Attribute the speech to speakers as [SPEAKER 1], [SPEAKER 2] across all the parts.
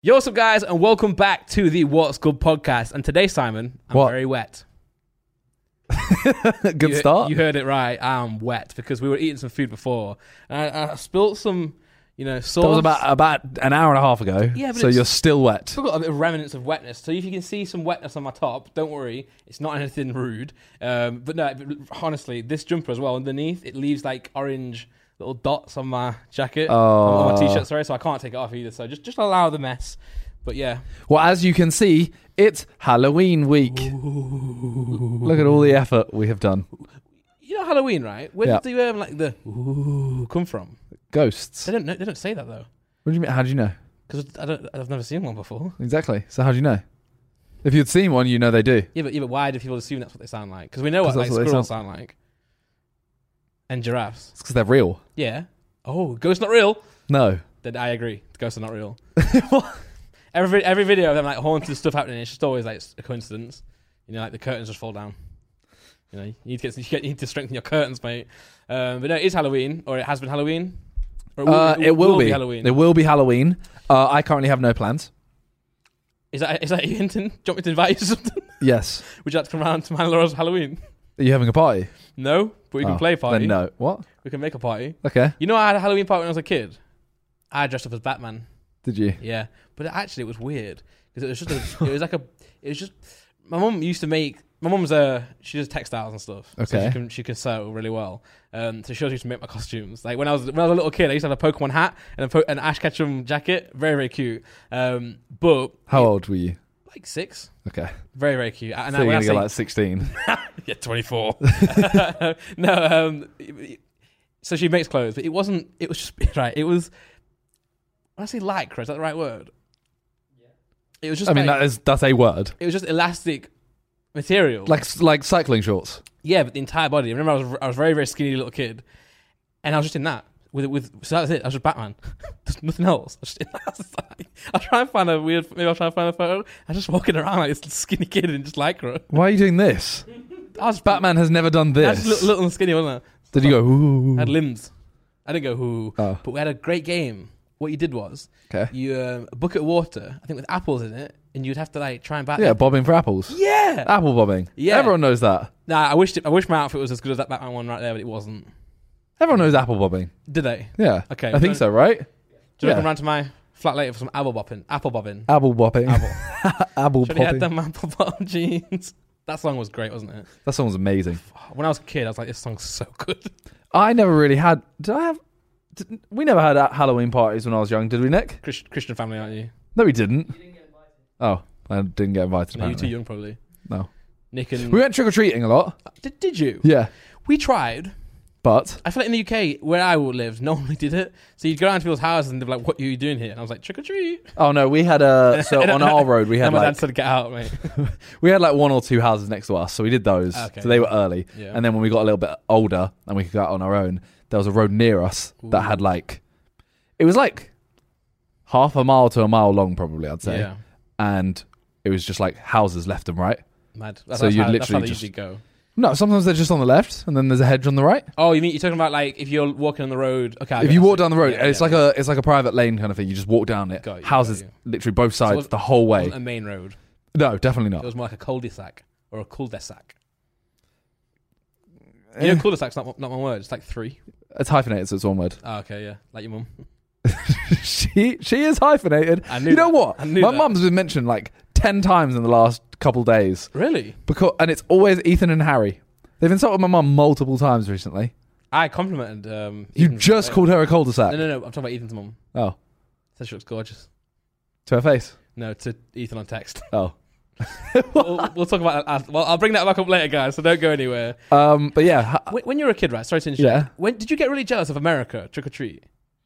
[SPEAKER 1] Yo, what's up, guys, and welcome back to the What's Good podcast. And today, Simon, I'm
[SPEAKER 2] What?
[SPEAKER 1] very wet.
[SPEAKER 2] Good
[SPEAKER 1] You-
[SPEAKER 2] start.
[SPEAKER 1] You heard it right. I'm wet because we were eating some food before, and I, I spilt some, you know, sauce.
[SPEAKER 2] that was about about an hour and a half ago.
[SPEAKER 1] Yeah, but
[SPEAKER 2] so
[SPEAKER 1] it's-
[SPEAKER 2] you're still wet.
[SPEAKER 1] I've got a bit of remnants of wetness. So if you can see some wetness on my top, don't worry. It's not anything rude. Um, but no, but honestly, this jumper as well underneath it leaves like orange little dots on my jacket, on my
[SPEAKER 2] Oh.
[SPEAKER 1] t-shirt. Sorry, so I can't take it off either. So just just allow the mess. But yeah,
[SPEAKER 2] Well, as you can see, it's Halloween week. Look at all the effort we have done.
[SPEAKER 1] you know Halloween, right? Where
[SPEAKER 2] Yeah.
[SPEAKER 1] did the um, like the ooh come from?
[SPEAKER 2] Ghosts.
[SPEAKER 1] They don't. know- They don't say that though,
[SPEAKER 2] What do you mean? How do you know?
[SPEAKER 1] because I don't. I've never seen one before.
[SPEAKER 2] Exactly. So how do you know? If you'd seen one, you know they do.
[SPEAKER 1] Yeah, but yeah, but why do people assume that's what they sound like? Because we know what
[SPEAKER 2] 'Cause
[SPEAKER 1] like
[SPEAKER 2] that's what they
[SPEAKER 1] squirrels sound. like, and giraffes.
[SPEAKER 2] It's because they're real.
[SPEAKER 1] Yeah. Oh, ghosts not real.
[SPEAKER 2] No.
[SPEAKER 1] Then I agree. Ghosts are not real. every every video of them like haunted stuff happening, it's just always like a coincidence. You know, like the curtains just fall down. You know, you need to get, you get- you need to strengthen your curtains, mate. Um, but no, it is Halloween, or it has been Halloween. Or
[SPEAKER 2] Uh, it will, be.
[SPEAKER 1] Halloween.
[SPEAKER 2] It will be Halloween. Uh, I currently have no plans.
[SPEAKER 1] Is that is that you hinting? Do you want me to invite you to something?
[SPEAKER 2] Yes.
[SPEAKER 1] Would you like to come round to my Laura's Halloween?
[SPEAKER 2] Are you having a party?
[SPEAKER 1] No, but we can
[SPEAKER 2] Oh,
[SPEAKER 1] play a party.
[SPEAKER 2] Then no. What?
[SPEAKER 1] We can make a party.
[SPEAKER 2] Okay.
[SPEAKER 1] You know, I had a Halloween party when I was a kid. I dressed up as Batman.
[SPEAKER 2] Did you?
[SPEAKER 1] Yeah, but it- actually, it was weird because it was just a, it was like a it was just my mum used to make my mum's a she does textiles and stuff. so she
[SPEAKER 2] Okay.
[SPEAKER 1] can she can sew really well. Um, so she always used to make my costumes. Like when I was when I was a little kid, I used to have a Pokemon hat and a po- an Ash Ketchum jacket, very very cute. Um, but
[SPEAKER 2] How old were you?
[SPEAKER 1] like six,
[SPEAKER 2] Okay.
[SPEAKER 1] very very cute. And
[SPEAKER 2] so
[SPEAKER 1] when
[SPEAKER 2] you're
[SPEAKER 1] I
[SPEAKER 2] gonna
[SPEAKER 1] say-
[SPEAKER 2] get like 16.
[SPEAKER 1] yeah, 24. no, um, so she makes clothes, but it wasn't, it was just, right, it was, when I say lycra, is that the right word? It was just,
[SPEAKER 2] I mean,
[SPEAKER 1] like-
[SPEAKER 2] that is that's a word.
[SPEAKER 1] it was just elastic material.
[SPEAKER 2] Like like cycling shorts.
[SPEAKER 1] yeah, but the entire body. I remember I was, I was a very, very skinny little kid, and I was just in that. With, with so that's it. I was just Batman. There's nothing else. I was just in that. I was like- I'll try and find a weird. Maybe I'll try and find a photo. I'm just walking around like this skinny kid in just lycra.
[SPEAKER 2] Why are you doing this?
[SPEAKER 1] I was
[SPEAKER 2] Batman has never done
[SPEAKER 1] I
[SPEAKER 2] this.
[SPEAKER 1] was just little and skinny, wasn't I?
[SPEAKER 2] Did you go? Ooh.
[SPEAKER 1] I had limbs. I didn't go who,
[SPEAKER 2] Oh,
[SPEAKER 1] but we had a great game. What you did was
[SPEAKER 2] okay.
[SPEAKER 1] you um, a bucket of water, I think with apples in it, and you'd have to like try and bat.
[SPEAKER 2] Yeah,
[SPEAKER 1] them.
[SPEAKER 2] bobbing for apples.
[SPEAKER 1] yeah.
[SPEAKER 2] Apple bobbing.
[SPEAKER 1] Yeah.
[SPEAKER 2] Everyone knows that.
[SPEAKER 1] Nah, I wished it, I wish my outfit was as good as that Batman one right there, but it wasn't.
[SPEAKER 2] Everyone knows apple bobbing.
[SPEAKER 1] Did they?
[SPEAKER 2] Yeah.
[SPEAKER 1] Okay,
[SPEAKER 2] I think
[SPEAKER 1] so-
[SPEAKER 2] so, right?
[SPEAKER 1] Do you want to
[SPEAKER 2] Yeah.
[SPEAKER 1] come round to my flat later for some apple bopping? Apple bobbing.
[SPEAKER 2] Apple bobbing.
[SPEAKER 1] Apple.
[SPEAKER 2] apple
[SPEAKER 1] Should have had
[SPEAKER 2] bobbing.
[SPEAKER 1] them apple bottom jeans. That song was great, wasn't it?
[SPEAKER 2] That song's amazing.
[SPEAKER 1] When I was a kid, I was like, this song's so good.
[SPEAKER 2] I never really had. Did I have? Did, we never had uh, Halloween parties when I was young, did we, Nick?
[SPEAKER 1] Christian, Christian family, aren't you?
[SPEAKER 2] No, we didn't. Oh, I didn't get invited.
[SPEAKER 1] No, you're too
[SPEAKER 2] Apparently.
[SPEAKER 1] young, probably.
[SPEAKER 2] No.
[SPEAKER 1] Nick and.
[SPEAKER 2] We went trick or treating a lot.
[SPEAKER 1] did, did you?
[SPEAKER 2] Yeah,
[SPEAKER 1] We tried.
[SPEAKER 2] but
[SPEAKER 1] I feel like in the UK, where I lived, no one really did it. So you'd go around to people's houses and they'd be like, "What are you doing here?" And I was like, "Trick or treat."
[SPEAKER 2] oh no, we had a so on our road we
[SPEAKER 1] And
[SPEAKER 2] had
[SPEAKER 1] my
[SPEAKER 2] like
[SPEAKER 1] dad said, "Get out, mate."
[SPEAKER 2] We had like one or two houses next to us, so we did those.
[SPEAKER 1] Ah, Okay.
[SPEAKER 2] So they were early.
[SPEAKER 1] Yeah.
[SPEAKER 2] And then when we got a little bit older and we could go out on our own, there was a road near us that
[SPEAKER 1] Ooh.
[SPEAKER 2] had like it was like half a mile to a mile long probably, I'd say.
[SPEAKER 1] yeah,
[SPEAKER 2] And it was just like houses left and right.
[SPEAKER 1] mad. That's,
[SPEAKER 2] So
[SPEAKER 1] that's
[SPEAKER 2] you'd
[SPEAKER 1] how, that's how
[SPEAKER 2] literally
[SPEAKER 1] they
[SPEAKER 2] just-
[SPEAKER 1] usually go.
[SPEAKER 2] No, sometimes they're just on the left and then there's a hedge on the right.
[SPEAKER 1] Oh, you mean you're talking about like if you're walking on the road? Okay, I
[SPEAKER 2] if
[SPEAKER 1] get
[SPEAKER 2] you
[SPEAKER 1] it.
[SPEAKER 2] walk down the road,
[SPEAKER 1] Yeah,
[SPEAKER 2] it's
[SPEAKER 1] yeah.
[SPEAKER 2] like a it's like a private lane kind of thing. You just walk down it.
[SPEAKER 1] Got you, got
[SPEAKER 2] houses
[SPEAKER 1] you.
[SPEAKER 2] literally both
[SPEAKER 1] it
[SPEAKER 2] sides
[SPEAKER 1] was-
[SPEAKER 2] the whole
[SPEAKER 1] It
[SPEAKER 2] way.
[SPEAKER 1] wasn't a main road.
[SPEAKER 2] No, definitely
[SPEAKER 1] It
[SPEAKER 2] not.
[SPEAKER 1] was more like a cul-de-sac or a cul-de-sac.
[SPEAKER 2] Eh,
[SPEAKER 1] You know, cul-de-sac's not not one word. It's like three.
[SPEAKER 2] It's hyphenated, so it's one word.
[SPEAKER 1] Oh, okay, yeah, like your mum.
[SPEAKER 2] she she is hyphenated.
[SPEAKER 1] I knew
[SPEAKER 2] you know
[SPEAKER 1] that.
[SPEAKER 2] what?
[SPEAKER 1] I knew
[SPEAKER 2] My
[SPEAKER 1] that.
[SPEAKER 2] mum's been mentioned like ten times in the last couple days
[SPEAKER 1] Really?
[SPEAKER 2] because, and it's always Ethan and Harry. They've insulted my mum multiple times recently.
[SPEAKER 1] I complimented. Um,
[SPEAKER 2] You
[SPEAKER 1] Ethan's
[SPEAKER 2] just
[SPEAKER 1] mum.
[SPEAKER 2] called her a cul-de-sac.
[SPEAKER 1] No, no, no. I'm talking about Ethan's mum.
[SPEAKER 2] Oh,
[SPEAKER 1] Said she looks gorgeous.
[SPEAKER 2] to her face.
[SPEAKER 1] No, to Ethan on text.
[SPEAKER 2] Oh,
[SPEAKER 1] we'll, we'll talk about that. af- Well, I'll bring that back up later, guys. So don't go anywhere.
[SPEAKER 2] um, but yeah, ha-
[SPEAKER 1] When, when you were a kid, right? Sorry to interrupt.
[SPEAKER 2] yeah.
[SPEAKER 1] When did you get really jealous of America trick or treat?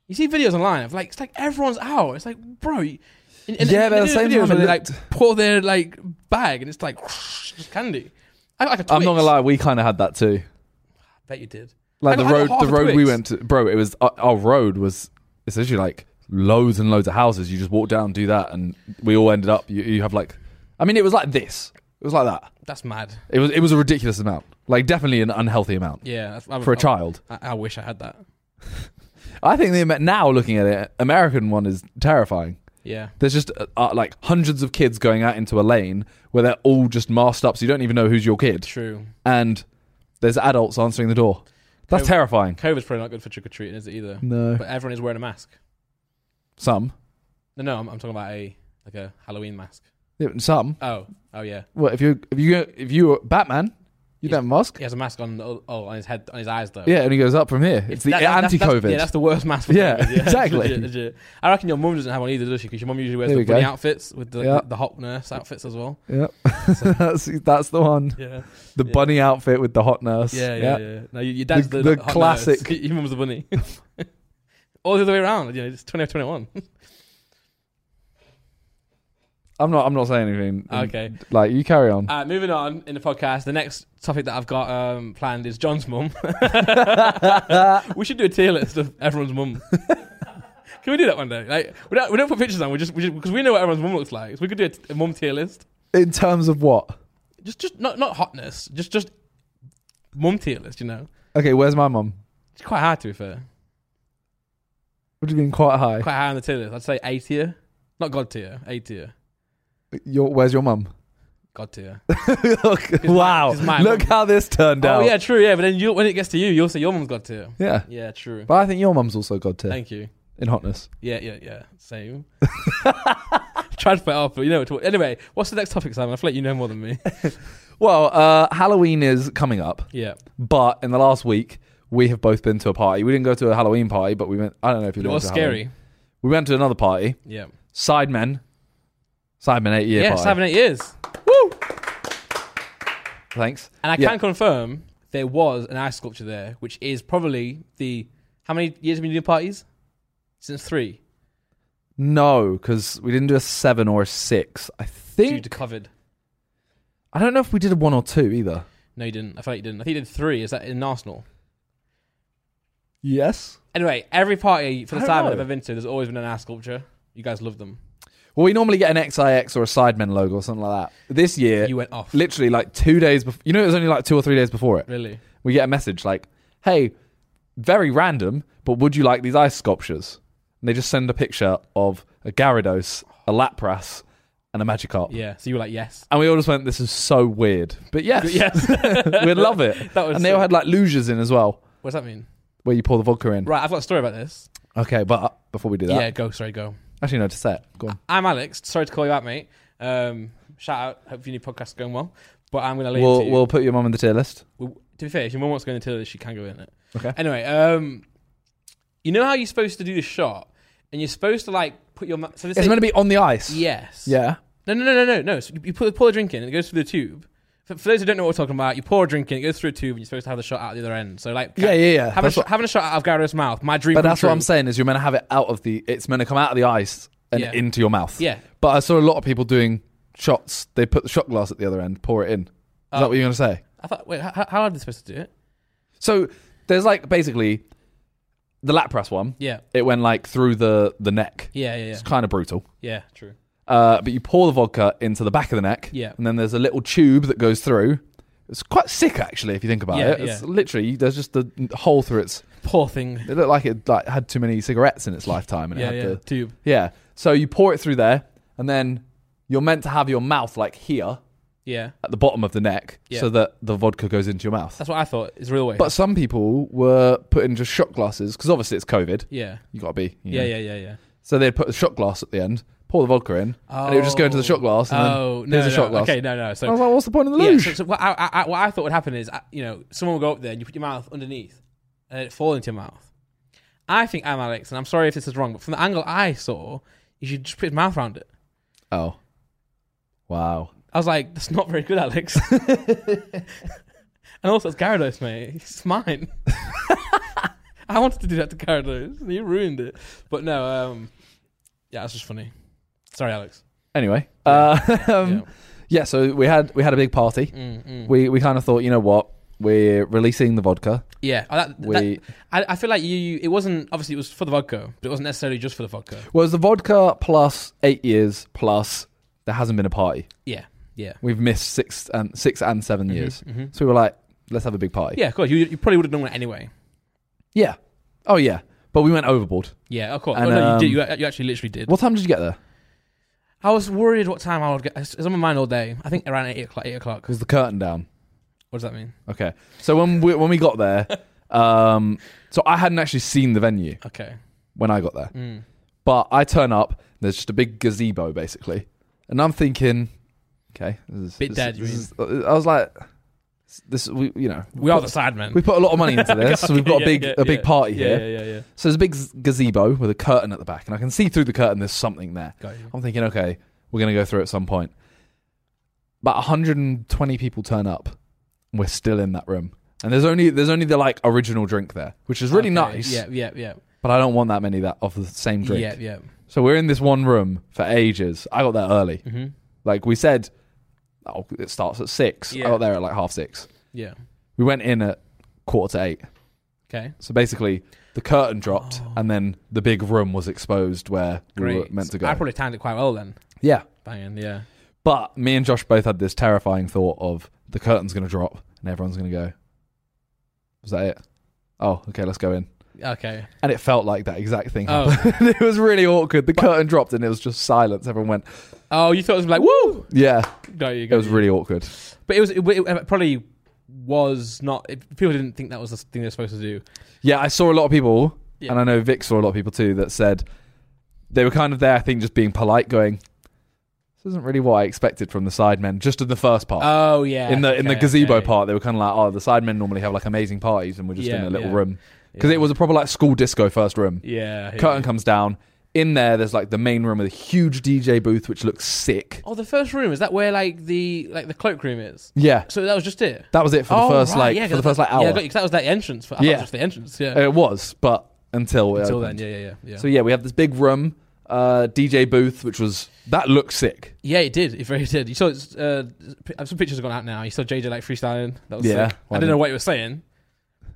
[SPEAKER 1] You see videos online of like it's like everyone's out. It's like bro, you- and, and-
[SPEAKER 2] Yeah,
[SPEAKER 1] and
[SPEAKER 2] but at
[SPEAKER 1] they do
[SPEAKER 2] the same
[SPEAKER 1] videos
[SPEAKER 2] time,
[SPEAKER 1] where
[SPEAKER 2] it
[SPEAKER 1] they like pour their like bag and it's like just candy. I got like a
[SPEAKER 2] I'm not
[SPEAKER 1] Twix.
[SPEAKER 2] gonna lie, we kind of had that too.
[SPEAKER 1] I bet you did. I
[SPEAKER 2] Like
[SPEAKER 1] got-
[SPEAKER 2] the
[SPEAKER 1] I got
[SPEAKER 2] road,
[SPEAKER 1] half
[SPEAKER 2] the
[SPEAKER 1] a
[SPEAKER 2] road we
[SPEAKER 1] Twix.
[SPEAKER 2] went to, bro. It was our, our road was essentially like loads and loads of houses. You just walk down, do that, and we all ended up. You, you have like, I mean, it was like this. It was like that.
[SPEAKER 1] That's mad.
[SPEAKER 2] It was it was a ridiculous amount. Like definitely an unhealthy amount
[SPEAKER 1] Yeah, that's, I'm,
[SPEAKER 2] for a child.
[SPEAKER 1] I, I wish I had that.
[SPEAKER 2] I think the ama- now looking at it, American one is terrifying.
[SPEAKER 1] Yeah.
[SPEAKER 2] There's just uh, uh, like hundreds of kids going out into a lane where they're all just masked up, so you don't even know who's your kid,
[SPEAKER 1] True.
[SPEAKER 2] and there's adults answering the door. That's
[SPEAKER 1] Cov-
[SPEAKER 2] terrifying.
[SPEAKER 1] COVID's probably not good for trick or treating, is it either?
[SPEAKER 2] No,
[SPEAKER 1] But everyone is wearing a mask.
[SPEAKER 2] some,
[SPEAKER 1] No, no, I'm, I'm talking about a like a Halloween mask.
[SPEAKER 2] Yeah, some.
[SPEAKER 1] Oh, oh yeah.
[SPEAKER 2] Well, if you if you if you were Batman, you'd
[SPEAKER 1] He's-
[SPEAKER 2] have a mask.
[SPEAKER 1] He has a mask on. Oh, oh, on his head, on his eyes though.
[SPEAKER 2] Yeah, and he goes up from here. It's the
[SPEAKER 1] That- that- that's-
[SPEAKER 2] anti-COVID.
[SPEAKER 1] That's, yeah, that's the worst mask. For
[SPEAKER 2] Yeah,
[SPEAKER 1] COVID,
[SPEAKER 2] exactly.
[SPEAKER 1] Legit, legit. I reckon your mum doesn't have one either, does she? Because your mum usually wears
[SPEAKER 2] There
[SPEAKER 1] the
[SPEAKER 2] we go.
[SPEAKER 1] bunny outfits with the,
[SPEAKER 2] Yeah.
[SPEAKER 1] the, hot nurse outfits as well.
[SPEAKER 2] Yep. that's, that's the one.
[SPEAKER 1] Yeah,
[SPEAKER 2] The
[SPEAKER 1] Yeah.
[SPEAKER 2] bunny outfit with the hot nurse.
[SPEAKER 1] yeah, yeah. yeah. No, your, your dad's the,
[SPEAKER 2] The- the
[SPEAKER 1] hot nurse.
[SPEAKER 2] classic-
[SPEAKER 1] Your mum's the bunny. All the other way around. You know, it's twenty twenty one.
[SPEAKER 2] I'm not. I'm not saying anything.
[SPEAKER 1] Okay.
[SPEAKER 2] Like you carry on.
[SPEAKER 1] Uh, moving on in the podcast, the next topic that I've got um, planned is John's mum. we should do a tier list of everyone's mum. Can we do that one day? Like we don't, we don't put pictures on. We just because we, just- 'cause we know what everyone's mum looks like. So we could do a, t- a mum tier list.
[SPEAKER 2] In terms of what?
[SPEAKER 1] Just just not not hotness. Just just mum tier list. You know,
[SPEAKER 2] Okay. Where's my mum?
[SPEAKER 1] it's quite hard to be fair.
[SPEAKER 2] What do you mean quite high?
[SPEAKER 1] Quite high on the tier list. I'd say A tier, not God tier. A tier,
[SPEAKER 2] Your where's your mum?
[SPEAKER 1] God tier.
[SPEAKER 2] Look,
[SPEAKER 1] my-
[SPEAKER 2] wow.
[SPEAKER 1] it's my
[SPEAKER 2] Look
[SPEAKER 1] mum.
[SPEAKER 2] how this turned
[SPEAKER 1] Oh
[SPEAKER 2] out.
[SPEAKER 1] yeah, true. Yeah, but then you when it gets to you, you'll say your mum's God tier.
[SPEAKER 2] Yeah.
[SPEAKER 1] Yeah, true.
[SPEAKER 2] But I think your mum's also god tier
[SPEAKER 1] Thank you.
[SPEAKER 2] in hotness.
[SPEAKER 1] Yeah, yeah, yeah. Same. Tried to put it off, but you know what. to- Anyway, what's the next topic, Simon? I feel like you know more than me.
[SPEAKER 2] Well, uh, Halloween is coming up,
[SPEAKER 1] yeah.
[SPEAKER 2] but in the last week we have both been to a party. We didn't go to a Halloween party, but we went. I don't know if you.
[SPEAKER 1] It was scary.
[SPEAKER 2] We went to another party.
[SPEAKER 1] Yeah.
[SPEAKER 2] Sidemen. Sidemen eight year
[SPEAKER 1] Yeah,
[SPEAKER 2] party.
[SPEAKER 1] seven, eight years.
[SPEAKER 2] Thanks.
[SPEAKER 1] And I
[SPEAKER 2] Yeah.
[SPEAKER 1] can confirm there was an ice sculpture there, which is probably the. How many years have we been doing parties? Since three,
[SPEAKER 2] No, because we didn't do a seven or a six. I
[SPEAKER 1] due
[SPEAKER 2] think
[SPEAKER 1] to COVID.
[SPEAKER 2] I don't know if we did a one or two either.
[SPEAKER 1] No, you didn't. I feel like you didn't. I think you did three. Is that in Arsenal?
[SPEAKER 2] Yes.
[SPEAKER 1] Anyway, every party for
[SPEAKER 2] I
[SPEAKER 1] the
[SPEAKER 2] don't
[SPEAKER 1] time
[SPEAKER 2] know.
[SPEAKER 1] I've ever been to, there's always been an ice sculpture. You guys love them.
[SPEAKER 2] Well, we normally get an XIX or a Sidemen logo or something like that. This year,
[SPEAKER 1] You went off.
[SPEAKER 2] literally like two days before, you know, it was only like two or three days before it.
[SPEAKER 1] Really?
[SPEAKER 2] We get a message like, "Hey, very random, but would you like these ice sculptures?" And they just send a picture of a Gyarados, a Lapras, and a Magikarp.
[SPEAKER 1] Yeah. So you were like, yes.
[SPEAKER 2] And we all just went, "This is so weird," but yes,
[SPEAKER 1] Yes.
[SPEAKER 2] we'd love it.
[SPEAKER 1] That was
[SPEAKER 2] And they all had like luges in as well,
[SPEAKER 1] What does that mean?
[SPEAKER 2] where you pour the vodka in.
[SPEAKER 1] Right, I've got a story about this.
[SPEAKER 2] Okay, but uh, before we do that,
[SPEAKER 1] Yeah, go. Sorry, go.
[SPEAKER 2] actually, no, to set. Go on.
[SPEAKER 1] I'm Alex. Sorry to call you out, mate. Um, shout out. Hope your new podcast's going well. But I'm going to leave.
[SPEAKER 2] We'll
[SPEAKER 1] to you.
[SPEAKER 2] we'll put your mum in the tier list.
[SPEAKER 1] Well, to be fair, if your mum wants to go into this, she can go in it.
[SPEAKER 2] Okay.
[SPEAKER 1] Anyway, um, you know how you're supposed to do the shot, and you're supposed to like put your. Ma- so
[SPEAKER 2] It's meant to be on the ice.
[SPEAKER 1] Yes.
[SPEAKER 2] Yeah.
[SPEAKER 1] No, no, no, no, no, no. So you- you put, pour a drink in, and it goes through the tube. For, for those who don't know what we're talking about, you pour a drink in, it goes through a tube, and you're supposed to have the shot out the other end. So like,
[SPEAKER 2] Yeah, yeah, yeah.
[SPEAKER 1] Having, a,
[SPEAKER 2] That's
[SPEAKER 1] sh-
[SPEAKER 2] what-
[SPEAKER 1] having a shot out of Gareth's mouth, my dream.
[SPEAKER 2] but
[SPEAKER 1] come
[SPEAKER 2] that's what I'm
[SPEAKER 1] true.
[SPEAKER 2] saying is you're meant to have it out of the. It's meant to come out of the ice and
[SPEAKER 1] Yeah.
[SPEAKER 2] into your mouth.
[SPEAKER 1] Yeah.
[SPEAKER 2] But I saw a lot of people doing shots. They put the shot glass at the other end, pour it in. Is that
[SPEAKER 1] Oh.
[SPEAKER 2] what you're gonna say?
[SPEAKER 1] I thought, wait, how, how are they supposed to do it?
[SPEAKER 2] So there's like basically the lap press one.
[SPEAKER 1] Yeah,
[SPEAKER 2] It went like through the the neck.
[SPEAKER 1] yeah, yeah, yeah.
[SPEAKER 2] It's kind of brutal.
[SPEAKER 1] Yeah, true.
[SPEAKER 2] Uh, but you pour the vodka into the back of the neck.
[SPEAKER 1] Yeah.
[SPEAKER 2] And then there's a little tube that goes through. It's quite sick, actually, if you think about
[SPEAKER 1] Yeah,
[SPEAKER 2] it. It's
[SPEAKER 1] yeah.
[SPEAKER 2] literally there's just the hole through its.
[SPEAKER 1] Poor thing.
[SPEAKER 2] It looked like it like had too many cigarettes in its lifetime, and
[SPEAKER 1] yeah,
[SPEAKER 2] it
[SPEAKER 1] yeah.
[SPEAKER 2] had the
[SPEAKER 1] Tube.
[SPEAKER 2] yeah. So you pour it through there, and then you're meant to have your mouth like here
[SPEAKER 1] Yeah,
[SPEAKER 2] at the bottom of the neck,
[SPEAKER 1] Yeah.
[SPEAKER 2] so that the vodka goes into your mouth.
[SPEAKER 1] that's what I thought. Is the real way.
[SPEAKER 2] But some people were putting just shot glasses because obviously it's COVID.
[SPEAKER 1] yeah,
[SPEAKER 2] You gotta be you
[SPEAKER 1] yeah,
[SPEAKER 2] know.
[SPEAKER 1] yeah, yeah, yeah.
[SPEAKER 2] So they'd put a shot glass at the end, pour the vodka in,
[SPEAKER 1] Oh.
[SPEAKER 2] and it would just go into the shot glass. And
[SPEAKER 1] oh,
[SPEAKER 2] then
[SPEAKER 1] no,
[SPEAKER 2] there's a
[SPEAKER 1] no,
[SPEAKER 2] shot glass.
[SPEAKER 1] Okay, no, no. So
[SPEAKER 2] I was like, what's the point of the
[SPEAKER 1] Yeah,
[SPEAKER 2] luge?
[SPEAKER 1] so, so what, I, I, I- what I thought would happen is, uh, you know, someone will go up there and you put your mouth underneath and it fall into your mouth. I think I'm Alex, and I'm sorry if this is wrong, but from the angle I saw, you should just put his mouth around it.
[SPEAKER 2] oh, wow.
[SPEAKER 1] I was like, that's not very good, Alex. and also, it's Gyarados, mate. It's mine. I wanted to do that to Gyarados, and you ruined it. But no, um, yeah, that's just funny. Sorry, Alex.
[SPEAKER 2] Anyway,
[SPEAKER 1] Yeah.
[SPEAKER 2] Uh, um, yeah. So we had we had a big party.
[SPEAKER 1] yeah. Mm, mm.
[SPEAKER 2] We we kind of thought, you know what, we're releasing the vodka.
[SPEAKER 1] yeah. Oh, that- that-
[SPEAKER 2] We
[SPEAKER 1] I, I feel like you, you. It wasn't obviously it was for the vodka, but it wasn't necessarily just for the vodka.
[SPEAKER 2] Well, it's the vodka plus eight years plus there hasn't been a party.
[SPEAKER 1] Yeah, yeah.
[SPEAKER 2] We've missed six and six and 7 years.
[SPEAKER 1] Mhm, mhm.
[SPEAKER 2] So we were Mm-hmm. like, let's have a big party.
[SPEAKER 1] Yeah, of course. You, you probably would have done that anyway.
[SPEAKER 2] Yeah. Oh yeah. But we went overboard.
[SPEAKER 1] Yeah, of course.
[SPEAKER 2] And,
[SPEAKER 1] oh, no, you
[SPEAKER 2] um,
[SPEAKER 1] did. You, you actually literally did.
[SPEAKER 2] What time did you get there?
[SPEAKER 1] I was worried what time I would get. It's it's on my mind all day. I think around eight o'clock. Eight o'clock.
[SPEAKER 2] Was the curtain down?
[SPEAKER 1] What does that mean?
[SPEAKER 2] Okay. So when we when we got there, um, so I hadn't actually seen the venue
[SPEAKER 1] Okay.
[SPEAKER 2] when I got there,
[SPEAKER 1] Mm.
[SPEAKER 2] but I turn up. There's just a big gazebo basically, and I'm thinking, okay, this is,
[SPEAKER 1] Bit
[SPEAKER 2] this,
[SPEAKER 1] dead, you
[SPEAKER 2] This is, I was like, this we you know
[SPEAKER 1] We are the sad men.
[SPEAKER 2] we put a lot of money into this, so we've got a
[SPEAKER 1] Yeah,
[SPEAKER 2] big
[SPEAKER 1] yeah,
[SPEAKER 2] a big
[SPEAKER 1] yeah.
[SPEAKER 2] party
[SPEAKER 1] yeah,
[SPEAKER 2] here.
[SPEAKER 1] Yeah, yeah, yeah.
[SPEAKER 2] So there's a big z- gazebo with a curtain at the back, and I can see through the curtain. There's something there.
[SPEAKER 1] Got you.
[SPEAKER 2] I'm thinking, okay, we're going to go through at some point. About 120 people turn up. and We're still in that room, and there's only there's only the like original drink there, which is really
[SPEAKER 1] Okay,
[SPEAKER 2] nice.
[SPEAKER 1] Yeah, yeah, yeah.
[SPEAKER 2] But I don't want that many that of the same drink.
[SPEAKER 1] Yeah, yeah.
[SPEAKER 2] So we're in this one room for ages. I got there early.
[SPEAKER 1] Mm-hmm.
[SPEAKER 2] Like we said, oh, it starts at six.
[SPEAKER 1] Yeah.
[SPEAKER 2] I got there at like half six.
[SPEAKER 1] Yeah.
[SPEAKER 2] We went in at quarter to eight.
[SPEAKER 1] Okay.
[SPEAKER 2] So basically, the curtain dropped, and then the big room was exposed where
[SPEAKER 1] Oh. Great.
[SPEAKER 2] we were meant to go.
[SPEAKER 1] I probably timed it quite well then.
[SPEAKER 2] yeah.
[SPEAKER 1] Banging. Yeah.
[SPEAKER 2] But me and Josh both had this terrifying thought of the curtain's going to drop and everyone's going to go. Was that it? Oh, okay, let's go in.
[SPEAKER 1] Okay.
[SPEAKER 2] And it felt like that exact thing
[SPEAKER 1] Oh.
[SPEAKER 2] happened. it was really awkward. The curtain dropped and it was just silence. Everyone went,
[SPEAKER 1] Oh, you thought it was like woo?
[SPEAKER 2] yeah.
[SPEAKER 1] Got you.
[SPEAKER 2] It
[SPEAKER 1] Got
[SPEAKER 2] was
[SPEAKER 1] you.
[SPEAKER 2] really awkward.
[SPEAKER 1] but it was. It, it probably was not. It, people didn't think that was the thing they're supposed to do.
[SPEAKER 2] Yeah, I saw a lot of people,
[SPEAKER 1] Yeah.
[SPEAKER 2] and I know Vic saw a lot of people too, that said they were kind of there, I think, just being polite, going, this isn't really what I expected from the sidemen, just in the first part.
[SPEAKER 1] Oh yeah.
[SPEAKER 2] in the in the
[SPEAKER 1] okay,
[SPEAKER 2] gazebo
[SPEAKER 1] okay.
[SPEAKER 2] part, they were kind of like, oh, the sidemen normally have like amazing parties, and we're just in
[SPEAKER 1] Yeah,
[SPEAKER 2] a little
[SPEAKER 1] yeah.
[SPEAKER 2] room because
[SPEAKER 1] Yeah.
[SPEAKER 2] it was a proper like school disco first room.
[SPEAKER 1] Yeah. yeah.
[SPEAKER 2] Curtain comes down. In there, there's like the main room with a huge DJ booth, which looks sick.
[SPEAKER 1] Oh, the first room is that where like the like the cloakroom is.
[SPEAKER 2] Yeah,
[SPEAKER 1] So that was just it.
[SPEAKER 2] that was it for the
[SPEAKER 1] Oh,
[SPEAKER 2] first
[SPEAKER 1] right,
[SPEAKER 2] like
[SPEAKER 1] yeah,
[SPEAKER 2] for the
[SPEAKER 1] 'cause
[SPEAKER 2] first like hour.
[SPEAKER 1] Yeah, because that was the entrance. For, I thought
[SPEAKER 2] Yeah.
[SPEAKER 1] it was just the entrance. Yeah.
[SPEAKER 2] it was, but until it
[SPEAKER 1] Until
[SPEAKER 2] opened.
[SPEAKER 1] then, yeah, yeah, yeah. Yeah.
[SPEAKER 2] So yeah, we have this big room, uh, DJ booth, which was that looked sick.
[SPEAKER 1] yeah, it did. It very did. You saw it's, uh, p- some pictures have gone out now. You saw JJ like freestyling. That was
[SPEAKER 2] Yeah,
[SPEAKER 1] sick.
[SPEAKER 2] why
[SPEAKER 1] I didn't know
[SPEAKER 2] not?
[SPEAKER 1] what you were saying.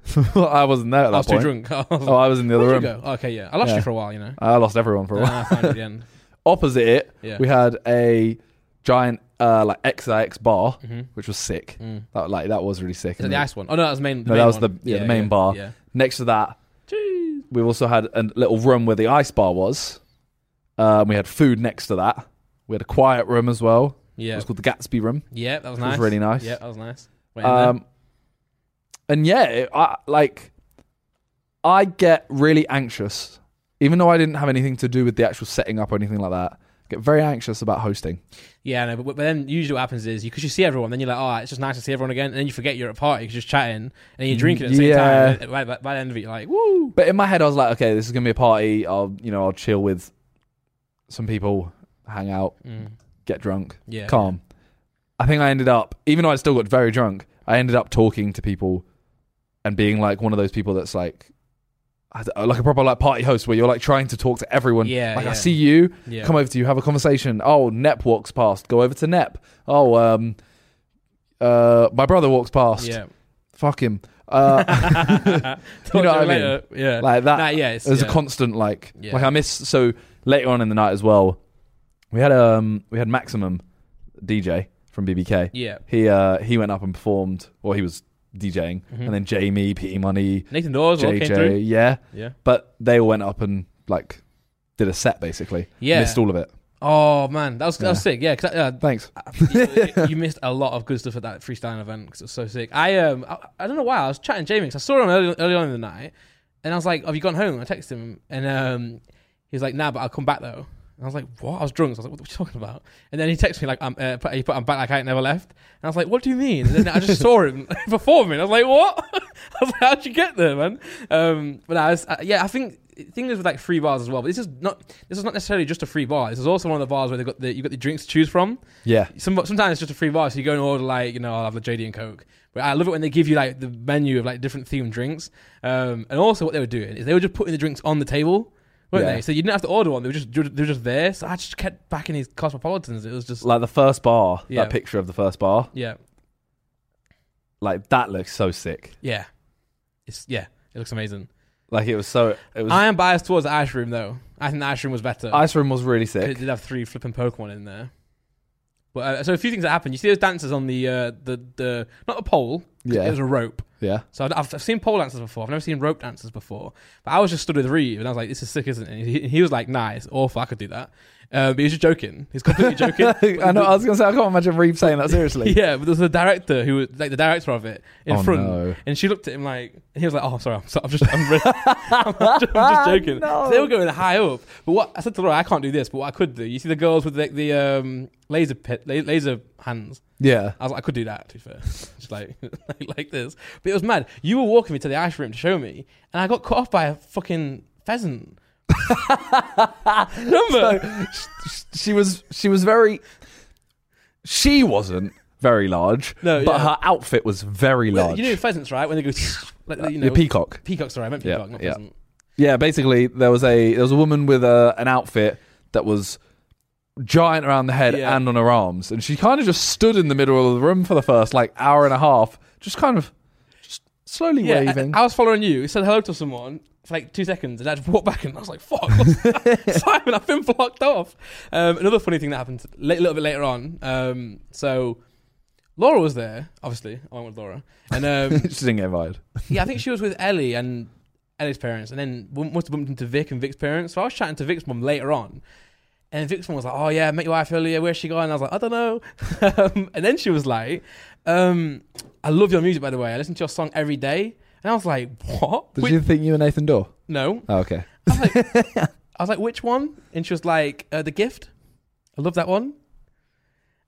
[SPEAKER 2] I wasn't there at that
[SPEAKER 1] I was
[SPEAKER 2] point.
[SPEAKER 1] too drunk. I was
[SPEAKER 2] Oh, I was in the other
[SPEAKER 1] Where'd
[SPEAKER 2] room.
[SPEAKER 1] you go? Okay, yeah. I lost
[SPEAKER 2] Yeah.
[SPEAKER 1] you for a while, you know.
[SPEAKER 2] I lost everyone for a
[SPEAKER 1] And
[SPEAKER 2] while.
[SPEAKER 1] I found you at the end.
[SPEAKER 2] Opposite it,
[SPEAKER 1] Yeah.
[SPEAKER 2] we had a giant uh, like XIX bar,
[SPEAKER 1] hmm
[SPEAKER 2] which was sick.
[SPEAKER 1] Mm.
[SPEAKER 2] That, like that was really sick.
[SPEAKER 1] Is that
[SPEAKER 2] And
[SPEAKER 1] the
[SPEAKER 2] then
[SPEAKER 1] ice one? Oh, no, that was the main. The
[SPEAKER 2] No, that
[SPEAKER 1] main
[SPEAKER 2] was
[SPEAKER 1] one.
[SPEAKER 2] the- yeah, the main bar.
[SPEAKER 1] Yeah.
[SPEAKER 2] Next to that,
[SPEAKER 1] Jeez.
[SPEAKER 2] we also had a little room where the ice bar was. Um, we had food next to that. We had a quiet room as well. It
[SPEAKER 1] Yeah.
[SPEAKER 2] was called the Gatsby room.
[SPEAKER 1] Yeah, that was
[SPEAKER 2] It
[SPEAKER 1] nice.
[SPEAKER 2] was really nice.
[SPEAKER 1] Yeah, that was nice. Wait, and then-
[SPEAKER 2] Um, and yeah, it, I like. I get really anxious, even though I didn't have anything to do with the actual setting up or anything like that. Get very anxious about hosting.
[SPEAKER 1] yeah, no, but, but then usually what happens is because you, see everyone, then you're like, oh, it's just nice to see everyone again, and then you forget you're at a party, 'cause you're just chatting, and then you're drinking at the same
[SPEAKER 2] Mm, Yeah.
[SPEAKER 1] time. And by, by, by the end of it, you're like, woo.
[SPEAKER 2] But in my head, I was like, okay, this is gonna be a party. I'll, you know, I'll chill with some people, hang out,
[SPEAKER 1] Mm.
[SPEAKER 2] get drunk,
[SPEAKER 1] Yeah.
[SPEAKER 2] calm. I think I ended up, even though I still got very drunk, I ended up talking to people and being like one of those people that's like, I don't know, like a proper like party host where you're like trying to talk to everyone.
[SPEAKER 1] Yeah,
[SPEAKER 2] like
[SPEAKER 1] yeah.
[SPEAKER 2] I see you,
[SPEAKER 1] Yeah.
[SPEAKER 2] come over to you, have a conversation. Oh, Nep walks past, go over to Nep. Oh, um, uh, my brother walks past.
[SPEAKER 1] Yeah.
[SPEAKER 2] Fuck him. Uh,
[SPEAKER 1] Talk to
[SPEAKER 2] You know what I mean?
[SPEAKER 1] later. uh, Yeah.
[SPEAKER 2] like that.
[SPEAKER 1] nah, yeah, it's,
[SPEAKER 2] It was
[SPEAKER 1] yeah.
[SPEAKER 2] a constant like
[SPEAKER 1] Yeah.
[SPEAKER 2] like I miss so later on in the night as well. We had um we had Maximum DJ from BBK.
[SPEAKER 1] Yeah.
[SPEAKER 2] He uh he went up and performed or he was DJing
[SPEAKER 1] Mhm.
[SPEAKER 2] and then Jamie, P E Money,
[SPEAKER 1] Nathan Dawes all came through.
[SPEAKER 2] JJ, yeah.
[SPEAKER 1] Yeah.
[SPEAKER 2] But they all went up and like did a set basically.
[SPEAKER 1] Yeah.
[SPEAKER 2] Missed all of it.
[SPEAKER 1] Oh man, that was that was
[SPEAKER 2] Yeah.
[SPEAKER 1] sick. Yeah, 'cause, uh,
[SPEAKER 2] Thanks.
[SPEAKER 1] you, you missed a lot of good stuff at that freestyling event because it was so sick. I um, I, I don't know why I was chatting to Jamie 'cause I saw him early, early on in the night, and I was like, "Have you gone home?" I texted him, and um, he was like, "Nah, but I'll come back though." And I was like, "What?" I was drunk, so I was like, "What are you talking about?" And then he texted me like, "I'm," uh, put, he put, "I'm back like I ain't never left," and I was like, "What do you mean?" And then I just saw him performing. I was like, "What?" I was like, "How'd you get there, man?" Um, but I was, uh, yeah, I think thing is with like free bars as well. But this is not this is not necessarily just a free bar. This is also one of the bars where they got the you got the drinks to choose from
[SPEAKER 2] Yeah.
[SPEAKER 1] some, sometimes it's just a free bar, so you go and order like you know I'll have the JD and Coke. But I love it when they give you like the menu of like different themed drinks. Um, and also what they were doing is they were just putting the drinks on the table, weren't
[SPEAKER 2] Yeah.
[SPEAKER 1] they? So you didn't have to order one; they were just they were just there. So I just kept backing these cosmopolitans. It was just
[SPEAKER 2] Like the first bar,
[SPEAKER 1] Yeah.
[SPEAKER 2] that picture of the first bar,
[SPEAKER 1] yeah,
[SPEAKER 2] like that looks so sick.
[SPEAKER 1] yeah, it's yeah, it looks amazing.
[SPEAKER 2] Like it was so it was
[SPEAKER 1] I am biased towards the ice room though. I think the ice room was better.
[SPEAKER 2] Ice Room was really
[SPEAKER 1] it
[SPEAKER 2] sick.
[SPEAKER 1] did have three flipping Pokemon in there. But uh, so a few things that happened. You see those dancers on the uh, the the not a pole, it
[SPEAKER 2] Yeah.
[SPEAKER 1] was a rope.
[SPEAKER 2] Yeah.
[SPEAKER 1] So I'd- I've, I've seen pole dancers before. I've never seen rope dancers before. But I was just stood with Reeve and I was like, "This is sick, isn't it?" And he, he was like, "Nah, it's awful. I could do that." Uh, but he's just joking. He's completely joking.
[SPEAKER 2] I know. I was gonna say I can't imagine Reeve saying that seriously.
[SPEAKER 1] yeah, but there's a director who was like the director of it in
[SPEAKER 2] Oh,
[SPEAKER 1] front,
[SPEAKER 2] no.
[SPEAKER 1] and she looked at him like, and he was like, "Oh, I'm sorry, I'm, so, I'm just, I'm, really, I'm, just, I'm just joking."
[SPEAKER 2] No.
[SPEAKER 1] They were going high up, but what I said to Laura, I can't do this, but what I could do, you see the girls with the, the um, laser pit, la- laser hands.
[SPEAKER 2] Yeah.
[SPEAKER 1] I was like, I could do that. To be fair, just like, like like this, but it was mad. You were walking me to the ice room to show me, and I got cut off by a fucking pheasant. Remember?
[SPEAKER 2] So sh- sh- she was she was very she wasn't very large,
[SPEAKER 1] No,
[SPEAKER 2] but
[SPEAKER 1] yeah.
[SPEAKER 2] her outfit was very
[SPEAKER 1] Well,
[SPEAKER 2] large.
[SPEAKER 1] You know pheasants, right? When they go, like, you know,
[SPEAKER 2] the peacock.
[SPEAKER 1] peacock. Sorry, I meant
[SPEAKER 2] Yeah,
[SPEAKER 1] peacock, not
[SPEAKER 2] yeah.
[SPEAKER 1] pheasant.
[SPEAKER 2] Yeah, basically there was a there was a woman with a, an outfit that was giant around the head
[SPEAKER 1] Yeah.
[SPEAKER 2] and on her arms, and she kind of just stood in the middle of the room for the first like hour and a half, just kind of just slowly
[SPEAKER 1] Yeah,
[SPEAKER 2] waving.
[SPEAKER 1] I, I was following you. You said hello to someone for like two seconds, and I just walked back, and I was like, "Fuck, what's that? Simon, I've been blocked off." Um, another funny thing that happened a little bit later on. Um, so Laura was there, obviously. I went with Laura, and um,
[SPEAKER 2] she didn't get invited.
[SPEAKER 1] yeah, I think she was with Ellie and Ellie's parents, and then we must have bumped into Vic and Vic's parents. So I was chatting to Vic's mum later on, and Vic's mum was like, "Oh yeah, I met your wife earlier. Where's she gone?" And I was like, "I don't know." um, and then she was like, um, "I love your music, by the way. I listen to your song every day." And I was like, "What?
[SPEAKER 2] Did
[SPEAKER 1] Which-
[SPEAKER 2] you think you were Nathan Dorr?
[SPEAKER 1] no."
[SPEAKER 2] Oh, okay.
[SPEAKER 1] I was like, I was like, "Which one?" And she was like, uh, "The Gift." I love that one.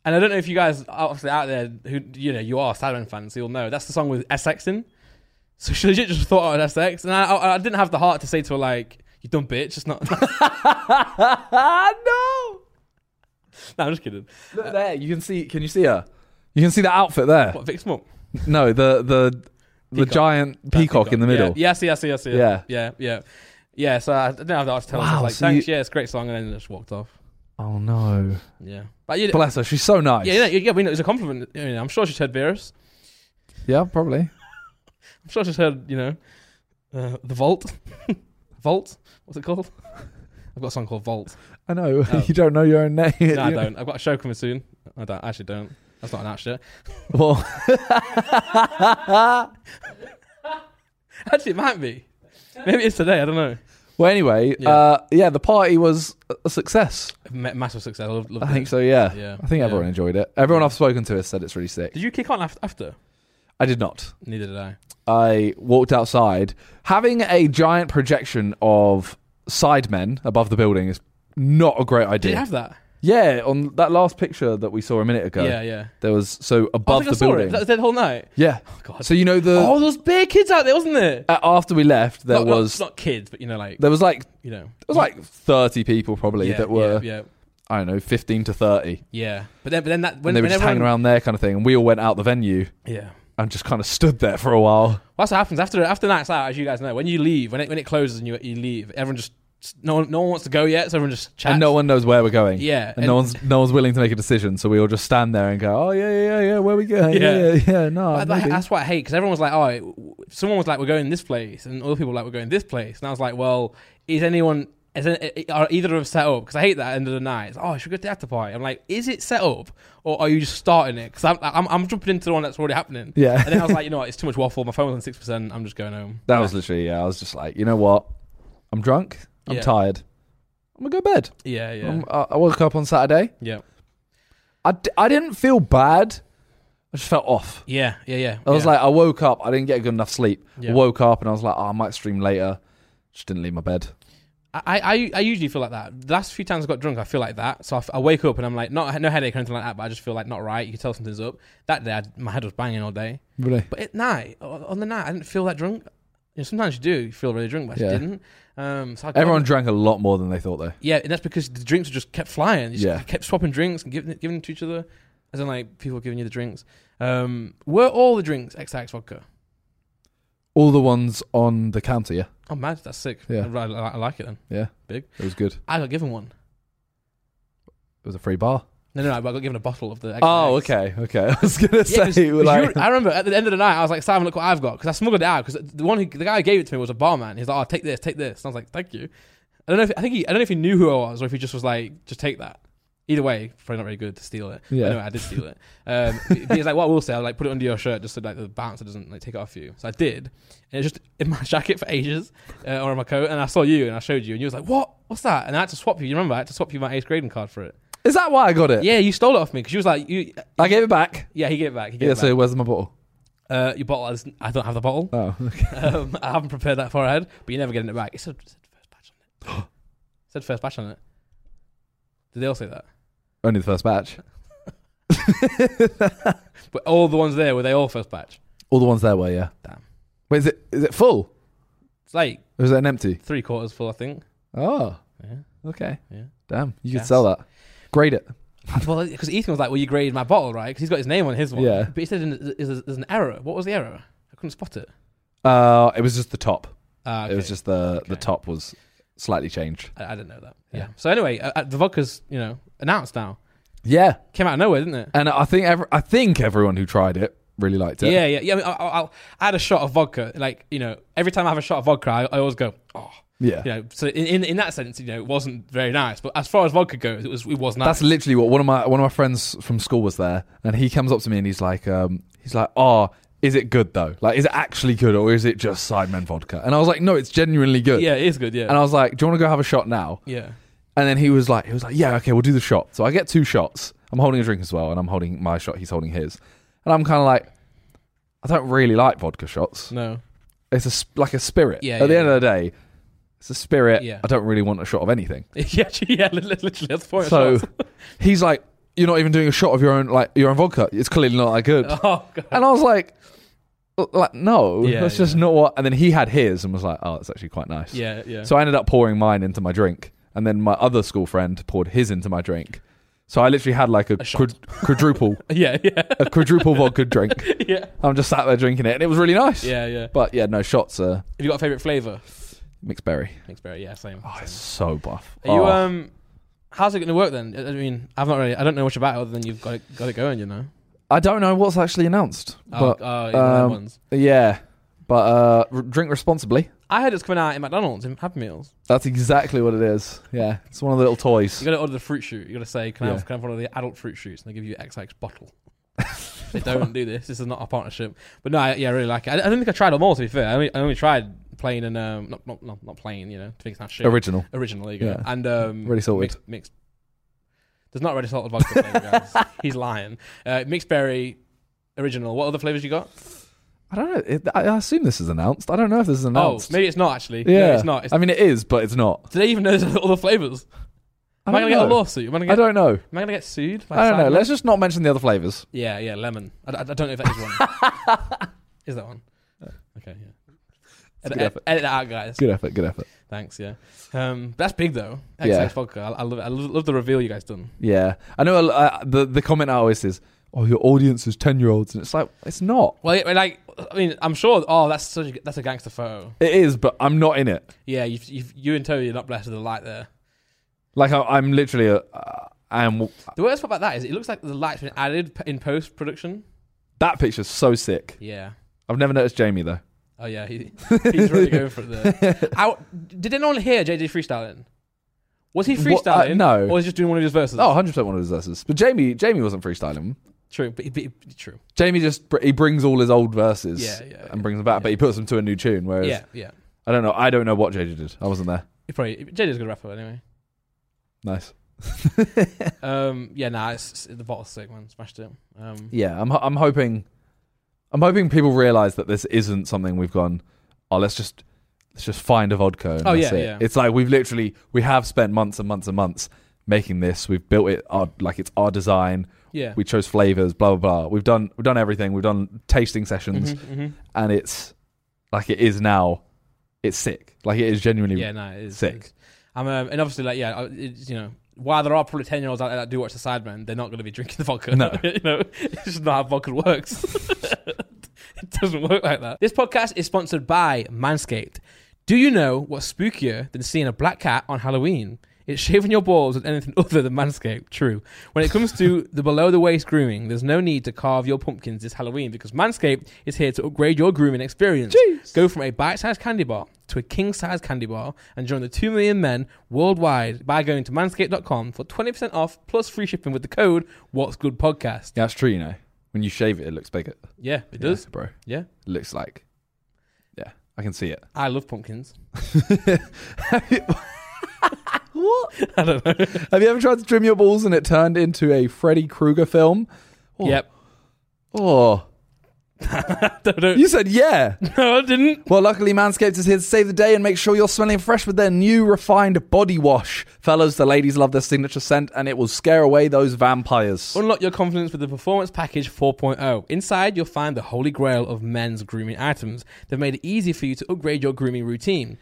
[SPEAKER 1] And I don't know if you guys obviously out there who you know you are Siren fans, you'll know that's the song with SX in. So she legit just thought I was SX, and I, I, I didn't have the heart to say to her like, "You dumb bitch." It's not.
[SPEAKER 2] no.
[SPEAKER 1] no, I'm just kidding.
[SPEAKER 2] Look there, you can see. Can you see her? You can see the outfit there.
[SPEAKER 1] What Vic's mum?
[SPEAKER 2] No, the the the
[SPEAKER 1] Peacock.
[SPEAKER 2] giant peacock, in the middle.
[SPEAKER 1] Yeah, yeah, I see, I see, I see.
[SPEAKER 2] Yeah.
[SPEAKER 1] Yeah, yeah, yeah. Yeah, so I didn't have the heart to tell her. I
[SPEAKER 2] Wow,
[SPEAKER 1] was like,
[SPEAKER 2] so
[SPEAKER 1] thanks, yeah, it's a great song, and then I just walked off.
[SPEAKER 2] Oh no!
[SPEAKER 1] Yeah, but you,
[SPEAKER 2] Bless her. She's so nice.
[SPEAKER 1] yeah, yeah, yeah, we know it's a compliment. I mean, I'm sure she's heard Beerus.
[SPEAKER 2] Yeah, probably.
[SPEAKER 1] I'm sure I just heard, you know, uh, the Vault. Vault? What's it called? I've got a song called Vault.
[SPEAKER 2] I know.
[SPEAKER 1] Oh.
[SPEAKER 2] You don't know your own name.
[SPEAKER 1] No, I don't. I've got a show coming soon. I don't. I actually don't. That's not an actually.
[SPEAKER 2] Well,
[SPEAKER 1] Actually, it might be. Maybe it's today. I don't know.
[SPEAKER 2] well anyway, yeah.
[SPEAKER 1] Yeah.
[SPEAKER 2] Uh, yeah, the party was a success.
[SPEAKER 1] Ma- massive success. I love, love
[SPEAKER 2] I think so. Yeah,
[SPEAKER 1] Yeah.
[SPEAKER 2] I think
[SPEAKER 1] Yeah.
[SPEAKER 2] everyone enjoyed it. Everyone I've spoken to has said it's really sick.
[SPEAKER 1] Did you kick on af- after?
[SPEAKER 2] I did not.
[SPEAKER 1] Neither did I.
[SPEAKER 2] I walked outside, having a giant projection of sidemen above the building is not a great
[SPEAKER 1] Did
[SPEAKER 2] idea.
[SPEAKER 1] you have that?
[SPEAKER 2] yeah, on that last picture that we saw a minute ago,
[SPEAKER 1] Yeah, yeah.
[SPEAKER 2] there was so above
[SPEAKER 1] I think I
[SPEAKER 2] the
[SPEAKER 1] saw
[SPEAKER 2] building.
[SPEAKER 1] it. That was dead whole night.
[SPEAKER 2] Yeah.
[SPEAKER 1] Oh god.
[SPEAKER 2] So you know the
[SPEAKER 1] oh, those bare kids out there, wasn't there?
[SPEAKER 2] a- after we left, there
[SPEAKER 1] Not- not-
[SPEAKER 2] was
[SPEAKER 1] not, kids, but you know, like
[SPEAKER 2] there was like there
[SPEAKER 1] you know,
[SPEAKER 2] was like thirty people probably
[SPEAKER 1] yeah,
[SPEAKER 2] that were
[SPEAKER 1] yeah, yeah,
[SPEAKER 2] I don't know fifteen to thirty,
[SPEAKER 1] yeah. But then, but then that when
[SPEAKER 2] and they were
[SPEAKER 1] when
[SPEAKER 2] just hanging
[SPEAKER 1] everyone-
[SPEAKER 2] around there kind of thing. And we all went out the venue
[SPEAKER 1] Yeah.
[SPEAKER 2] and just kind of stood there for a while.
[SPEAKER 1] Well, That's what happens after after nights out, as you guys know. When you leave, when it when it closes and you you leave, everyone just no one no one wants to go yet, so everyone just chats.
[SPEAKER 2] And no one knows where we're going.
[SPEAKER 1] yeah,
[SPEAKER 2] And, no one's no one's willing to make a decision, so we all just stand there and go, "Oh yeah, yeah, yeah, yeah, where we going? Yeah,
[SPEAKER 1] Yeah.
[SPEAKER 2] yeah, yeah, no,
[SPEAKER 1] I- I-
[SPEAKER 2] maybe."
[SPEAKER 1] that's what I hate because everyone was like, "Oh, it- w- someone was like, we're going this place," and other people were like, "We're going this place," and I was like, "Well, is anyone is any, are either of us set up?" Because I hate that at the end of the night. It's, oh, should we go to the after party? I'm like, is it set up or are you just starting it? Because I'm, I'm I'm jumping into the one that's already happening.
[SPEAKER 2] yeah,
[SPEAKER 1] And then I was like, you know what? It's too much waffle. My phone was on six percent. I'm just going home.
[SPEAKER 2] that was literally. Yeah, I was just like, you know what? I'm drunk. I'm
[SPEAKER 1] Yeah.
[SPEAKER 2] tired. I'm gonna go to bed.
[SPEAKER 1] yeah, yeah,
[SPEAKER 2] I'm- I I woke up on Saturday.
[SPEAKER 1] yeah,
[SPEAKER 2] I, d- I didn't feel bad. I just felt off.
[SPEAKER 1] yeah, yeah, yeah.
[SPEAKER 2] I was
[SPEAKER 1] yeah.
[SPEAKER 2] like, I woke up. I didn't get good enough sleep.
[SPEAKER 1] Yeah.
[SPEAKER 2] I woke up and I was like, oh, I might stream later. Just didn't leave my bed.
[SPEAKER 1] I, I, I usually feel like that. The last few times I got drunk, I feel like that. So I, f- I wake up and I'm like, not no headache or anything like that, but I just feel like not right. You can tell something's up. That day, I, my head was banging all day.
[SPEAKER 2] Really?
[SPEAKER 1] But at night, o- on the night, I didn't feel that drunk. You know, sometimes you do you feel really drunk, but I
[SPEAKER 2] Yeah.
[SPEAKER 1] just didn't. Um, so I got-
[SPEAKER 2] Everyone drank a lot more than they thought, though.
[SPEAKER 1] yeah, and that's because the drinks just kept flying. You just
[SPEAKER 2] Yeah.
[SPEAKER 1] kept swapping drinks and giving giving them to each other, as in like people giving you the drinks. Um, were all the drinks XX vodka?
[SPEAKER 2] All the ones on the counter, yeah.
[SPEAKER 1] Oh, mad! That's sick.
[SPEAKER 2] Yeah.
[SPEAKER 1] I, I- I like it then.
[SPEAKER 2] It was good. It
[SPEAKER 1] I got given one.
[SPEAKER 2] was a free bar.
[SPEAKER 1] No, no, no, but I got given a bottle of the. XX.
[SPEAKER 2] Oh, okay. Okay. I was going to
[SPEAKER 1] Yeah, 'cause-
[SPEAKER 2] say,
[SPEAKER 1] 'cause
[SPEAKER 2] like,
[SPEAKER 1] you- I remember at the end of the night, I was like, Simon, look what I've got. Because I smuggled it out. Because the one, who, the guy who gave it to me was a barman. He's like, oh, take this, take this. And I was like, thank you. I don't know if I think he, I don't know if he knew who I was or if he just was like, just take that. Either way, probably not very good to steal it.
[SPEAKER 2] Yeah.
[SPEAKER 1] Yeah. Anyway, I did steal it. Um, it's like what I will say, I like put it under your shirt just so like the bouncer doesn't like take it off you. So I did, and it was just in my jacket for ages uh, or in my coat. And I saw you and I showed you, and you was like, "What? What's that?" And I had to swap you. You remember? I had to swap you my eighth grading card for it.
[SPEAKER 2] Is that why I got it?
[SPEAKER 1] Yeah, you stole it off me because you was like, "You."
[SPEAKER 2] I gave it back.
[SPEAKER 1] Yeah, he gave it back. He gave
[SPEAKER 2] Yeah,
[SPEAKER 1] it back.
[SPEAKER 2] so where's my bottle?
[SPEAKER 1] Uh, your bottle. Is, I don't have the bottle.
[SPEAKER 2] Oh, okay.
[SPEAKER 1] um, I haven't prepared that far ahead, but you're never getting it back. It said, it said first batch on it. It said first batch on it. Did they all say that?
[SPEAKER 2] Only the first batch.
[SPEAKER 1] But all the ones there were they all first batch?
[SPEAKER 2] All the ones there were, yeah.
[SPEAKER 1] Damn.
[SPEAKER 2] Wait, is it is it full?
[SPEAKER 1] It's like
[SPEAKER 2] Or is it an empty?
[SPEAKER 1] three quarters full, I think.
[SPEAKER 2] Oh,
[SPEAKER 1] Yeah.
[SPEAKER 2] okay.
[SPEAKER 1] Yeah.
[SPEAKER 2] Damn, you could
[SPEAKER 1] Yes.
[SPEAKER 2] sell that. Grade it.
[SPEAKER 1] Uh, Well, because Ethan was like, "Well, you graded my bottle, right?" Because he's got his name on his one.
[SPEAKER 2] Yeah.
[SPEAKER 1] But he said in- there's there's an error. What was the error? I couldn't spot it.
[SPEAKER 2] Uh, it was just the top.
[SPEAKER 1] Uh,
[SPEAKER 2] It was just the the
[SPEAKER 1] Okay.
[SPEAKER 2] top was slightly changed.
[SPEAKER 1] I, I didn't know that.
[SPEAKER 2] Yeah.
[SPEAKER 1] Yeah. So anyway, uh, uh, the vodka's you know announced now.
[SPEAKER 2] Yeah,
[SPEAKER 1] Came out of nowhere, didn't it?
[SPEAKER 2] and I think every, I think everyone who tried it really liked it.
[SPEAKER 1] Yeah, yeah, yeah. I, mean, I, I, I'll- I had a shot of vodka. Like you know, every time I have a shot of vodka, I, I always go, "Oh,
[SPEAKER 2] yeah.
[SPEAKER 1] you know, so in, in in that sense, you know, it wasn't very nice. But as far as vodka goes, it was it was nice.
[SPEAKER 2] That's literally what one of my one of my friends from school was there, and he comes up to me and he's like, um, he's like, oh, is it good though? Like, is it actually good or is it just Sidemen vodka? And I was like, no, it's genuinely good.
[SPEAKER 1] yeah, it is good. Yeah,
[SPEAKER 2] And I was like, do you want to go have a shot now?
[SPEAKER 1] yeah,
[SPEAKER 2] And then he was like, he was like, yeah, okay, we'll do the shot. So I get two shots. I'm holding a drink as well, and I'm holding my shot. He's holding his, and I'm kind of like, I don't really like vodka shots.
[SPEAKER 1] no,
[SPEAKER 2] It's a sp- like a spirit.
[SPEAKER 1] Yeah,
[SPEAKER 2] At the
[SPEAKER 1] yeah,
[SPEAKER 2] end of the day, it's a spirit.
[SPEAKER 1] Yeah.
[SPEAKER 2] I don't really want a shot of anything.
[SPEAKER 1] yeah, yeah, li- li- literally. That's the point. of
[SPEAKER 2] So
[SPEAKER 1] shots.
[SPEAKER 2] he's like, you're not even doing a shot of your own like your own vodka. It's clearly not that good.
[SPEAKER 1] oh god,
[SPEAKER 2] And I was like, l- like no,
[SPEAKER 1] Yeah,
[SPEAKER 2] that's just
[SPEAKER 1] yeah.
[SPEAKER 2] not what. And then he had his and was like, oh, that's actually quite nice.
[SPEAKER 1] yeah, yeah.
[SPEAKER 2] So I ended up pouring mine into my drink, and then my other school friend poured his into my drink. So I literally had like a,
[SPEAKER 1] A shot.
[SPEAKER 2] quad- quadruple,
[SPEAKER 1] yeah, yeah,
[SPEAKER 2] a quadruple vodka drink.
[SPEAKER 1] yeah,
[SPEAKER 2] I'm just sat there drinking it, and it was really nice.
[SPEAKER 1] yeah, yeah. Have
[SPEAKER 2] But yeah, no shots. Uh,
[SPEAKER 1] you got a favorite flavor?
[SPEAKER 2] mixed berry.
[SPEAKER 1] Mixed berry. Yeah, same.
[SPEAKER 2] Oh, it's
[SPEAKER 1] same.
[SPEAKER 2] so buff.
[SPEAKER 1] Are you
[SPEAKER 2] Oh.
[SPEAKER 1] um? How's it going to work then? I I mean, I've not really. I don't know much about it other than you've got it, got it going. You know.
[SPEAKER 2] I don't know what's actually announced,
[SPEAKER 1] Oh,
[SPEAKER 2] but
[SPEAKER 1] oh, yeah, that
[SPEAKER 2] um,
[SPEAKER 1] ones.
[SPEAKER 2] yeah, but uh, r- drink responsibly.
[SPEAKER 1] I heard it's coming out in McDonald's in Happy Meals.
[SPEAKER 2] That's exactly what it is. Yeah, it's one of the little
[SPEAKER 1] You
[SPEAKER 2] toys.
[SPEAKER 1] got to order the fruit shoot. You got to say, "Can I
[SPEAKER 2] Yeah.
[SPEAKER 1] have, can I have one of the adult fruit shoots?" And they give you XX bottle. they don't do this. This is not a partnership. But no, I, yeah, I really like it. I, I don't think I tried them all. To be fair, I only, I only tried plain and um, not not not, not plain. You know, to think it's not shit.
[SPEAKER 2] Original.
[SPEAKER 1] Original, there you go.
[SPEAKER 2] Yeah.
[SPEAKER 1] And um,
[SPEAKER 2] Ready salted.
[SPEAKER 1] Mixed, mixed. There's not ready salted vodka flavour, guys. He's lying. Uh, mixed berry, original. What other flavors you got?
[SPEAKER 2] I don't know. It, I, I assume this is announced. I don't know if this is announced.
[SPEAKER 1] Oh, maybe it's not actually.
[SPEAKER 2] yeah,
[SPEAKER 1] no, it's not. It's,
[SPEAKER 2] I mean, it is, but it's not.
[SPEAKER 1] do they even know there's other flavors?
[SPEAKER 2] I
[SPEAKER 1] Am I
[SPEAKER 2] don't
[SPEAKER 1] gonna get a
[SPEAKER 2] know.
[SPEAKER 1] lawsuit? Am I gonna get?
[SPEAKER 2] I don't know.
[SPEAKER 1] Am I gonna get sued? by
[SPEAKER 2] I don't know.
[SPEAKER 1] Simon?
[SPEAKER 2] Let's just not mention the other flavors.
[SPEAKER 1] Yeah, yeah, lemon. I, I- I don't know if that is one. is that one? Okay, yeah.
[SPEAKER 2] a
[SPEAKER 1] Edit,
[SPEAKER 2] good
[SPEAKER 1] edit,
[SPEAKER 2] effort.
[SPEAKER 1] edit that out, guys.
[SPEAKER 2] Good effort. Good effort.
[SPEAKER 1] Thanks, yeah. Um, but that's big though. XX
[SPEAKER 2] Yeah.
[SPEAKER 1] vodka. I, I love it. I love, love the reveal you guys done.
[SPEAKER 2] Yeah, I know. Uh, the the comment I always is, "Oh, your audience is ten year olds," and it's like it's not.
[SPEAKER 1] Well, yeah, like, I mean, I'm sure. Oh, that's such a, that's a gangster photo.
[SPEAKER 2] It is, but I'm not in it.
[SPEAKER 1] Yeah, you've, you've, you and Toby are not blessed with the light there.
[SPEAKER 2] Like I, I'm literally a. Uh, I am
[SPEAKER 1] The worst part about that is it looks like the light's been added p- in post production.
[SPEAKER 2] that picture's so sick.
[SPEAKER 1] Yeah.
[SPEAKER 2] I've never noticed Jamie though.
[SPEAKER 1] Oh yeah, he, he's really going for it there. I, did anyone hear JJ freestyling? Was he freestyling?
[SPEAKER 2] What- uh, no.
[SPEAKER 1] or was he just doing one of his verses?
[SPEAKER 2] Oh, 100 percent one of his verses. But Jamie, Jamie wasn't freestyling.
[SPEAKER 1] true, but, but, but true.
[SPEAKER 2] Jamie just br- he brings all his old verses
[SPEAKER 1] Yeah, yeah,
[SPEAKER 2] and
[SPEAKER 1] yeah.
[SPEAKER 2] brings them back, but he puts them to a new tune. Whereas
[SPEAKER 1] Yeah, yeah.
[SPEAKER 2] I don't know, I don't know what JJ did. I wasn't there.
[SPEAKER 1] He probably JJ's a good rapper anyway.
[SPEAKER 2] Nice.
[SPEAKER 1] Um, yeah, nah, it's, it's- the bottle's sick, man. Smashed it. Um,
[SPEAKER 2] Yeah, I'm ho- I'm hoping, I'm hoping people realize that this isn't something we've gone. Oh, let's just let's just find a vodka. And
[SPEAKER 1] Oh,
[SPEAKER 2] that's
[SPEAKER 1] yeah,
[SPEAKER 2] it.
[SPEAKER 1] yeah.
[SPEAKER 2] It's like we've literally we have spent months and months and months making this. We've built it our like it's our design.
[SPEAKER 1] yeah.
[SPEAKER 2] We chose flavors, blah blah blah. We've done we've done everything. We've done tasting sessions,
[SPEAKER 1] Mhm, mhm.
[SPEAKER 2] and it's like it is now. It's sick. Like it is genuinely.
[SPEAKER 1] Yeah, no, it is
[SPEAKER 2] sick.
[SPEAKER 1] it is. I'm um, and obviously like yeah, I- it's, you know, while there are probably ten year olds out there that do watch the Sidemen, they're not going to be drinking the vodka.
[SPEAKER 2] No.
[SPEAKER 1] you know, it's just not how vodka works. it doesn't work like that. This podcast is sponsored by Manscaped. Do you know what's spookier than seeing a black cat on Halloween? It's shaving your balls with anything other than Manscaped. True. When it comes to the below the waist grooming, there's no need to carve your pumpkins this Halloween because Manscaped is here to upgrade your grooming experience. Go from a bite sized candy bar to a king sized candy bar and join the 2 million men worldwide by going to manscaped.com for 20% off plus free shipping with the code What's Good Podcast.
[SPEAKER 2] Yeah, that's true. You know, when you shave it, it looks bigger.
[SPEAKER 1] Yeah, it does.
[SPEAKER 2] Yeah, bro. It
[SPEAKER 1] Yeah.
[SPEAKER 2] looks like. Yeah, I can see it.
[SPEAKER 1] I love pumpkins.
[SPEAKER 2] What?
[SPEAKER 1] I don't know.
[SPEAKER 2] Have you ever tried to trim your balls and it turned into a Freddy Krueger film? Oh.
[SPEAKER 1] Yep.
[SPEAKER 2] Oh,
[SPEAKER 1] Don't know.
[SPEAKER 2] you said yeah.
[SPEAKER 1] No, I didn't.
[SPEAKER 2] Well, luckily, Manscaped is here to save the day and make sure you're smelling fresh with their new refined body wash. Fellas, the ladies love their signature scent and it will scare away those vampires.
[SPEAKER 1] Unlock your confidence with the Performance Package 4.0. Inside, you'll find the holy grail of men's grooming items. They've made it easy for you to upgrade your grooming routine.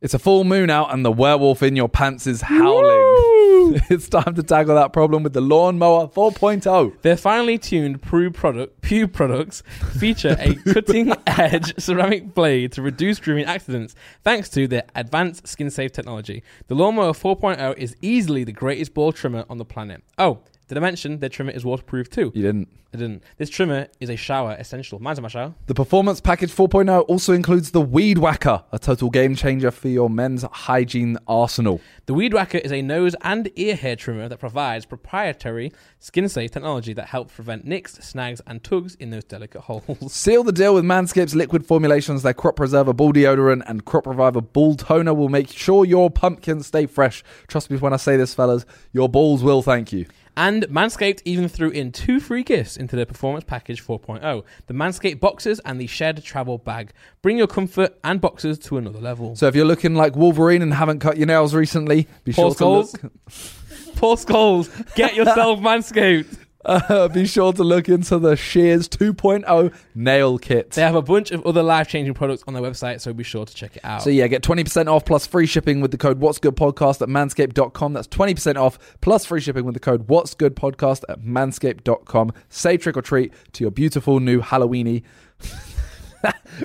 [SPEAKER 2] It's a full moon out and the werewolf in your pants is howling.
[SPEAKER 1] Woo!
[SPEAKER 2] it's time to tackle that problem with the Lawnmower 4.0.
[SPEAKER 1] Their finely tuned Pru product, Pew products feature a cutting edge ceramic blade to reduce grooming accidents thanks to their advanced skin safe technology. The Lawnmower 4.0 is easily the greatest ball trimmer on the planet. Oh, did I mention their trimmer is waterproof too?
[SPEAKER 2] You didn't.
[SPEAKER 1] I didn't. This trimmer is a shower essential. Mine's in my shower.
[SPEAKER 2] The Performance Package 4.0 also includes the Weed Whacker, a total game changer for your men's hygiene arsenal.
[SPEAKER 1] The Weed Whacker is a nose and ear hair trimmer that provides proprietary skin safe technology that helps prevent nicks, snags, and tugs in those delicate holes.
[SPEAKER 2] Seal the deal with Manscaped's liquid formulations. Their Crop Preserver Ball Deodorant and Crop Reviver Ball Toner will make sure your pumpkins stay fresh. Trust me when I say this, fellas, your balls will thank you.
[SPEAKER 1] And Manscaped even threw in two free gifts into their Performance Package 4.0 the Manscaped boxes and the Shed Travel Bag. Bring your comfort and boxes to another level.
[SPEAKER 2] So if you're looking like Wolverine and haven't cut your nails recently, be
[SPEAKER 1] Paul
[SPEAKER 2] sure to
[SPEAKER 1] Scholes, Paul Scholes, get yourself Manscaped.
[SPEAKER 2] look, uh, be sure to look into the Shears 2.0 nail kit.
[SPEAKER 1] They have a bunch of other life changing products on their website, so be sure to check it out.
[SPEAKER 2] So yeah, get 20% off plus free shipping with the code What's Good Podcast at manscaped.com. That's 20% off plus free shipping with the code What's Good Podcast at manscaped.com. Say trick or treat to your beautiful new Halloweeny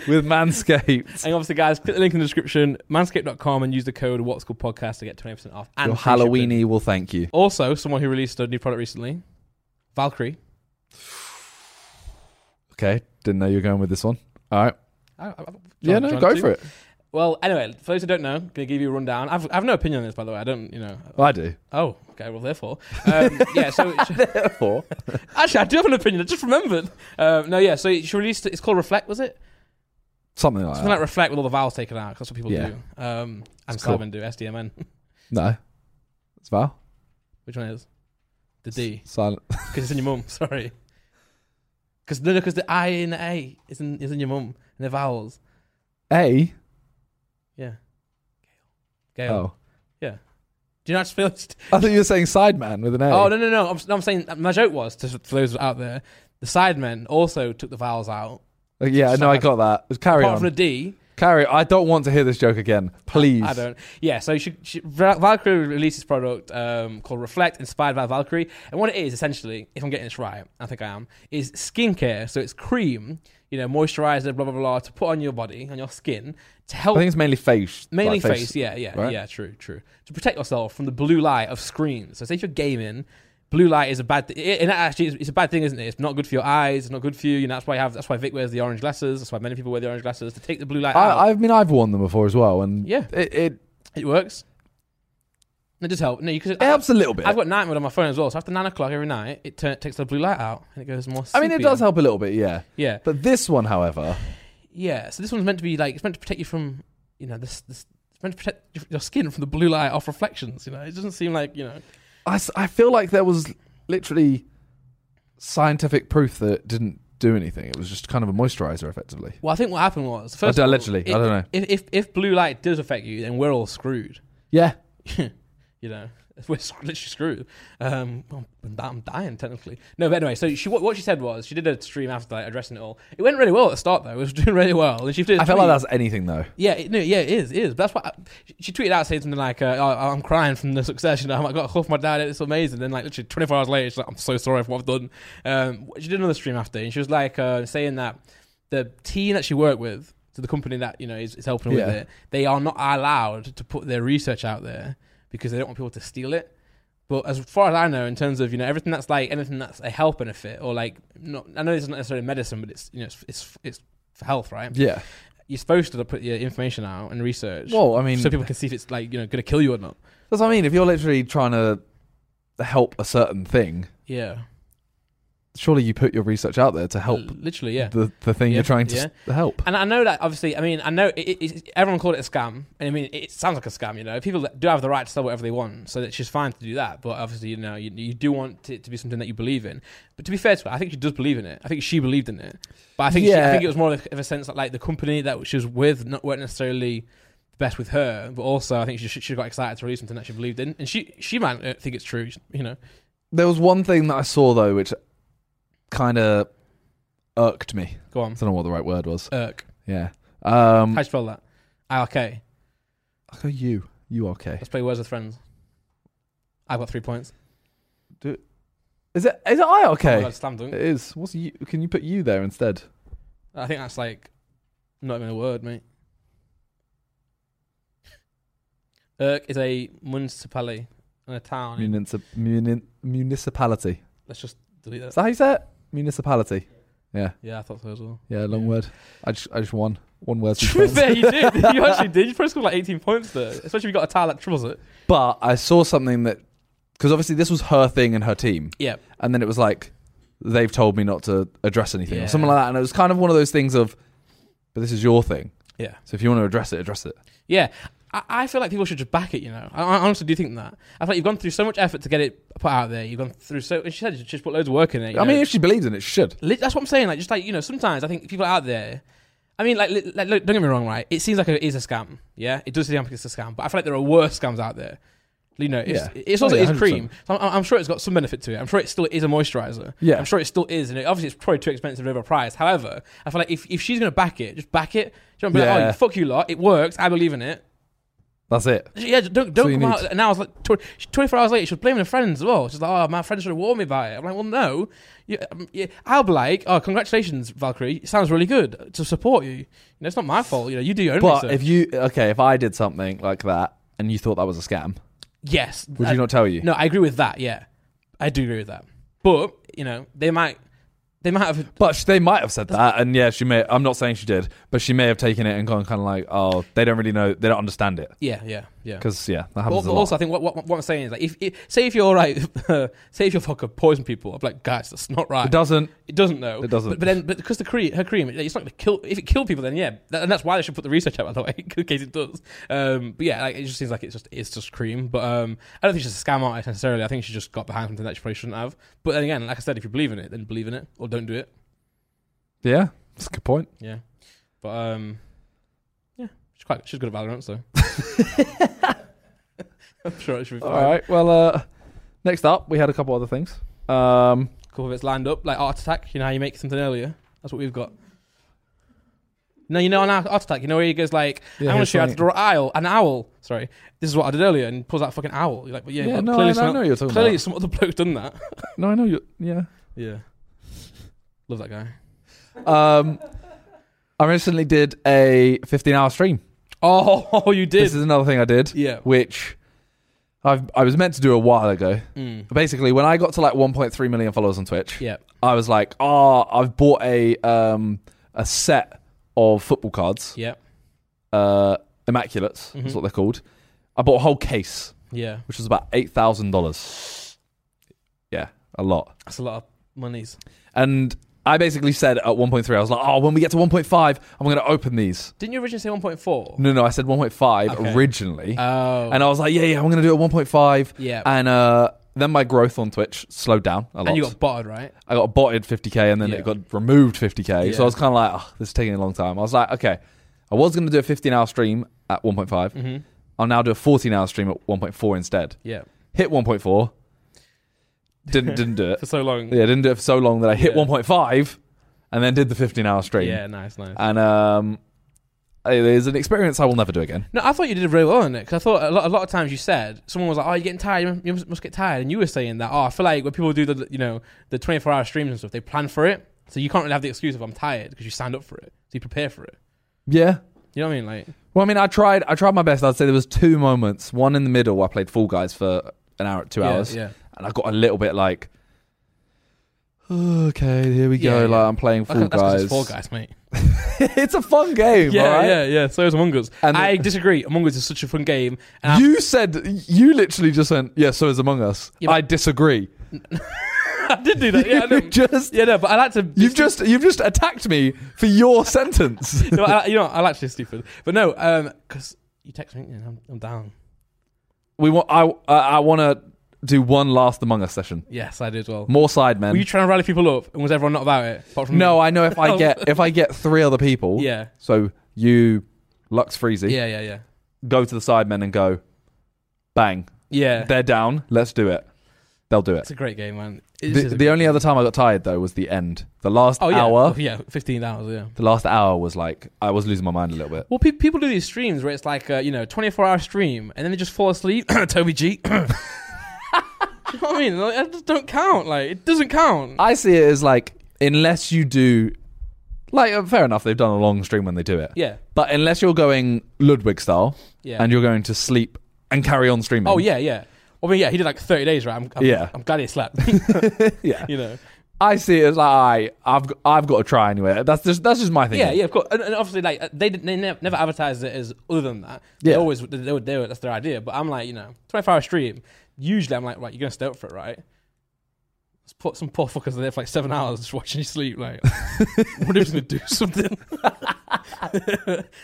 [SPEAKER 2] with Manscaped.
[SPEAKER 1] And obviously, guys, click the link in the description, manscaped.com, and use the code What's Called Podcast to get 20% off. And
[SPEAKER 2] Your
[SPEAKER 1] free shipping.
[SPEAKER 2] Halloweeny will thank you.
[SPEAKER 1] Also, someone who released a new product recently, Valkyrie.
[SPEAKER 2] Okay, didn't know you were going with this one. All right.
[SPEAKER 1] I- I- I- do you
[SPEAKER 2] Yeah,
[SPEAKER 1] want- do
[SPEAKER 2] no,
[SPEAKER 1] you want
[SPEAKER 2] go
[SPEAKER 1] to?
[SPEAKER 2] for it.
[SPEAKER 1] Well, anyway, for those who don't know, I'm going to give you a rundown. I've, I've no opinion on this, by the way. I don't, you know.
[SPEAKER 2] I do.
[SPEAKER 1] Oh, okay, well, therefore. Um, yeah, so
[SPEAKER 2] Therefore,
[SPEAKER 1] actually, I do have an opinion. I just remembered. Um, no, yeah, so she released, it's called Reflect, was it?
[SPEAKER 2] something like
[SPEAKER 1] Something
[SPEAKER 2] that.
[SPEAKER 1] like Reflect with all the vowels taken out. 'cause That's what people
[SPEAKER 2] Uh, Yeah.
[SPEAKER 1] do. Um, and
[SPEAKER 2] It's cool.
[SPEAKER 1] Salvin do, SDMN.
[SPEAKER 2] no. It's Val.
[SPEAKER 1] Which one is? The D.
[SPEAKER 2] Silent.
[SPEAKER 1] Because it's in your mum. Sorry. Because no, because the I in the A is in is in your mum and the vowels.
[SPEAKER 2] A.
[SPEAKER 1] Yeah. Gail.
[SPEAKER 2] Oh.
[SPEAKER 1] Do you not feel? Just,
[SPEAKER 2] I thought you were saying Sideman with an A.
[SPEAKER 1] Oh no no no! I'm, no, I'm saying my joke was to, for those out there. The sidemen also took the vowels out.
[SPEAKER 2] Uh, Yeah, no, I got that. Carry
[SPEAKER 1] Apart
[SPEAKER 2] on.
[SPEAKER 1] from the D,
[SPEAKER 2] Carry. I don't want to hear this joke again. Please.
[SPEAKER 1] I don't. Yeah, so she, she, Val- Valkyrie released this product um, called Reflect, inspired by Valkyrie. And what it is, essentially, if I'm getting this right, I think I am, is skincare. So it's cream, you know, moisturizer, blah, blah, blah, to put on your body, on your skin, to help
[SPEAKER 2] I think it's mainly face.
[SPEAKER 1] Mainly
[SPEAKER 2] like
[SPEAKER 1] face, yeah, yeah,
[SPEAKER 2] right?
[SPEAKER 1] yeah, true, true. To protect yourself from the blue light of screens. So, say if you're gaming, blue light is a bad thing. And that actually, is- it's a bad thing, isn't it? It's not good for your eyes. It's not good for you. You know, that's why you have. That's why Vic wears the orange glasses. That's why many people wear the orange glasses to take the blue light out.
[SPEAKER 2] I, I mean, I've worn them before as well, and
[SPEAKER 1] Yeah.
[SPEAKER 2] it, it,
[SPEAKER 1] it works. It just helps. No, you could.
[SPEAKER 2] it helps a little bit.
[SPEAKER 1] I've got night mode on my phone as well. So after nine o'clock every night, it turn, takes the blue light out and it goes more.
[SPEAKER 2] I mean, it
[SPEAKER 1] sepia.
[SPEAKER 2] does help a little bit, yeah.
[SPEAKER 1] Yeah,
[SPEAKER 2] But this one, however,
[SPEAKER 1] yeah. So this one's meant to be like it's meant to protect you from you know this. this it's meant to protect your- your skin from the blue light off reflections. You know, it doesn't seem like you know.
[SPEAKER 2] I, s- I feel like there was literally scientific proof that it didn't do anything. It was just kind of a moisturizer, effectively.
[SPEAKER 1] Well, I think what happened was first.
[SPEAKER 2] I
[SPEAKER 1] of
[SPEAKER 2] d-
[SPEAKER 1] all,
[SPEAKER 2] allegedly, I
[SPEAKER 1] if-
[SPEAKER 2] don't know.
[SPEAKER 1] If, if if blue light does affect you, then we're all screwed.
[SPEAKER 2] Yeah,
[SPEAKER 1] you know, we're sc- literally screwed. Um, well, I'm di- I'm dying technically. No, but anyway, so she what, what she said was she did a stream after like, addressing it all. It went really well at the start though. It was doing really well, and she did. a
[SPEAKER 2] I feel like
[SPEAKER 1] tweet.
[SPEAKER 2] that's anything though.
[SPEAKER 1] Yeah, it, no, yeah, it is, it is. But that's why I- she tweeted out saying something like, uh, oh, "I'm crying from the success. You know, I got a call from "Oh, my dad. It's amazing." Then, like, literally 24 hours later, she's like, "I'm so sorry for what I've done." Um, she did another stream after, and she was like uh, saying that the team that she worked with, so the company that you know is, is helping her
[SPEAKER 2] Yeah.
[SPEAKER 1] with it, they are not allowed to put their research out there because they don't want people to steal it. But as far as I know, in terms of you know everything that's like anything that's a health benefit or like not, I know it's not necessarily medicine, but it's you know it's it's, it's for health, right?
[SPEAKER 2] Yeah.
[SPEAKER 1] You're supposed to put your information out and research,
[SPEAKER 2] Well, I mean,
[SPEAKER 1] so people can see if it's like you know going to kill you or not.
[SPEAKER 2] that's what I mean. If you're literally trying to help a certain thing,
[SPEAKER 1] Yeah,
[SPEAKER 2] surely you put your research out there to help
[SPEAKER 1] L- literally, yeah.
[SPEAKER 2] the, the thing
[SPEAKER 1] Yeah,
[SPEAKER 2] you're trying to s- help.
[SPEAKER 1] And I know that obviously, I mean, I know it, it, it, everyone called it a scam, and I mean, it, sounds like a scam. You know, people do have the right to sell whatever they want, so it's just fine to do that. But obviously, you know, you, you do want it to be something that you believe in. But to be fair to her, I think she does believe in it. I think she believed in it, but I think she, I
[SPEAKER 2] Yeah.
[SPEAKER 1] think it was more of a, of a sense that like the company that she was with not weren't necessarily the best with her, but also I think she she got excited to release something that she believed in, and she she might uh, think it's true. You know,
[SPEAKER 2] There was one thing that I saw though, which kind of irked me.
[SPEAKER 1] go
[SPEAKER 2] I
[SPEAKER 1] on,
[SPEAKER 2] don't know what the right word was.
[SPEAKER 1] irk.
[SPEAKER 2] Yeah. Um,
[SPEAKER 1] How do you spell that? I R K.
[SPEAKER 2] I go you. You okay?
[SPEAKER 1] Let's play words with friends. I got three points.
[SPEAKER 2] Is it? Is it I okay?
[SPEAKER 1] Oh my God, slam dunk.
[SPEAKER 2] it is. What's you? Can you put you there instead?
[SPEAKER 1] I think that's like not even a word, mate. Irk is a municipality and a town. in-
[SPEAKER 2] Munici- muni- municipality.
[SPEAKER 1] Let's just delete
[SPEAKER 2] Is
[SPEAKER 1] that.
[SPEAKER 2] that how you say it? Municipality. Yeah.
[SPEAKER 1] Yeah, I thought so as well.
[SPEAKER 2] Yeah. Long
[SPEAKER 1] Yeah.
[SPEAKER 2] word. I just. I just won. One word.
[SPEAKER 1] To be fair, you did. You actually did. You probably scored like 18 points there, especially if you got a tile that triples it.
[SPEAKER 2] But I saw something that, because obviously this was her thing and her team.
[SPEAKER 1] Yeah.
[SPEAKER 2] And then it was like, they've told me not to address anything
[SPEAKER 1] Yeah.
[SPEAKER 2] or something like that. And it was kind of one of those things of, but this is your thing.
[SPEAKER 1] Yeah.
[SPEAKER 2] So if you want to address it, address it.
[SPEAKER 1] Yeah. I, I feel like people should just back it, you know. I, I honestly do think that. I feel like you've gone through so much effort to get it put out there. You've gone through so. And she said she just put loads of work in it. you
[SPEAKER 2] I mean,
[SPEAKER 1] know.
[SPEAKER 2] if she believes in it, she should.
[SPEAKER 1] Lit- That's what I'm saying. Like, just like you know, sometimes I think people out there. I mean, like, li- like look, don't get me wrong, right? It seems like it is a scam. Yeah, it does seem like it's a scam, but I feel like there are worse scams out there. You know, it's,
[SPEAKER 2] Yeah.
[SPEAKER 1] it's also
[SPEAKER 2] Oh, yeah,
[SPEAKER 1] it's cream. So I'm, I'm sure it's got some benefit to it. I'm sure it still is a moisturizer.
[SPEAKER 2] Yeah.
[SPEAKER 1] I'm sure it still is, and it, obviously it's probably too expensive and overpriced. However, I feel like if, if she's gonna back it, just back it. Do you know, what I mean? Like,
[SPEAKER 2] Yeah.
[SPEAKER 1] oh, fuck you lot, it works. I believe in it.
[SPEAKER 2] That's it.
[SPEAKER 1] Yeah, just don't don't
[SPEAKER 2] you
[SPEAKER 1] come
[SPEAKER 2] need.
[SPEAKER 1] out. And I was like, tw- twenty four hours later, she was blaming her friends as well. She's like, "Oh, my friends should have warned me about it." I'm like, "Well, no." You, um, yeah. I'll be like, "Oh, congratulations, Valkyrie. It sounds really good to support you. you know, it's not my fault. You know, you do your own
[SPEAKER 2] But
[SPEAKER 1] research."
[SPEAKER 2] if you okay, if I did something like that and you thought that was a scam,
[SPEAKER 1] yes,
[SPEAKER 2] would
[SPEAKER 1] I-
[SPEAKER 2] you not tell you?
[SPEAKER 1] Uh, No, I agree with that. Yeah, I do agree with that. But you know, they might, they might have.
[SPEAKER 2] But sh- they might have said that, and yeah, she may. I'm not saying she did, but she may have taken it and gone kind of like, oh, they don't really know, they don't understand it,
[SPEAKER 1] Yeah, yeah, yeah.
[SPEAKER 2] because yeah, that
[SPEAKER 1] But
[SPEAKER 2] happens
[SPEAKER 1] also,
[SPEAKER 2] a lot.
[SPEAKER 1] I think what, what what I'm saying is like, if, if say if you're like, say if you're fucking poison people, I'm like, guys, that's not right.
[SPEAKER 2] it doesn't.
[SPEAKER 1] It doesn't though.
[SPEAKER 2] It doesn't.
[SPEAKER 1] But, but then, but because the cream, her cream, it's not going to kill. If it killed people, then yeah, that, and that's why they should put the research out by the way, in case it does. Um, but yeah, like, it just seems like it's just it's just cream. But um, I don't think she's a scam artist necessarily. I think she just got behind something that she probably shouldn't have. But then again, like I said, if you believe in it, then believe in it or don't do it.
[SPEAKER 2] Yeah, that's a good point.
[SPEAKER 1] Yeah. But um, yeah, she's quite she's good at Valorant, so I'm sure it should be
[SPEAKER 2] All
[SPEAKER 1] fine.
[SPEAKER 2] right. Well, uh, next up, we had a couple other things. Um,
[SPEAKER 1] couple of it's lined up, like Art Attack. You know how you make something earlier? That's what we've got. No, you know on Art Attack, you know where he goes like, "I'm
[SPEAKER 2] Yeah,
[SPEAKER 1] gonna
[SPEAKER 2] here's
[SPEAKER 1] show you how to
[SPEAKER 2] something-
[SPEAKER 1] draw an owl." An owl. Sorry, this is what I did earlier, and pulls out fucking owl. You're like, but yeah,
[SPEAKER 2] yeah,
[SPEAKER 1] well,
[SPEAKER 2] no, I,
[SPEAKER 1] clearly,
[SPEAKER 2] I
[SPEAKER 1] some,
[SPEAKER 2] know you're talking
[SPEAKER 1] clearly
[SPEAKER 2] about.
[SPEAKER 1] some other bloke done that.
[SPEAKER 2] No, I know you. Yeah.
[SPEAKER 1] yeah, love that guy.
[SPEAKER 2] Um, I recently did a 15 hour stream.
[SPEAKER 1] Oh, you did.
[SPEAKER 2] This is another thing I did,
[SPEAKER 1] yeah.
[SPEAKER 2] which I've I was meant to do a while ago.
[SPEAKER 1] Mm.
[SPEAKER 2] Basically, when I got to like 1.3 million followers on Twitch,
[SPEAKER 1] Yeah.
[SPEAKER 2] I was like, "Oh, I've bought a um a set of football cards,
[SPEAKER 1] Yeah.
[SPEAKER 2] uh, immaculates
[SPEAKER 1] Mhm.
[SPEAKER 2] is what they're called. I bought a whole case,
[SPEAKER 1] Yeah.
[SPEAKER 2] which was about eight thousand dollars. Yeah, a lot.
[SPEAKER 1] That's a lot of monies.
[SPEAKER 2] And I basically said at 1.3, I was like, "Oh, when we get to 1.5, I'm going to open these."
[SPEAKER 1] Didn't you originally say 1.4?
[SPEAKER 2] No, no, I said 1.5
[SPEAKER 1] Okay.
[SPEAKER 2] originally,
[SPEAKER 1] Oh.
[SPEAKER 2] Mm. and I was like, "Yeah, yeah, I'm going to do a 1.5."
[SPEAKER 1] yeah. And,
[SPEAKER 2] And uh, then my growth on Twitch slowed down a lot.
[SPEAKER 1] you got botted, right?
[SPEAKER 2] I got botted 50k and then
[SPEAKER 1] Yeah.
[SPEAKER 2] it got removed 50k.
[SPEAKER 1] Yeah.
[SPEAKER 2] So I was kind of like, oh, this is taking a long time. I was like, okay, I was going to do a 15 hour stream at 1.5.
[SPEAKER 1] Mm-hmm.
[SPEAKER 2] I'll now do a 14 hour stream at 1.4 instead.
[SPEAKER 1] Yeah.
[SPEAKER 2] Hit 1.4. Didn't didn't do it.
[SPEAKER 1] For so long.
[SPEAKER 2] Yeah, didn't do it for so long that I hit
[SPEAKER 1] Yeah.
[SPEAKER 2] 1.5 and then did the 15 hour stream.
[SPEAKER 1] Yeah. Nice. Nice.
[SPEAKER 2] And um, it is an experience I will never do again.
[SPEAKER 1] No, I thought you did really well on it because I thought a lot, a lot of times you said someone was like, "Oh, you're getting tired. You mu- You must, must get tired," and you were saying that. Oh, I feel like when people do the you know the 24 hour streams and stuff, they plan for it, so you can't really have the excuse of I'm tired because you signed up for it, so you prepare for it.
[SPEAKER 2] Yeah.
[SPEAKER 1] You know what I mean? Like,
[SPEAKER 2] Well, I mean, I tried. I tried my best. I'd say there was two moments. One in the middle where I played Fall Guys for an hour, two
[SPEAKER 1] yeah,
[SPEAKER 2] hours,
[SPEAKER 1] Yeah.
[SPEAKER 2] and I got a little bit like, okay, here we go.
[SPEAKER 1] Yeah, yeah.
[SPEAKER 2] Like I'm playing Fall
[SPEAKER 1] That's 'cause
[SPEAKER 2] Guys.
[SPEAKER 1] it's Fall Guys, mate.
[SPEAKER 2] it's a fun game,
[SPEAKER 1] Yeah,
[SPEAKER 2] all right?
[SPEAKER 1] yeah, yeah. So is Among Us.
[SPEAKER 2] And
[SPEAKER 1] I
[SPEAKER 2] the-
[SPEAKER 1] disagree. Among Us is such a fun game. And
[SPEAKER 2] you said you literally just went, yeah. So is Among Us.
[SPEAKER 1] Yeah, but-
[SPEAKER 2] I disagree.
[SPEAKER 1] I, I did do that. Yeah, I know.
[SPEAKER 2] you just
[SPEAKER 1] yeah, no, but I like to.
[SPEAKER 2] you've just you've just attacked me for your sentence.
[SPEAKER 1] no, I, you know, I'm actually stupid. But no, because you text me and I'm, I'm down.
[SPEAKER 2] We want. I uh, I want to do one last Among Us session.
[SPEAKER 1] Yes, I do as well.
[SPEAKER 2] More side men.
[SPEAKER 1] Were you trying to rally people up, and was everyone not about it? Apart from
[SPEAKER 2] no, I know if I
[SPEAKER 1] Oh.
[SPEAKER 2] get if I get three other people.
[SPEAKER 1] me? yeah,
[SPEAKER 2] So you, Lux Freezy,
[SPEAKER 1] yeah, yeah, yeah,
[SPEAKER 2] go to the side men and go, bang,
[SPEAKER 1] yeah.
[SPEAKER 2] they're down. Let's do it. They'll do it.
[SPEAKER 1] It's a great game, man. It
[SPEAKER 2] The,
[SPEAKER 1] is a
[SPEAKER 2] the
[SPEAKER 1] great
[SPEAKER 2] only
[SPEAKER 1] game.
[SPEAKER 2] other time I got tired though was the end. The last
[SPEAKER 1] oh yeah,
[SPEAKER 2] hour.
[SPEAKER 1] Oh, yeah, 15 hours, yeah.
[SPEAKER 2] The last hour was like I was losing my mind a little bit.
[SPEAKER 1] Well, pe- people do these streams where it's like uh, you know, 24 hour stream, and then they just fall asleep. Toby G. you know what I mean? Like, that just don't count. Like it doesn't count.
[SPEAKER 2] I see it as like unless you do, like uh, fair enough, they've done a long stream when they do it.
[SPEAKER 1] yeah,
[SPEAKER 2] But unless you're going Ludwig style
[SPEAKER 1] yeah.
[SPEAKER 2] and you're going to sleep and carry on streaming.
[SPEAKER 1] oh yeah, yeah. I mean, yeah, he did like 30 days, right? I'm, I'm,
[SPEAKER 2] Yeah.
[SPEAKER 1] I'm glad he slept.
[SPEAKER 2] yeah.
[SPEAKER 1] you know.
[SPEAKER 2] I see it as like all right, I've g- I've got to try anyway. That's just that's just my thing.
[SPEAKER 1] Yeah, yeah, of course. And, and obviously, like uh, they didn't- they never, never advertised it as other than that. They
[SPEAKER 2] Yeah.
[SPEAKER 1] always they, they, would- they, would- that's their idea. But I'm like, you know, 24 hour stream. Usually, I'm like, right, you're gonna stay up for it, right? Let's put some poor fuckers there for like seven hours just watching you sleep. Like, what if gonna do something?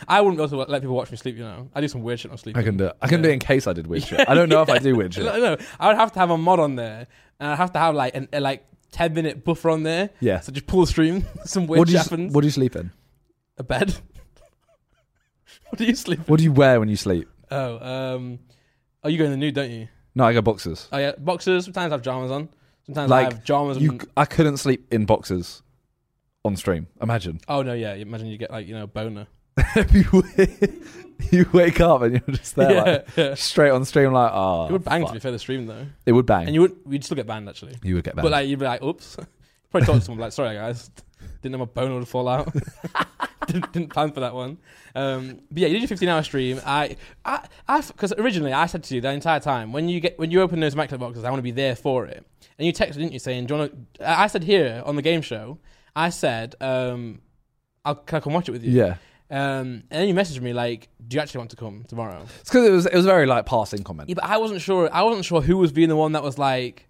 [SPEAKER 1] I wouldn't go to let people watch me sleep. You know, I do some weird shit on sleep.
[SPEAKER 2] I can do it. I can do
[SPEAKER 1] Yeah.
[SPEAKER 2] it in case I did weird shit. I don't know if I do weird shit.
[SPEAKER 1] No, no, I would have to have a mod on there, and I'd have to have like an, a like 10 minute buffer on there.
[SPEAKER 2] Yeah.
[SPEAKER 1] So just pull a stream. Some weird
[SPEAKER 2] What do,
[SPEAKER 1] shit
[SPEAKER 2] you,
[SPEAKER 1] happens.
[SPEAKER 2] what do you sleep in?
[SPEAKER 1] a bed. what do you sleep?
[SPEAKER 2] What do you wear when you sleep?
[SPEAKER 1] Oh, um, oh, you go in the nude, don't you?
[SPEAKER 2] No, I go boxers.
[SPEAKER 1] Oh yeah, boxers. Sometimes I have pajamas on. Sometimes I
[SPEAKER 2] Like,
[SPEAKER 1] have pajamas.
[SPEAKER 2] You,
[SPEAKER 1] and,
[SPEAKER 2] I couldn't sleep in boxers on stream. Imagine.
[SPEAKER 1] oh no, yeah. you Imagine you get like you know a boner.
[SPEAKER 2] you, wa- you wake up and you're just there,
[SPEAKER 1] yeah,
[SPEAKER 2] like,
[SPEAKER 1] yeah.
[SPEAKER 2] straight on stream, like, oh.
[SPEAKER 1] It would bang
[SPEAKER 2] fuck.
[SPEAKER 1] to be fair the stream though,
[SPEAKER 2] It would bang.
[SPEAKER 1] and
[SPEAKER 2] You,
[SPEAKER 1] you would you'd still get banned actually.
[SPEAKER 2] would get banned.
[SPEAKER 1] But like you'd be like, oops. Probably talk to someone like, sorry guys, didn't know my boner would fall out. didn't, didn't plan for that one. Um, but yeah, you did your 15 hour stream. I, I, I, because originally I said to you the entire time when you get when you open those micro boxes, I want to be there for it. And you texted, didn't you, saying, "Do you want to?" I I said here on the game show, I said, um, "I'll can I come watch it with you."
[SPEAKER 2] yeah.
[SPEAKER 1] Um, and then you messaged me like, "Do you actually want to come tomorrow?"
[SPEAKER 2] It's because it was, it was very, like, passing comment.
[SPEAKER 1] Yeah, but I wasn't sure. I wasn't sure who was being the one that was like,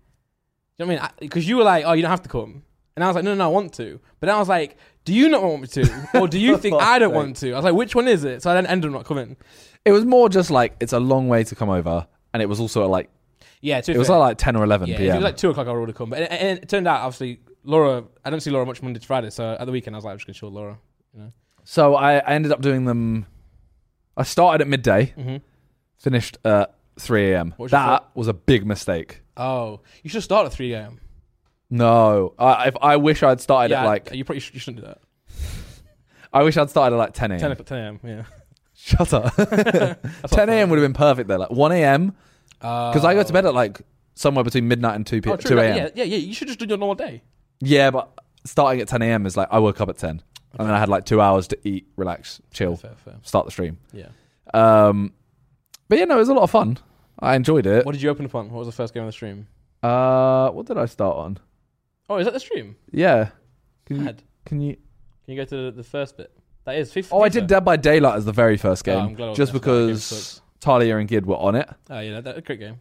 [SPEAKER 1] you know what I mean? Because you were like, oh, you don't have to come, and I was like, no, no, no, I want to. But then I was like, do you not want me to, or do you think I don't want to? I was like, which one is it? So I then ended up not coming.
[SPEAKER 2] It was more just like, it's a long way to come over. And it was also like,
[SPEAKER 1] Yeah, to be
[SPEAKER 2] it was
[SPEAKER 1] fair.
[SPEAKER 2] like, like 10 or 11
[SPEAKER 1] yeah, if it
[SPEAKER 2] p.m.
[SPEAKER 1] was like two o'clock, I would have come. But and, and it turned out obviously Laura, I don't see Laura much Monday to Friday, so at the weekend I was like, I'm just gonna chill, with Laura.
[SPEAKER 2] so I, I ended up doing them. I started at midday,
[SPEAKER 1] Mm-hmm.
[SPEAKER 2] finished at 3 a.m.
[SPEAKER 1] What was your
[SPEAKER 2] That was a big mistake.
[SPEAKER 1] Oh, you should start at three a.m.
[SPEAKER 2] No, I, if I wish I'd started
[SPEAKER 1] Yeah,
[SPEAKER 2] at like
[SPEAKER 1] you probably sh- you shouldn't do that.
[SPEAKER 2] I wish I'd started at like 10
[SPEAKER 1] Ten
[SPEAKER 2] a.m.
[SPEAKER 1] o'clock, ten a.m. Yeah,
[SPEAKER 2] Shut up. 10 a.m. would have been perfect there, like 1 a.m. Because I go to bed at like somewhere between midnight and 2 p-
[SPEAKER 1] Uh, oh, true,
[SPEAKER 2] 2
[SPEAKER 1] that-
[SPEAKER 2] a.m. Yeah.
[SPEAKER 1] Yeah, yeah, yeah. You should just do your normal day.
[SPEAKER 2] but starting at 10 a.m. is like I woke up at 10, and then I had like two hours to eat, relax, chill,
[SPEAKER 1] Fair, fair.
[SPEAKER 2] start the stream.
[SPEAKER 1] Yeah.
[SPEAKER 2] Um, but yeah, no, it was a lot of fun. I enjoyed it.
[SPEAKER 1] What did you open upon? What was the first game on the stream?
[SPEAKER 2] Uh, what did I start on?
[SPEAKER 1] Oh, is that the stream?
[SPEAKER 2] Yeah, can you?
[SPEAKER 1] Bad.
[SPEAKER 2] Can you
[SPEAKER 1] Can you go to the, the first bit? That is 50.
[SPEAKER 2] oh, I did Dead by Daylight as the very first
[SPEAKER 1] Oh,
[SPEAKER 2] game,
[SPEAKER 1] I'm glad I wasn't
[SPEAKER 2] just
[SPEAKER 1] there for that. That game
[SPEAKER 2] because
[SPEAKER 1] sucks.
[SPEAKER 2] Talia and Gid were on it.
[SPEAKER 1] Oh, yeah, that, a great game.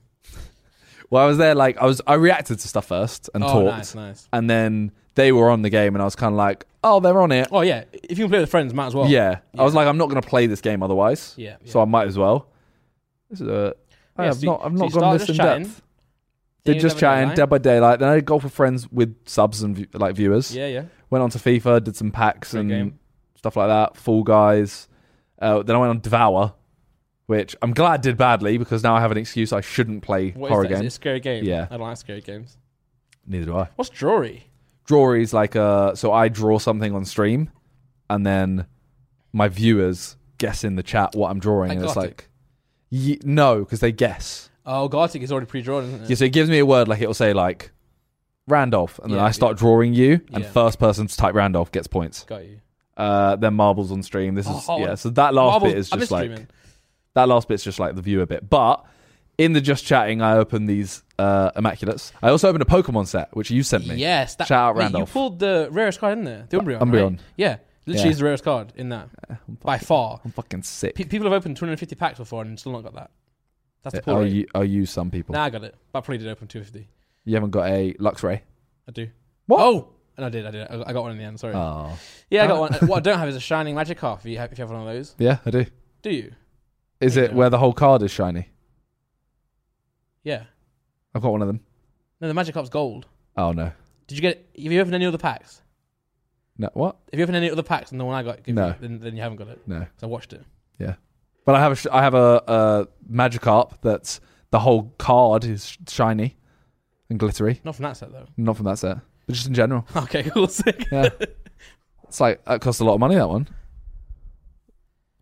[SPEAKER 2] Well, I was there, like I was, I reacted to stuff first and
[SPEAKER 1] oh,
[SPEAKER 2] talked,
[SPEAKER 1] nice, nice.
[SPEAKER 2] and then they were on the game, and I was kind of like, oh, they're on it.
[SPEAKER 1] Oh, yeah. If you can play with friends, might as well.
[SPEAKER 2] yeah. I was
[SPEAKER 1] yeah.
[SPEAKER 2] like, I'm not going to play this game otherwise,
[SPEAKER 1] Yeah. yeah.
[SPEAKER 2] so I might as well. This is a. I
[SPEAKER 1] Yeah,
[SPEAKER 2] have
[SPEAKER 1] so you-
[SPEAKER 2] not.
[SPEAKER 1] so
[SPEAKER 2] I've not
[SPEAKER 1] you
[SPEAKER 2] gone
[SPEAKER 1] started
[SPEAKER 2] this in
[SPEAKER 1] just chatting,
[SPEAKER 2] depth.
[SPEAKER 1] Then
[SPEAKER 2] Did
[SPEAKER 1] you
[SPEAKER 2] just
[SPEAKER 1] never go
[SPEAKER 2] chatting,
[SPEAKER 1] live.
[SPEAKER 2] Dead by Daylight. Then I did golf with friends with subs and view- like viewers.
[SPEAKER 1] Yeah, yeah.
[SPEAKER 2] Went on to FIFA, did some packs
[SPEAKER 1] Great
[SPEAKER 2] and
[SPEAKER 1] game.
[SPEAKER 2] stuff like that. Fall Guys. Uh, then I went on Devour, which I'm glad I did badly because now I have an excuse I shouldn't play
[SPEAKER 1] What is
[SPEAKER 2] horror
[SPEAKER 1] that? Is it a
[SPEAKER 2] games.
[SPEAKER 1] scary game?
[SPEAKER 2] Yeah.
[SPEAKER 1] I don't like scary games.
[SPEAKER 2] Neither do I.
[SPEAKER 1] What's Drury?
[SPEAKER 2] Drawries like uh so I draw something on stream and then my viewers guess in the chat what I'm drawing
[SPEAKER 1] Like
[SPEAKER 2] and it's
[SPEAKER 1] Gothic.
[SPEAKER 2] like ye no because they guess.
[SPEAKER 1] Oh, Gartic is already pre drawn, isn't it?
[SPEAKER 2] Yeah, so it gives me a word like it'll say like Randolph and then
[SPEAKER 1] Yeah,
[SPEAKER 2] I start drawing you and
[SPEAKER 1] Yeah.
[SPEAKER 2] first person to type Randolph gets points.
[SPEAKER 1] Got you.
[SPEAKER 2] Uh, then marbles on stream. This is
[SPEAKER 1] Oh,
[SPEAKER 2] yeah. So that last
[SPEAKER 1] Marbles-
[SPEAKER 2] bit is
[SPEAKER 1] I miss
[SPEAKER 2] just like
[SPEAKER 1] streaming.
[SPEAKER 2] that last bit's just like the viewer bit. But in the just chatting, I opened these uh, immaculates. I also opened a Pokemon set which you sent me.
[SPEAKER 1] Yes, that,
[SPEAKER 2] Shout out
[SPEAKER 1] wait,
[SPEAKER 2] Randolph.
[SPEAKER 1] You pulled the rarest card in there, the Umbreon.
[SPEAKER 2] Umbreon.
[SPEAKER 1] right? Yeah, literally
[SPEAKER 2] Yeah.
[SPEAKER 1] is the rarest card in that
[SPEAKER 2] I'm
[SPEAKER 1] by
[SPEAKER 2] fucking-
[SPEAKER 1] far.
[SPEAKER 2] I'm fucking sick.
[SPEAKER 1] Pe- people have opened 250 packs before and still not got that. That's the poor
[SPEAKER 2] I'll,
[SPEAKER 1] rate.
[SPEAKER 2] u- I'll use some people.
[SPEAKER 1] Nah, I got it. But I probably did open 250.
[SPEAKER 2] You haven't got a Luxray.
[SPEAKER 1] I do.
[SPEAKER 2] What?
[SPEAKER 1] Oh, and I did. I did. I I got one in the end. Sorry.
[SPEAKER 2] Oh.
[SPEAKER 1] yeah, I got
[SPEAKER 2] damn
[SPEAKER 1] one. what I don't have is a shining magic half. If you have, if you have one of those,
[SPEAKER 2] Yeah, I do.
[SPEAKER 1] do you?
[SPEAKER 2] Is
[SPEAKER 1] I
[SPEAKER 2] it
[SPEAKER 1] do.
[SPEAKER 2] where the whole card is shiny?
[SPEAKER 1] Yeah.
[SPEAKER 2] I've got one of them.
[SPEAKER 1] No, the magic half's gold.
[SPEAKER 2] Oh no.
[SPEAKER 1] Did you get? Have you opened any other packs?
[SPEAKER 2] No, what?
[SPEAKER 1] If you opened any other packs than the one I got, give
[SPEAKER 2] No.
[SPEAKER 1] you, then, then you haven't got it.
[SPEAKER 2] No.
[SPEAKER 1] So I watched it.
[SPEAKER 2] But I have a sh- I have a, a Magikarp that's the whole card is sh- shiny and glittery.
[SPEAKER 1] Not from that set though.
[SPEAKER 2] Not from that set, but just in general.
[SPEAKER 1] Okay, cool. Sick.
[SPEAKER 2] Yeah. it's like that cost a lot of money. That one.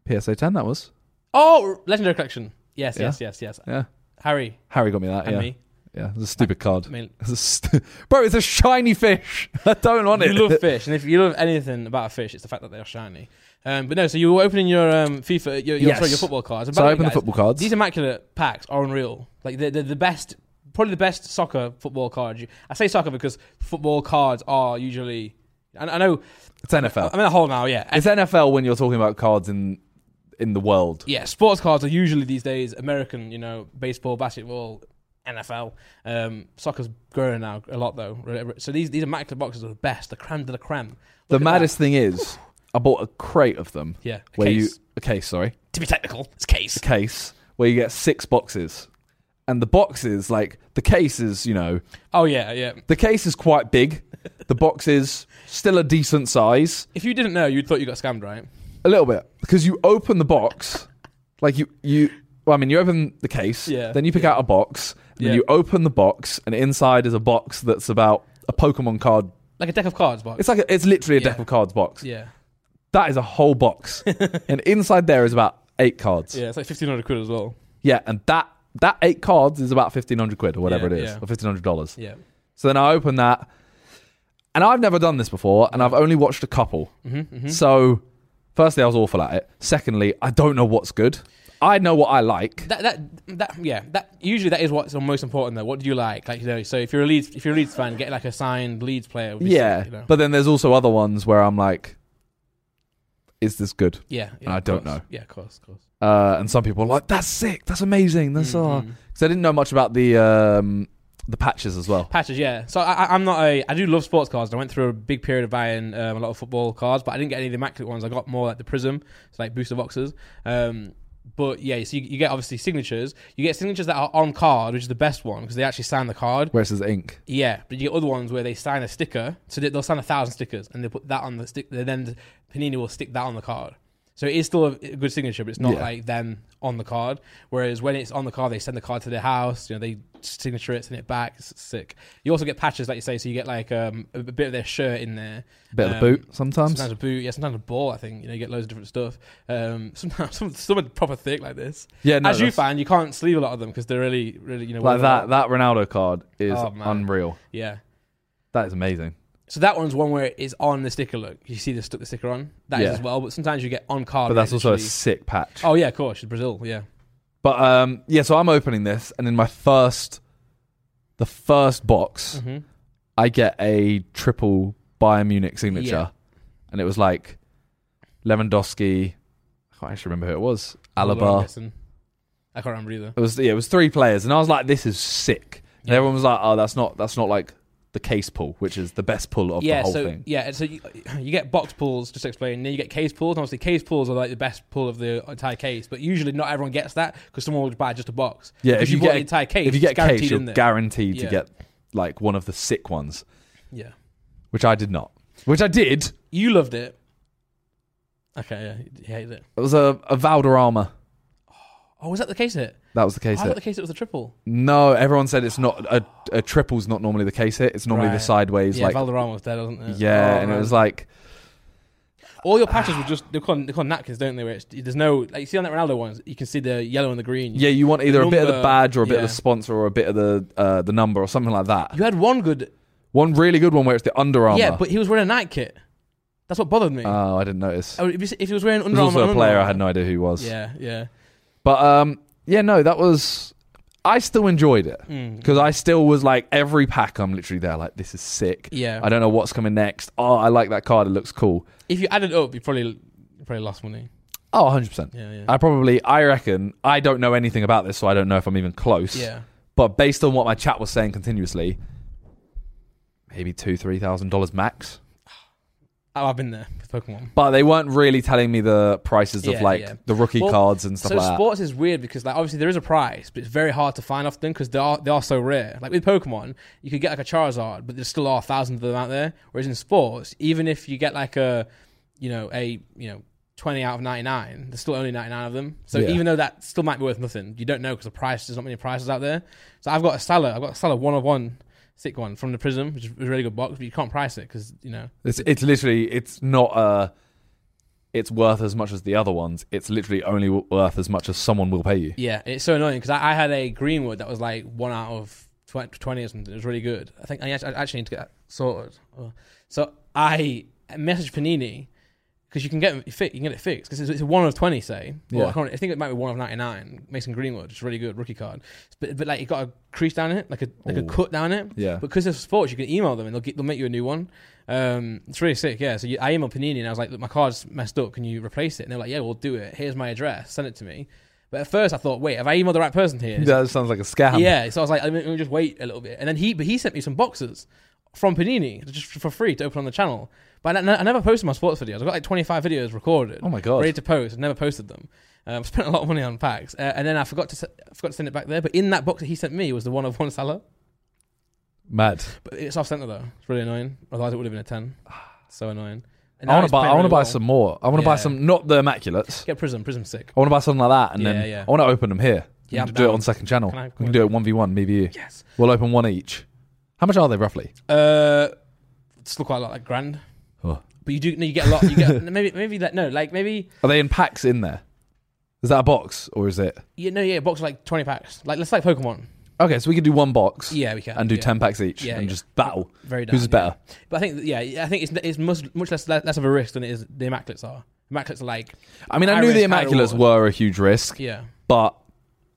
[SPEAKER 2] PSA ten. That was.
[SPEAKER 1] Oh, legendary collection. Yes, yes, yes, yes.
[SPEAKER 2] Yeah.
[SPEAKER 1] Harry
[SPEAKER 2] Harry got me that.
[SPEAKER 1] and
[SPEAKER 2] yeah.
[SPEAKER 1] me.
[SPEAKER 2] Yeah. It's a stupid
[SPEAKER 1] I
[SPEAKER 2] card.
[SPEAKER 1] mean,
[SPEAKER 2] It's a stu- Bro, it's a shiny fish. I don't want
[SPEAKER 1] you
[SPEAKER 2] it.
[SPEAKER 1] love fish, and if you love anything about a fish, it's the fact that they are shiny. Um, but no, so you were opening your um, FIFA, your your,
[SPEAKER 2] Yes.
[SPEAKER 1] sorry, your football cards. And by
[SPEAKER 2] so I
[SPEAKER 1] way,
[SPEAKER 2] opened the
[SPEAKER 1] guys,
[SPEAKER 2] football cards.
[SPEAKER 1] These immaculate packs are unreal. Like they're, they're the best, probably the best soccer football card. You- I say soccer because football cards are usually. I, I know.
[SPEAKER 2] it's NFL.
[SPEAKER 1] I'm in a hole now. Yeah,
[SPEAKER 2] It's NFL when you're talking about cards in in the world.
[SPEAKER 1] yeah, sports cards are usually these days American, you know, baseball, basketball, NFL. Um, soccer's growing now a lot though. Re- re- So these these immaculate boxes are the best, the creme de la creme.
[SPEAKER 2] the
[SPEAKER 1] Look at
[SPEAKER 2] maddest thing is, I bought a crate of them.
[SPEAKER 1] that. yeah, a
[SPEAKER 2] Where
[SPEAKER 1] case.
[SPEAKER 2] you a case? Sorry,
[SPEAKER 1] to be technical, it's case.
[SPEAKER 2] a case where you get six boxes, and the boxes like the case is you know
[SPEAKER 1] Oh yeah, yeah.
[SPEAKER 2] the case is quite big. The box is still a decent size,
[SPEAKER 1] If you didn't know, you'd thought you got scammed, right?
[SPEAKER 2] a little bit because you open the box, like you you. Well, I mean, you open the case,
[SPEAKER 1] Yeah.
[SPEAKER 2] then you pick out a box, and then
[SPEAKER 1] Yeah.
[SPEAKER 2] you open the box, and inside is a box that's about a Pokemon card.
[SPEAKER 1] Like a deck of cards box.
[SPEAKER 2] It's like a, it's literally a deck
[SPEAKER 1] Yeah.
[SPEAKER 2] of cards box.
[SPEAKER 1] yeah,
[SPEAKER 2] That is a whole box, and inside there is about eight cards.
[SPEAKER 1] yeah. It's like fifteen hundred quid as well.
[SPEAKER 2] Yeah, and that that eight cards is about fifteen hundred quid or whatever
[SPEAKER 1] Yeah,
[SPEAKER 2] it is,
[SPEAKER 1] yeah.
[SPEAKER 2] or fifteen hundred dollars.
[SPEAKER 1] Yeah.
[SPEAKER 2] So then I open that, and I've never done this before, and I've only watched a couple.
[SPEAKER 1] hmm
[SPEAKER 2] mm-hmm.
[SPEAKER 1] hmm
[SPEAKER 2] So, firstly, I was awful at it. Secondly, I don't know what's good. I know what I like.
[SPEAKER 1] That that that yeah. That usually that is what's most important though. What do you like? Like you know, so if you're a Leeds if you're a Leeds fan, get like a signed Leeds player. would be
[SPEAKER 2] yeah,
[SPEAKER 1] sick, you know?
[SPEAKER 2] but then there's also other ones where I'm like, is this good?
[SPEAKER 1] yeah. yeah,
[SPEAKER 2] I
[SPEAKER 1] of
[SPEAKER 2] don't
[SPEAKER 1] course.
[SPEAKER 2] know.
[SPEAKER 1] Yeah, of course, of course.
[SPEAKER 2] Uh, and some people are like, that's sick, that's amazing, that's uh
[SPEAKER 1] Mhm.
[SPEAKER 2] because I didn't know much about the um, the patches as well.
[SPEAKER 1] Patches, yeah. So I, I- I'm not a. I do love sports cards. and I went through a big period of buying um, a lot of football cards, but I didn't get any of the immaculate ones. I got more like the prism, so like booster boxes. Um, but yeah, so you, you get obviously signatures. You get signatures that are on card, which is the best one because they actually sign the card.
[SPEAKER 2] Where it says ink.
[SPEAKER 1] Yeah, but you get other ones where they sign a sticker, so they- they'll sign a thousand stickers, and they put that on the stick. Then Panini will stick that on the card, so it is still a, a good signature, but it's not
[SPEAKER 2] Yeah.
[SPEAKER 1] like them on the card. Whereas when it's on the card, they send the card to their house, you know, they signature it, send it back. It's sick. You also get patches, like you say, so you get like um, a, bit of their shirt in there,
[SPEAKER 2] Bit of
[SPEAKER 1] Um,
[SPEAKER 2] the boot sometimes.
[SPEAKER 1] sometimes a boot, yeah, sometimes a ball. I think you know, you get loads of different stuff. Um, sometimes some, some are proper thick like this.
[SPEAKER 2] yeah, no,
[SPEAKER 1] As you
[SPEAKER 2] that's-
[SPEAKER 1] find, you can't sleeve a lot of them because they're really, really, you know,
[SPEAKER 2] like
[SPEAKER 1] well-
[SPEAKER 2] that that Ronaldo card is
[SPEAKER 1] Oh, man.
[SPEAKER 2] unreal.
[SPEAKER 1] Yeah.
[SPEAKER 2] That is amazing.
[SPEAKER 1] So that one's one where it's on the sticker. Look, you see the stuck the sticker on. That is
[SPEAKER 2] Yeah.
[SPEAKER 1] as well. But sometimes you get on card.
[SPEAKER 2] But that's
[SPEAKER 1] and it
[SPEAKER 2] also a
[SPEAKER 1] literally-
[SPEAKER 2] sick patch.
[SPEAKER 1] oh yeah, of course, it's Brazil. Yeah,
[SPEAKER 2] But um yeah, so I'm opening this and in my first the first box
[SPEAKER 1] Mhm.
[SPEAKER 2] I get a triple Bayern Munich signature.
[SPEAKER 1] Yeah.
[SPEAKER 2] And it was like Lewandowski I can't actually remember who it was.
[SPEAKER 1] Although I'm
[SPEAKER 2] Alaba.
[SPEAKER 1] guessing- I can't remember either.
[SPEAKER 2] It was yeah, it was three players and I was like, this is sick. And
[SPEAKER 1] Yeah.
[SPEAKER 2] everyone was like, Oh, that's not that's not like the case pull, which is the best pull of
[SPEAKER 1] yeah,
[SPEAKER 2] the whole
[SPEAKER 1] so
[SPEAKER 2] thing.
[SPEAKER 1] yeah, so you, you get box pulls. Just to explain. Then you get case pulls. And obviously, case pulls are like the best pull of the entire case. But usually, not everyone gets that because someone would buy just a box.
[SPEAKER 2] Yeah,
[SPEAKER 1] Because
[SPEAKER 2] if you
[SPEAKER 1] bought
[SPEAKER 2] get
[SPEAKER 1] the
[SPEAKER 2] a-
[SPEAKER 1] entire case,
[SPEAKER 2] if you
[SPEAKER 1] it's
[SPEAKER 2] get a
[SPEAKER 1] guaranteed
[SPEAKER 2] case, you're
[SPEAKER 1] in there.
[SPEAKER 2] guaranteed
[SPEAKER 1] Yeah.
[SPEAKER 2] to get like one of the sick ones,
[SPEAKER 1] yeah,
[SPEAKER 2] which I did not. Which I did.
[SPEAKER 1] you loved it. Okay, yeah, you hated it.
[SPEAKER 2] It was a, a Valderrama.
[SPEAKER 1] Oh, was that the case hit? Oh,
[SPEAKER 2] That was the case
[SPEAKER 1] I thought
[SPEAKER 2] hit.
[SPEAKER 1] the case hit was a triple.
[SPEAKER 2] No, everyone said it's not a, a triple's not normally the case hit. It's normally the
[SPEAKER 1] Right.
[SPEAKER 2] sideways,
[SPEAKER 1] yeah,
[SPEAKER 2] like
[SPEAKER 1] Valderrama was dead, wasn't it?
[SPEAKER 2] yeah,
[SPEAKER 1] Oh,
[SPEAKER 2] and it
[SPEAKER 1] man.
[SPEAKER 2] was like
[SPEAKER 1] All your patches were just they're called, they're called napkins, don't they? Where it's, there's no like you see on that Ronaldo ones, you can see the yellow and the green.
[SPEAKER 2] yeah, you want either a bit of the
[SPEAKER 1] number,
[SPEAKER 2] badge or a bit of
[SPEAKER 1] yeah.
[SPEAKER 2] the sponsor or a bit of the uh, the number or something like that.
[SPEAKER 1] you had one good.
[SPEAKER 2] One really good one where it's the Under Armour.
[SPEAKER 1] Yeah, but he was wearing a night kit. That's what bothered me.
[SPEAKER 2] Oh, I didn't notice.
[SPEAKER 1] I would- if, he, if he was wearing
[SPEAKER 2] There's
[SPEAKER 1] Under Armour,
[SPEAKER 2] also a
[SPEAKER 1] and
[SPEAKER 2] player
[SPEAKER 1] Under
[SPEAKER 2] I had no idea who he was.
[SPEAKER 1] Yeah, yeah.
[SPEAKER 2] But um, yeah, no, that was. I still enjoyed it
[SPEAKER 1] Mm.
[SPEAKER 2] because I still was like every pack. I'm literally there, like this is sick.
[SPEAKER 1] Yeah.
[SPEAKER 2] I don't know what's coming next. Oh, I like that card. It looks cool.
[SPEAKER 1] if you added up, you probably you probably lost money.
[SPEAKER 2] Oh, 100 percent.
[SPEAKER 1] Yeah, yeah.
[SPEAKER 2] I probably, I reckon, I don't know anything about this, so I don't know if I'm even close.
[SPEAKER 1] yeah.
[SPEAKER 2] But based on what my chat was saying continuously, maybe two, three thousand dollars max.
[SPEAKER 1] Oh, I've been there with Pokemon.
[SPEAKER 2] But they weren't really telling me the prices of
[SPEAKER 1] Yeah,
[SPEAKER 2] like
[SPEAKER 1] yeah.
[SPEAKER 2] the rookie
[SPEAKER 1] Well,
[SPEAKER 2] cards and stuff
[SPEAKER 1] So
[SPEAKER 2] like
[SPEAKER 1] sports is weird because like obviously there is a price, but it's very hard to find often because they are they are so rare. Like with Pokemon, you could get like a Charizard, but there still are thousands of them out there. Whereas in sports, even if you get like a you know a you know twenty out of ninety nine, there's still only ninety nine of them. So
[SPEAKER 2] Yeah.
[SPEAKER 1] even though that still might be worth nothing, you don't know because the price there's not many prices out there. So I've got a Salah, I've got a Salah one of one sick one from the Prism, which is a really good box, but you can't price it because you know
[SPEAKER 2] that. It's, it's literally, it's not uh It's worth as much as the other ones. It's literally only worth as much as someone will pay you.
[SPEAKER 1] Yeah, it's so annoying because I, I had a Greenwood that was like one out of twen- 20 or something. It was really good. I think I actually, I actually need to get that sorted. Oh. So I messaged Panini because you can get it fit. You can get it fixed because it's, it's a one of 20, say. Or
[SPEAKER 2] Yeah.
[SPEAKER 1] I, can't, I think it might be one of 99. Mason Greenwood, it's a really good rookie card. But, but like it got a crease down it, like a like a
[SPEAKER 2] Ooh.
[SPEAKER 1] cut down it.
[SPEAKER 2] Yeah.
[SPEAKER 1] But because of sports, you can email them and they'll get, they'll make you a new one. Um, it's really sick, yeah. So you, I emailed Panini and I was like, "Look, my card's messed up. Can you replace it?" And they're like, "Yeah, we'll do it. Here's my address. Send it to me." But at first, I thought, "Wait, have I emailed the right person here?"
[SPEAKER 2] That sounds like a scam.
[SPEAKER 1] Yeah. So I was like, "Let me, let me just wait a little bit." And then he, but he sent me some boxes from Panini just for free to open on the channel. But I, ne- I never posted my sports videos. I've got like 25 videos recorded
[SPEAKER 2] Oh my god.
[SPEAKER 1] ready to post. I've never posted them. Um, spent a lot of money on packs, uh, and then I forgot to se- I forgot to send it back there. But in that box that he sent me was the one of one Salah.
[SPEAKER 2] Mad.
[SPEAKER 1] But it's off center though. It's really annoying. Otherwise, it would have been a ten. so annoying. And
[SPEAKER 2] I
[SPEAKER 1] now
[SPEAKER 2] want
[SPEAKER 1] he's
[SPEAKER 2] to buy.
[SPEAKER 1] playing
[SPEAKER 2] I want to
[SPEAKER 1] really
[SPEAKER 2] buy
[SPEAKER 1] well.
[SPEAKER 2] some more. I want to buy
[SPEAKER 1] Yeah.
[SPEAKER 2] some, not the immaculates.
[SPEAKER 1] Get Prism. Prism sick.
[SPEAKER 2] I want to buy something like that, and
[SPEAKER 1] Yeah,
[SPEAKER 2] then
[SPEAKER 1] yeah.
[SPEAKER 2] I want to open them here.
[SPEAKER 1] Yeah,
[SPEAKER 2] we
[SPEAKER 1] I'm
[SPEAKER 2] can do it
[SPEAKER 1] down.
[SPEAKER 2] on second channel.
[SPEAKER 1] Can I-
[SPEAKER 2] we can do it one v one, me v you.
[SPEAKER 1] Yes.
[SPEAKER 2] We'll open one each. How much are they roughly?
[SPEAKER 1] Uh, still quite a lot, like grand.
[SPEAKER 2] Oh.
[SPEAKER 1] But you do. No, you get a lot. You get maybe maybe like no, like maybe
[SPEAKER 2] Are they in packs in there? Is that a box or is it?
[SPEAKER 1] you know yeah, a box of like twenty packs. Like let's like Pokemon.
[SPEAKER 2] Okay, so we could do one box
[SPEAKER 1] Yeah, we can
[SPEAKER 2] and do
[SPEAKER 1] yeah.
[SPEAKER 2] ten packs each
[SPEAKER 1] Yeah,
[SPEAKER 2] and
[SPEAKER 1] yeah.
[SPEAKER 2] just battle.
[SPEAKER 1] Very down,
[SPEAKER 2] Who's
[SPEAKER 1] yeah.
[SPEAKER 2] better?
[SPEAKER 1] But I think yeah, I think it's it's much much less less of a risk than it is the Immaculates are. Immaculates are like
[SPEAKER 2] I mean, I
[SPEAKER 1] High
[SPEAKER 2] knew the
[SPEAKER 1] risk, high
[SPEAKER 2] immaculates
[SPEAKER 1] reward.
[SPEAKER 2] were a huge risk,
[SPEAKER 1] yeah.
[SPEAKER 2] but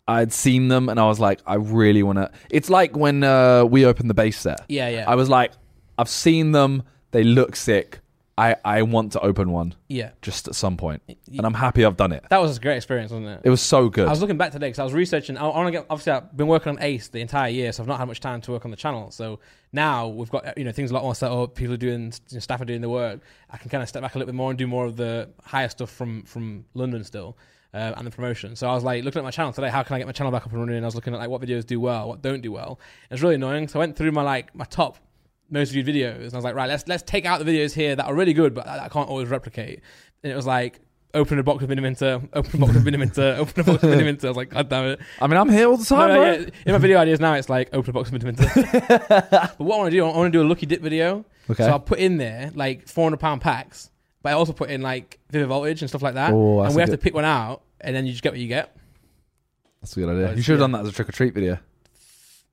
[SPEAKER 2] I'd seen them and I was like, I really want to. It's like when uh, we opened the base set.
[SPEAKER 1] Yeah, yeah,
[SPEAKER 2] I was like, I've seen them. They look sick. I I want to open one
[SPEAKER 1] yeah.
[SPEAKER 2] just at some point,
[SPEAKER 1] Y-
[SPEAKER 2] and I'm happy I've done it.
[SPEAKER 1] That was a great experience, wasn't it?
[SPEAKER 2] It was so good.
[SPEAKER 1] I was looking back today because I was researching. I want to get obviously I've been working on Ace the entire year, so I've not had much time to work on the channel. So now we've got you know things a lot more set up. People are doing you know, staff are doing the work. I can kind of step back a little bit more and do more of the higher stuff from from London still. Uh, and the promotion. So I was like looking at my channel today. How can I get my channel back up and running? And I was looking at like what videos do well, what don't do well. And it's really annoying. So I went through my like my top most viewed videos, and I was like, right, let's let's take out the videos here that are really good, but that I can't always replicate. And it was like open a box of Miniminter, open a box of Miniminter, open a box of Miniminter. I was like, God damn it.
[SPEAKER 2] I mean, I'm here all the
[SPEAKER 1] No,
[SPEAKER 2] time,
[SPEAKER 1] no,
[SPEAKER 2] bro.
[SPEAKER 1] yeah, in my video ideas now, it's like open a box of Miniminter. but what I want to do, I want to do a lucky dip video.
[SPEAKER 2] Okay.
[SPEAKER 1] So I'll put in there like 400 pound packs, but I also put in like Vivid Voltage and stuff like that.
[SPEAKER 2] Oh, that's
[SPEAKER 1] and we
[SPEAKER 2] a
[SPEAKER 1] have
[SPEAKER 2] good-
[SPEAKER 1] to pick one out, and then you just get what you get.
[SPEAKER 2] That's a good idea.
[SPEAKER 1] Oh,
[SPEAKER 2] You should have
[SPEAKER 1] yeah.
[SPEAKER 2] done that as a trick or treat video.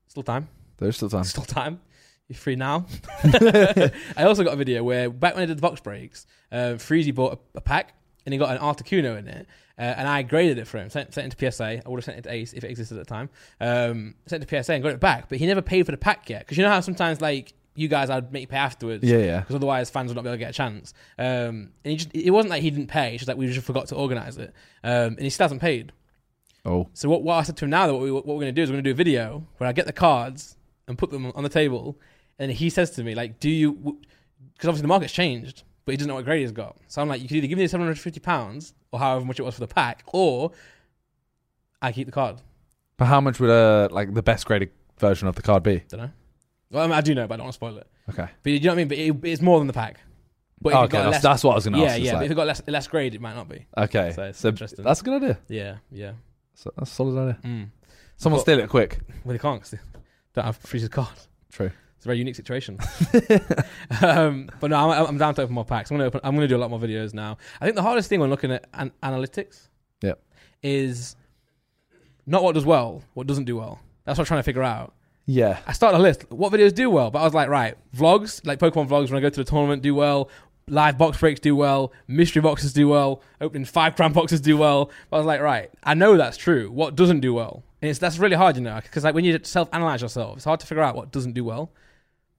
[SPEAKER 1] Still time.
[SPEAKER 2] There's still time.
[SPEAKER 1] Still time. You're free now. I also got a video where back when I did the box breaks, uh, Freezy bought a, a pack and he got an Articuno in it. Uh, and I graded it for him, sent, sent it to PSA. I would have sent it to Ace if it existed at the time. Um, sent it to PSA and got it back, but he never paid for the pack yet. Because you know how sometimes, like, you guys, I'd make you pay afterwards.
[SPEAKER 2] Yeah, yeah.
[SPEAKER 1] Because otherwise, fans would not be able to get a chance. Um, and he just, it wasn't like he didn't pay, it's just like we just forgot to organize it. Um, and he still hasn't paid.
[SPEAKER 2] Oh,
[SPEAKER 1] So what, what I said to him now that what, we, what we're going to do is we're going to do a video where I get the cards and put them on the table, and he says to me like, "Do you?" Because obviously the market's changed, but he doesn't know what grade he's got. So I'm like, "You could either give me the 750 pounds or however much it was for the pack, or I keep the card."
[SPEAKER 2] but how much would uh like the best graded version of the card be?
[SPEAKER 1] Don't know. Well, I, mean, I do know, but I don't want to spoil it.
[SPEAKER 2] Okay.
[SPEAKER 1] But you know what I mean. But it, it's more than the pack. But
[SPEAKER 2] Oh,
[SPEAKER 1] it
[SPEAKER 2] okay,
[SPEAKER 1] got a
[SPEAKER 2] that's,
[SPEAKER 1] less,
[SPEAKER 2] that's what I was gonna
[SPEAKER 1] yeah,
[SPEAKER 2] ask.
[SPEAKER 1] yeah.
[SPEAKER 2] Yeah,
[SPEAKER 1] but if it got less less grade, it might not be.
[SPEAKER 2] okay,
[SPEAKER 1] So
[SPEAKER 2] so,
[SPEAKER 1] it's interesting.
[SPEAKER 2] that's a good idea.
[SPEAKER 1] Yeah, yeah.
[SPEAKER 2] So, that's a solid idea.
[SPEAKER 1] Mm.
[SPEAKER 2] Someone
[SPEAKER 1] Well-
[SPEAKER 2] steal it quick.
[SPEAKER 1] Well, they can't. 'cause they don't have freezer card.
[SPEAKER 2] True.
[SPEAKER 1] It's a very unique situation. um, but no, I'm, I'm down to open more packs. I'm gonna open, I'm gonna do a lot more videos now. I think the hardest thing when looking at an- analytics,
[SPEAKER 2] Yep.
[SPEAKER 1] is not what does well, what doesn't do well. That's what I'm trying to figure out.
[SPEAKER 2] Yeah.
[SPEAKER 1] I started a list. What videos do well? But I was like, right, vlogs, like Pokemon vlogs when I go to the tournament do well. live box breaks do well, mystery boxes do well, opening five grand boxes do well. But I was like, right, I know that's true. What doesn't do well? And it's that's really hard, you know, because like when you self analyze yourself, it's hard to figure out what doesn't do well.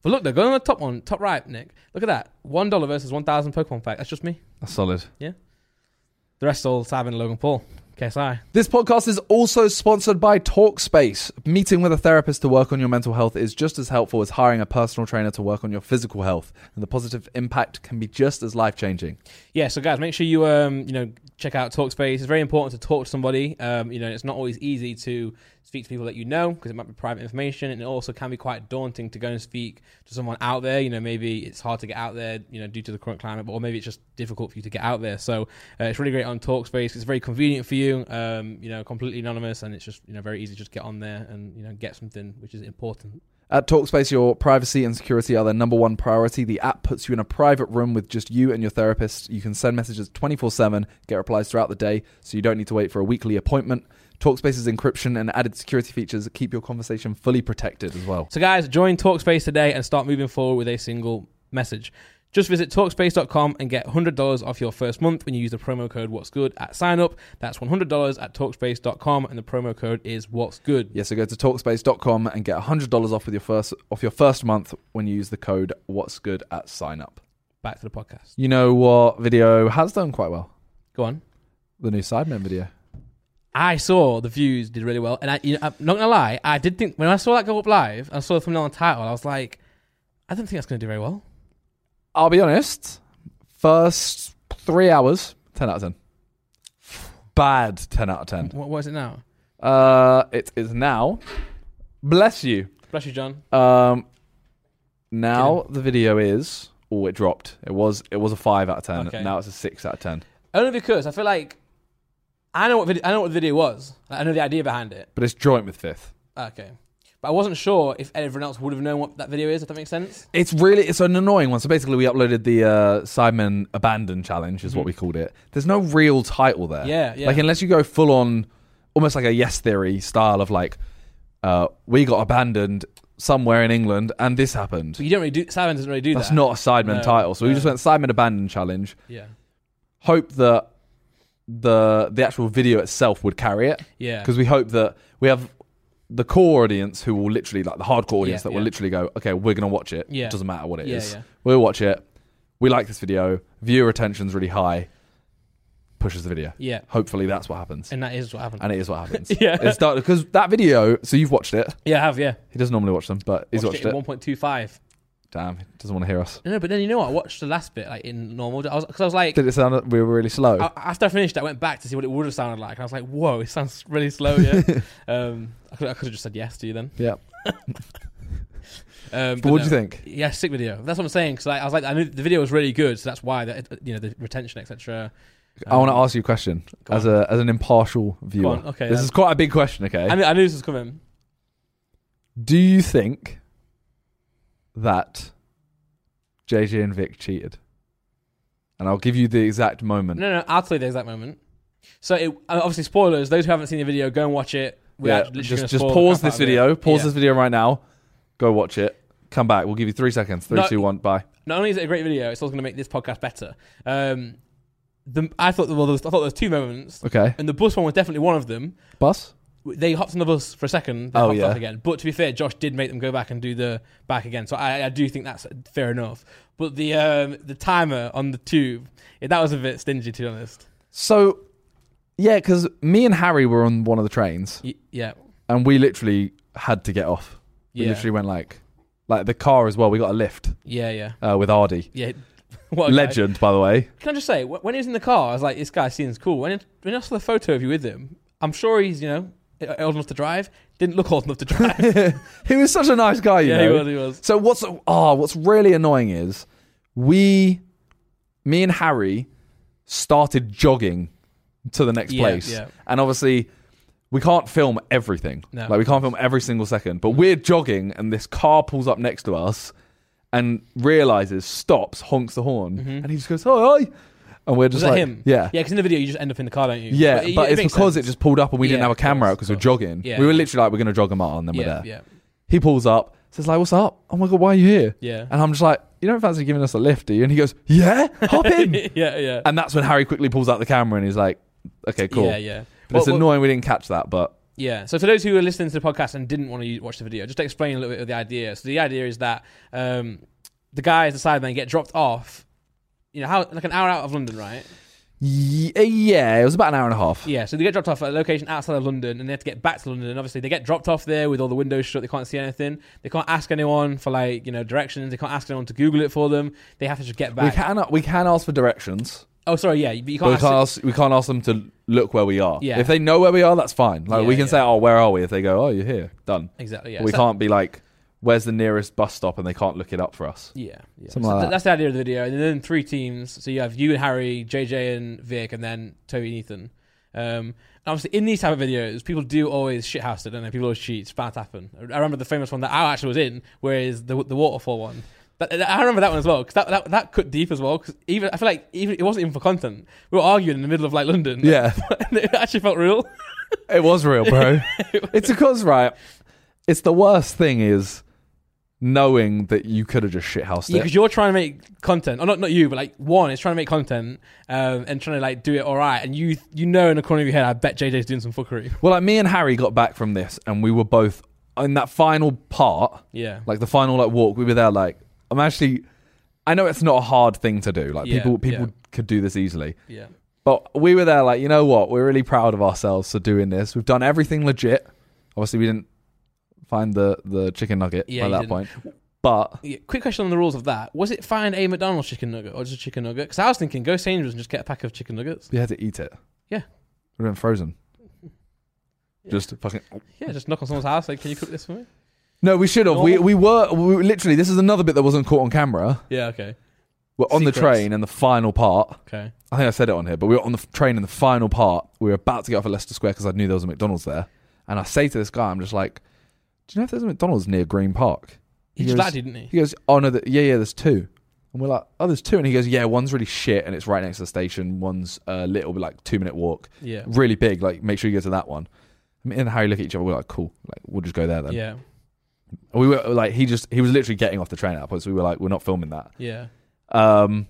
[SPEAKER 1] But look, they're going on the top one, top right, Nick. Look at that, one dollar versus one thousand Pokemon pack. That's just me.
[SPEAKER 2] That's solid.
[SPEAKER 1] The rest all Simon and Logan Paul. KSI.
[SPEAKER 2] This podcast is also sponsored by Talkspace. Meeting with a therapist to work on your mental health is just as helpful as hiring a personal trainer to work on your physical health, and the positive impact can be just as life changing.
[SPEAKER 1] yeah so guys make sure you um you know check out talkspace it's very important to talk to somebody um you know it's not always easy to speak to people that you know because it might be private information and it also can be quite daunting to go and speak to someone out there you know maybe it's hard to get out there you know due to the current climate but or maybe it's just difficult for you to get out there so uh, it's really great on talkspace it's very convenient for you um you know completely anonymous and it's just you know very easy to just get on there and you know get something which is important
[SPEAKER 2] At Talkspace, your privacy and security are their number one priority. The app puts you in a private room with just you and your therapist. You can send messages 24 7, get replies throughout the day, so you don't need to wait for a weekly appointment. Talkspace's encryption and added security features keep your conversation fully protected as well.
[SPEAKER 1] So, guys, join Talkspace today and start moving forward with a single message. Just visit Talkspace.com and get $100 off your first month when you use the promo code What's Good at sign up. That's $100 at Talkspace.com, and the promo code is What's Good.
[SPEAKER 2] Yeah, so go to Talkspace.com and get $100 off with your first off your first month when you use the code What's Good at sign up.
[SPEAKER 1] Back to the podcast.
[SPEAKER 2] You know what video has done quite well?
[SPEAKER 1] Go on.
[SPEAKER 2] The new Sidemen video.
[SPEAKER 1] I saw the views did really well, and I, you know, I'm not gonna lie, I did think when I saw that go up live, I saw the thumbnail and title, I was like, I don't think that's gonna do very well.
[SPEAKER 2] I'll be honest. First three hours, ten out of ten. Bad ten out of ten.
[SPEAKER 1] What, what is it now?
[SPEAKER 2] Uh, it is now. Bless you.
[SPEAKER 1] Bless you, John.
[SPEAKER 2] Um, now the video is. Oh, it dropped. It was. It was a five out of ten.
[SPEAKER 1] Okay.
[SPEAKER 2] Now it's a six out of ten.
[SPEAKER 1] Only because I feel like I know what video, I know what the video was. I know the idea behind it.
[SPEAKER 2] But it's joint with fifth.
[SPEAKER 1] Okay. But I wasn't sure if everyone else would have known what that video is, if that makes sense.
[SPEAKER 2] It's really it's an annoying one. So basically, we uploaded the uh, Sidemen Abandon Challenge, is what we called it. There's no real title there.
[SPEAKER 1] Yeah, yeah.
[SPEAKER 2] Like unless you go full on, almost like a Yes Theory style of like, uh, we got abandoned somewhere in England and this happened.
[SPEAKER 1] But you don't really do Simon doesn't really do
[SPEAKER 2] That's
[SPEAKER 1] that.
[SPEAKER 2] not a Sidemen
[SPEAKER 1] No,
[SPEAKER 2] title. So we
[SPEAKER 1] no.
[SPEAKER 2] just went Sidemen Abandon Challenge.
[SPEAKER 1] Yeah.
[SPEAKER 2] Hope that the the actual video itself would carry it
[SPEAKER 1] Yeah.
[SPEAKER 2] because we hope that we have the core audience who will literally like the hardcore audience
[SPEAKER 1] Yeah,
[SPEAKER 2] that will
[SPEAKER 1] yeah.
[SPEAKER 2] literally go okay we're gonna watch it
[SPEAKER 1] Yeah.
[SPEAKER 2] doesn't matter what it is.
[SPEAKER 1] yeah, yeah.
[SPEAKER 2] We'll watch it. We like this video. Viewer attention's really high. Pushes the video.
[SPEAKER 1] Yeah.
[SPEAKER 2] Hopefully that's what happens.
[SPEAKER 1] And that is what happened.
[SPEAKER 2] And it is what happens.
[SPEAKER 1] Yeah.
[SPEAKER 2] It's started because that video, so you've watched it.
[SPEAKER 1] yeah, I have, yeah.
[SPEAKER 2] He doesn't normally watch them, but he's watched, it.
[SPEAKER 1] One point two five.
[SPEAKER 2] Damn, he doesn't want to hear us.
[SPEAKER 1] No, no, but then you know what? I watched the last bit like in normal because I was, 'cause I was like
[SPEAKER 2] Did it sound we were really slow?
[SPEAKER 1] I, after I finished, I went back to see what it would have sounded like, and I was like, "Whoa, it sounds really slow." Yeah, um, I could, I could have just said yes to you then.
[SPEAKER 2] yeah.
[SPEAKER 1] Um,
[SPEAKER 2] But what do you think?
[SPEAKER 1] Yeah, sick video. That's what I'm saying. Because I was like, I knew the video was really good, so that's why that you know the retention, etc.
[SPEAKER 2] I want to ask you a
[SPEAKER 1] Um,
[SPEAKER 2] question
[SPEAKER 1] go
[SPEAKER 2] as a as an impartial viewer.
[SPEAKER 1] on, okay,
[SPEAKER 2] This
[SPEAKER 1] then.
[SPEAKER 2] is quite a big question, okay?
[SPEAKER 1] I knew, I knew this was coming.
[SPEAKER 2] do you think that JJ and Vic cheated? And I'll give you the exact moment.
[SPEAKER 1] No, no, I'll tell you the exact moment. So, it, uh, obviously, spoilers. Those who haven't seen the video, go and watch it. We're
[SPEAKER 2] yeah,
[SPEAKER 1] actually literally gonna
[SPEAKER 2] just just
[SPEAKER 1] spoil the
[SPEAKER 2] pause
[SPEAKER 1] crap
[SPEAKER 2] this
[SPEAKER 1] out of it.
[SPEAKER 2] video. Pause
[SPEAKER 1] Yeah.
[SPEAKER 2] this video right now. Go watch it. Come back. We'll give you three seconds. Three, two,
[SPEAKER 1] No-
[SPEAKER 2] one. Bye.
[SPEAKER 1] Not only is it a great video, it's also going to make this podcast better. Um, the, I thought well, there was, I thought there was two moments,
[SPEAKER 2] Okay.
[SPEAKER 1] and the bus one was definitely one of them.
[SPEAKER 2] Bus.
[SPEAKER 1] They hopped on the bus for a second, then
[SPEAKER 2] Oh,
[SPEAKER 1] hopped
[SPEAKER 2] yeah.
[SPEAKER 1] off again. But to be fair, Josh did make them go back and do the back again, so I, I do think that's fair enough. But the um, the timer on the tube, yeah, that was a bit stingy, to be honest.
[SPEAKER 2] So, yeah, because me and Harry were on one of the trains,
[SPEAKER 1] Y- yeah,
[SPEAKER 2] and we literally had to get off. We
[SPEAKER 1] yeah,
[SPEAKER 2] literally went like, like the car as well. We got a lift
[SPEAKER 1] yeah, yeah,
[SPEAKER 2] uh, with Ardy.
[SPEAKER 1] yeah. What a guy.
[SPEAKER 2] Legend, by the way.
[SPEAKER 1] Can I just say, wh- when he was in the car, I was like, this guy seems cool. When, it, when I saw the photo of you with him, I'm sure he's, you know, old enough to drive. Didn't look old enough to drive.
[SPEAKER 2] He was such a nice guy, you
[SPEAKER 1] yeah,
[SPEAKER 2] know.
[SPEAKER 1] he was, he was.
[SPEAKER 2] So what's oh, what's really annoying is we, me and Harry, started jogging to the next
[SPEAKER 1] Yeah,
[SPEAKER 2] place,
[SPEAKER 1] yeah.
[SPEAKER 2] and obviously we can't film everything.
[SPEAKER 1] No.
[SPEAKER 2] Like we can't film every single second. But we're jogging, and this car pulls up next to us, and realizes, stops, honks the horn, and he just goes, "Hi!" hi." And we're
[SPEAKER 1] Mm-hmm. Was
[SPEAKER 2] just
[SPEAKER 1] that
[SPEAKER 2] like,
[SPEAKER 1] him?
[SPEAKER 2] Yeah.
[SPEAKER 1] Yeah, because in the video, you just end up in the car, don't you?
[SPEAKER 2] Yeah, but, it's
[SPEAKER 1] makes
[SPEAKER 2] because
[SPEAKER 1] sense.
[SPEAKER 2] it just pulled up and we didn't
[SPEAKER 1] Yeah,
[SPEAKER 2] have a
[SPEAKER 1] of
[SPEAKER 2] camera
[SPEAKER 1] course,
[SPEAKER 2] because
[SPEAKER 1] of
[SPEAKER 2] we're jogging.
[SPEAKER 1] Yeah.
[SPEAKER 2] We were literally like, we're going to jog a mile and then we're
[SPEAKER 1] Yeah,
[SPEAKER 2] there.
[SPEAKER 1] yeah,
[SPEAKER 2] He pulls up, says like, "What's up?" Oh my god, why are you here?
[SPEAKER 1] yeah.
[SPEAKER 2] And I'm just like, you don't fancy giving us a lift, do you? And he goes, yeah, hop in.
[SPEAKER 1] yeah, yeah.
[SPEAKER 2] and that's when Harry quickly pulls out the camera and he's like, okay, cool.
[SPEAKER 1] Yeah, yeah.
[SPEAKER 2] But it's
[SPEAKER 1] Well, well-
[SPEAKER 2] annoying we didn't catch that, but
[SPEAKER 1] Yeah. So for those who are listening to the podcast and didn't want to u- watch the video, just to explain a little bit of the idea. So the idea is that um, the guys, the sidemen, get dropped off. You know, how like an hour out of London, right?
[SPEAKER 2] y- eh, yeah, it was about an hour and a half.
[SPEAKER 1] Yeah. So they get dropped off at a location outside of London, and they have to get back to London. And obviously, they get dropped off there with all the windows shut. They can't see anything. They can't ask anyone for like you know directions. They can't ask anyone to Google it for them. They have to just get
[SPEAKER 2] We
[SPEAKER 1] back.
[SPEAKER 2] can we can ask for directions,
[SPEAKER 1] oh, sorry. Yeah, but you
[SPEAKER 2] but
[SPEAKER 1] can't.
[SPEAKER 2] we
[SPEAKER 1] Ask
[SPEAKER 2] can't ask, we can't ask them to look where we are.
[SPEAKER 1] Yeah.
[SPEAKER 2] If they know where we are, that's fine. Like we
[SPEAKER 1] Yeah,
[SPEAKER 2] can
[SPEAKER 1] yeah.
[SPEAKER 2] say, "Oh, where are we?" If they go, "Oh, you're here," done.
[SPEAKER 1] exactly. Yeah.
[SPEAKER 2] But we
[SPEAKER 1] So-
[SPEAKER 2] can't be like, "Where's the nearest bus stop?" and they can't look it up for us.
[SPEAKER 1] Yeah, yeah.
[SPEAKER 2] Something
[SPEAKER 1] So
[SPEAKER 2] like
[SPEAKER 1] th-
[SPEAKER 2] that.
[SPEAKER 1] that's the idea of the video. And then three teams. So you have you and Harry, JJ and Vic, and then Toby and Ethan. Um, and obviously, in these type of videos, people do always shithouse it, don't they? People always cheat. It's bound to happen. I I remember the famous one that I actually was in, where is the the waterfall one. That, that- I remember that one as well because that, that that cut deep as well. Because even I feel like even it wasn't even for content. We were arguing in the middle of like London.
[SPEAKER 2] Yeah,
[SPEAKER 1] and it actually felt real.
[SPEAKER 2] it was real, bro. it's because right. It's the worst thing is knowing that you could have just shithoused
[SPEAKER 1] Yeah,
[SPEAKER 2] it.
[SPEAKER 1] because you're trying to make content, or not not you, but like one is trying to make content um, and trying to like do it all right, and you you know in the corner of your head, I bet JJ's doing some fuckery.
[SPEAKER 2] Well, like me and Harry got back from this, and we were both in that final part,
[SPEAKER 1] Yeah,
[SPEAKER 2] like the final like walk. We were there, like I'm actually. I know it's not a hard thing to do. Like
[SPEAKER 1] Yeah,
[SPEAKER 2] people, people
[SPEAKER 1] yeah.
[SPEAKER 2] could do this easily.
[SPEAKER 1] yeah,
[SPEAKER 2] But we were there, like you know what? We're really proud of ourselves for doing this. We've done everything legit. Obviously, we didn't find the the chicken nugget
[SPEAKER 1] Yeah,
[SPEAKER 2] by
[SPEAKER 1] you
[SPEAKER 2] that
[SPEAKER 1] didn't.
[SPEAKER 2] point. But
[SPEAKER 1] yeah. Quick question on the rules of that: Was it find a McDonald's chicken nugget or just a chicken nugget? Because I was thinking go Sainsbury's and just get a pack of chicken nuggets.
[SPEAKER 2] we had to eat it.
[SPEAKER 1] Yeah.
[SPEAKER 2] we've been frozen.
[SPEAKER 1] Yeah.
[SPEAKER 2] Just fucking.
[SPEAKER 1] Yeah, just knock on someone's house. Like, can you cook this for me?
[SPEAKER 2] No, we should have. We
[SPEAKER 1] Normal.
[SPEAKER 2] we were we, literally. This is another bit that wasn't caught on camera.
[SPEAKER 1] Yeah, okay,
[SPEAKER 2] We're on the
[SPEAKER 1] Secrets.
[SPEAKER 2] train, and the final part.
[SPEAKER 1] okay.
[SPEAKER 2] I think I said it on here, but we were on the f- train in the final part. We were about to get off at Leicester Square because I knew there was a McDonald's there. And I say to this guy, I'm just like, Do you know if there's a McDonald's near Green Park?
[SPEAKER 1] He
[SPEAKER 2] He
[SPEAKER 1] just
[SPEAKER 2] goes-
[SPEAKER 1] lied, didn't he?
[SPEAKER 2] He goes, Oh, no, th- yeah, yeah, there's two. And we're like, Oh, there's two. And he goes, Yeah, one's really shit and it's right next to the station. One's a little bit like two minute walk,
[SPEAKER 1] Yeah,
[SPEAKER 2] really big. Like, make sure you go to that one. And me and Harry look at each other. We're like, Cool. Like, we'll just go there then.
[SPEAKER 1] yeah,
[SPEAKER 2] And we were like, He just, he was literally getting off the train at that point. So we were like, We're not filming that.
[SPEAKER 1] yeah.
[SPEAKER 2] Um,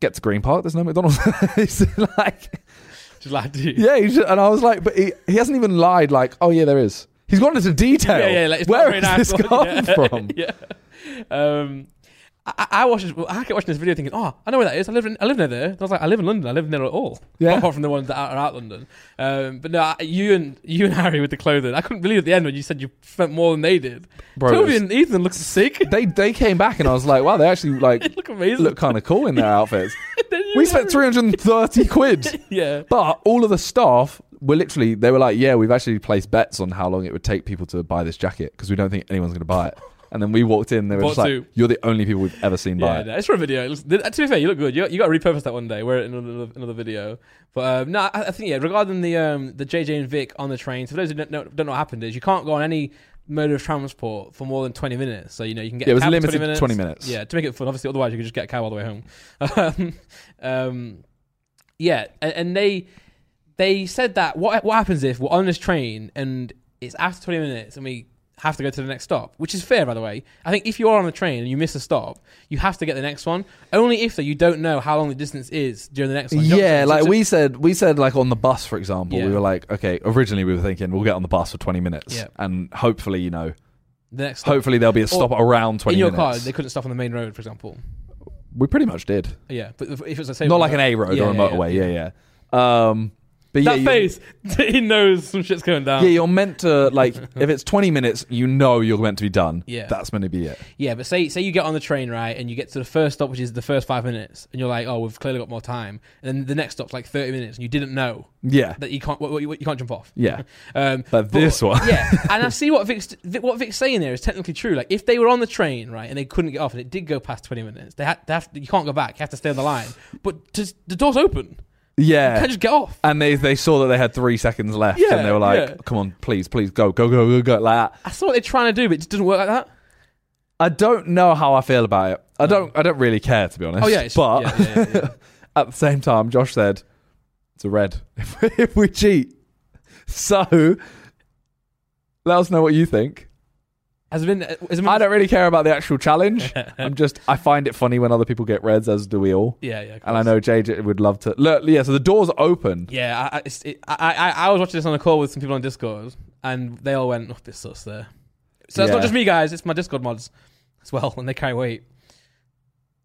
[SPEAKER 2] Get to Green Park. There's no McDonald's. He's like,
[SPEAKER 1] Just lied to you.
[SPEAKER 2] yeah, he just, and I was like, but he, he hasn't even lied. Like, oh yeah, there is. He's gone into detail.
[SPEAKER 1] Yeah, yeah. Like, it's not
[SPEAKER 2] Where
[SPEAKER 1] very nice
[SPEAKER 2] has this
[SPEAKER 1] one.
[SPEAKER 2] gone
[SPEAKER 1] Yeah.
[SPEAKER 2] from?
[SPEAKER 1] yeah. Um, I, I- I watched. This, I kept watching this video, thinking, "Oh, I know where that is. I live. In, I live near there." And I was like, "I live in London. I live near it all,
[SPEAKER 2] Yeah.
[SPEAKER 1] apart from the ones that are out London." Um, but no, I- you and you and Harry with the clothing. I couldn't believe at the end when you said you spent more than they did.
[SPEAKER 2] Bro,
[SPEAKER 1] Toby
[SPEAKER 2] it was-
[SPEAKER 1] and Ethan look sick.
[SPEAKER 2] they they came back and I was like, wow, they actually
[SPEAKER 1] they
[SPEAKER 2] like
[SPEAKER 1] look amazing.
[SPEAKER 2] look kind of cool in their outfits.
[SPEAKER 1] Then you
[SPEAKER 2] we
[SPEAKER 1] and
[SPEAKER 2] spent
[SPEAKER 1] Harry-
[SPEAKER 2] 330 quid,
[SPEAKER 1] Yeah.
[SPEAKER 2] but all of the staff were literally they were like, yeah, we've actually placed bets on how long it would take people to buy this jacket because we don't think anyone's going to buy it. And then we walked in, they were
[SPEAKER 1] Bought
[SPEAKER 2] just like,
[SPEAKER 1] two.
[SPEAKER 2] you're the only people we've ever seen buy
[SPEAKER 1] Yeah,
[SPEAKER 2] it.
[SPEAKER 1] no, it's for a video. It looks, th- to be fair, you look good. You, you got to repurpose that one day. Wear it in another, another video. But um, no, I, I think yeah. Regarding the um, the JJ and Vic on the train, so for those who don't know, don't know what happened is you can't go on any mode of transport for more than twenty minutes. So you know you can get
[SPEAKER 2] Yeah, it
[SPEAKER 1] a
[SPEAKER 2] was
[SPEAKER 1] cab for
[SPEAKER 2] limited to
[SPEAKER 1] 20 minutes.
[SPEAKER 2] 20 minutes.
[SPEAKER 1] Yeah, to make it fun. Obviously, otherwise you could just get a cab all the way home. Um, um, yeah, and, and they they said that what what happens if we're on this train and it's after 20 minutes and we have to go to the next stop, which is fair, by the way. I think if you are on the train and you miss a stop, you have to get the next one. Only if though you don't know how long the distance is during the next one. You know what I'm
[SPEAKER 2] Yeah,
[SPEAKER 1] saying?
[SPEAKER 2] like
[SPEAKER 1] So-
[SPEAKER 2] we said, we said like on the bus, for example, we
[SPEAKER 1] Yeah.
[SPEAKER 2] were like, okay, originally we were thinking we'll get on the bus for twenty minutes,
[SPEAKER 1] Yeah.
[SPEAKER 2] and hopefully, you know,
[SPEAKER 1] the next stop.
[SPEAKER 2] hopefully there'll be a stop around twenty
[SPEAKER 1] in your car,
[SPEAKER 2] minutes.
[SPEAKER 1] they couldn't stop on the main road, for example.
[SPEAKER 2] we pretty much did,
[SPEAKER 1] Yeah, but if if it's a same
[SPEAKER 2] not like an A road
[SPEAKER 1] Yeah,
[SPEAKER 2] or a
[SPEAKER 1] yeah,
[SPEAKER 2] motorway, yeah, yeah. Um, but
[SPEAKER 1] that
[SPEAKER 2] yeah,
[SPEAKER 1] face, he knows some shit's going
[SPEAKER 2] You're,
[SPEAKER 1] down.
[SPEAKER 2] yeah, you're meant to like if it's twenty minutes, you know you're meant to be done.
[SPEAKER 1] Yeah.
[SPEAKER 2] that's meant to be it.
[SPEAKER 1] Yeah, but say say you get on the train right, and you get to the first stop, which is the first five minutes, and you're like, oh, we've clearly got more time. And then the next stop's like thirty minutes, and you didn't know
[SPEAKER 2] Yeah,
[SPEAKER 1] that you can't what, you can't jump off.
[SPEAKER 2] yeah.
[SPEAKER 1] Um,
[SPEAKER 2] But this one,
[SPEAKER 1] yeah, and I see what Vic's Vic, what Vic's saying there is technically true. Like if they were on the train right and they couldn't get off, and it did go past twenty minutes, they had they have to, you can't go back. You have to stay on the line. But just, the door's open. You
[SPEAKER 2] yeah.
[SPEAKER 1] can't just get off.
[SPEAKER 2] And they they saw that they had three seconds left,
[SPEAKER 1] Yeah,
[SPEAKER 2] and they were like,
[SPEAKER 1] yeah.
[SPEAKER 2] "Come on, please, please, go, go, go, go, go!" Like that.
[SPEAKER 1] I saw what they're trying to do, but it just doesn't work like that.
[SPEAKER 2] I don't know how I feel about it. I
[SPEAKER 1] No.
[SPEAKER 2] don't. I don't really care to be honest.
[SPEAKER 1] Oh yeah, it's,
[SPEAKER 2] but
[SPEAKER 1] yeah, yeah, yeah, yeah.
[SPEAKER 2] at the same time, Josh said it's a red if we, if we cheat. So let us know what you think.
[SPEAKER 1] Has it been? Has it been
[SPEAKER 2] I don't really care about the actual challenge. I'm just I find it funny when other people get reds, as do we all.
[SPEAKER 1] Yeah, yeah. of
[SPEAKER 2] And I
[SPEAKER 1] course.
[SPEAKER 2] know JJ would love to. Look, yeah. So the doors are open.
[SPEAKER 1] Yeah, I, I, it's- it, I, I, I was watching this on a call with some people on Discord, and they all went, "Oh, this sucks there." So it's
[SPEAKER 2] Yeah.
[SPEAKER 1] not just me, guys. It's my Discord mods as well, and they carry weight.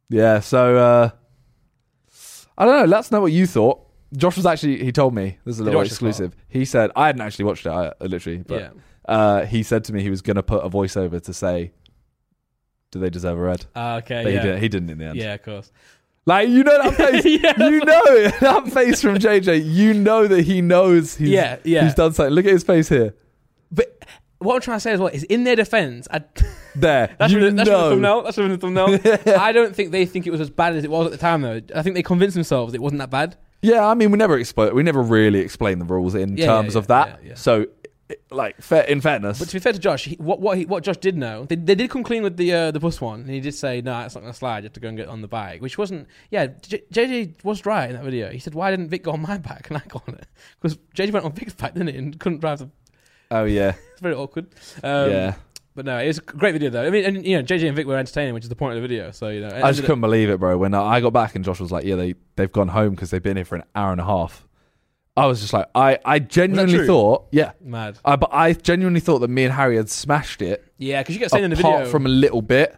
[SPEAKER 2] Yeah. So uh, I don't know. Let us know what you thought. Josh was actually he told me this is a
[SPEAKER 1] Did you
[SPEAKER 2] little
[SPEAKER 1] watch this part?
[SPEAKER 2] exclusive. He said I hadn't actually watched it. I, I literally, but
[SPEAKER 1] yeah,
[SPEAKER 2] uh, he said to me he was going to put a voiceover to say, "Do they deserve a red?"
[SPEAKER 1] Ah, okay,
[SPEAKER 2] But
[SPEAKER 1] yeah,
[SPEAKER 2] he didn't. He didn't in the end.
[SPEAKER 1] yeah, of course.
[SPEAKER 2] Like you know that face.
[SPEAKER 1] yeah,
[SPEAKER 2] you know it. that face from JJ. You know that he knows he's,
[SPEAKER 1] yeah, yeah.
[SPEAKER 2] he's done something. Look at his face here.
[SPEAKER 1] But what I'm trying to say as well is, in their defense, I,
[SPEAKER 2] There.
[SPEAKER 1] that's
[SPEAKER 2] you
[SPEAKER 1] from the, that's from
[SPEAKER 2] know.
[SPEAKER 1] the thumbnail. That's from the thumbnail. I don't think they think it was as bad as it was at the time, though. I think they convinced themselves it wasn't that bad.
[SPEAKER 2] Yeah, I mean, we never explain. We never really explain the rules in
[SPEAKER 1] Yeah,
[SPEAKER 2] terms
[SPEAKER 1] yeah,
[SPEAKER 2] of that.
[SPEAKER 1] yeah, yeah.
[SPEAKER 2] So, it- like, fair, in fairness,
[SPEAKER 1] But to be fair to Josh, he, what what he, what Josh did know, they, they did come clean with the uh, the bus one, and he did say, "No, that's not going to slide. You have to go and get on the bike," which wasn't. Yeah, J- JJ was right in that video. He said, "Why didn't Vic go on my bike and I go on it?" Because JJ went on Vic's bike, didn't it, and couldn't drive. The,
[SPEAKER 2] oh yeah,
[SPEAKER 1] it's very awkward. Um,
[SPEAKER 2] yeah.
[SPEAKER 1] But no, it was a great video though. I mean, and you know, JJ and Vic were entertaining, which is the point of the video. So you know, it
[SPEAKER 2] I just
[SPEAKER 1] ended up-
[SPEAKER 2] couldn't believe it, bro. When I got back and Josh was like, "Yeah, they they've gone home because they've been here for an hour and a half." I was just like, I I genuinely
[SPEAKER 1] true?
[SPEAKER 2] thought, yeah,
[SPEAKER 1] mad.
[SPEAKER 2] I, but I genuinely thought that me and Harry had smashed it.
[SPEAKER 1] Yeah, because you get seen in
[SPEAKER 2] Apart
[SPEAKER 1] the video.
[SPEAKER 2] from a little bit,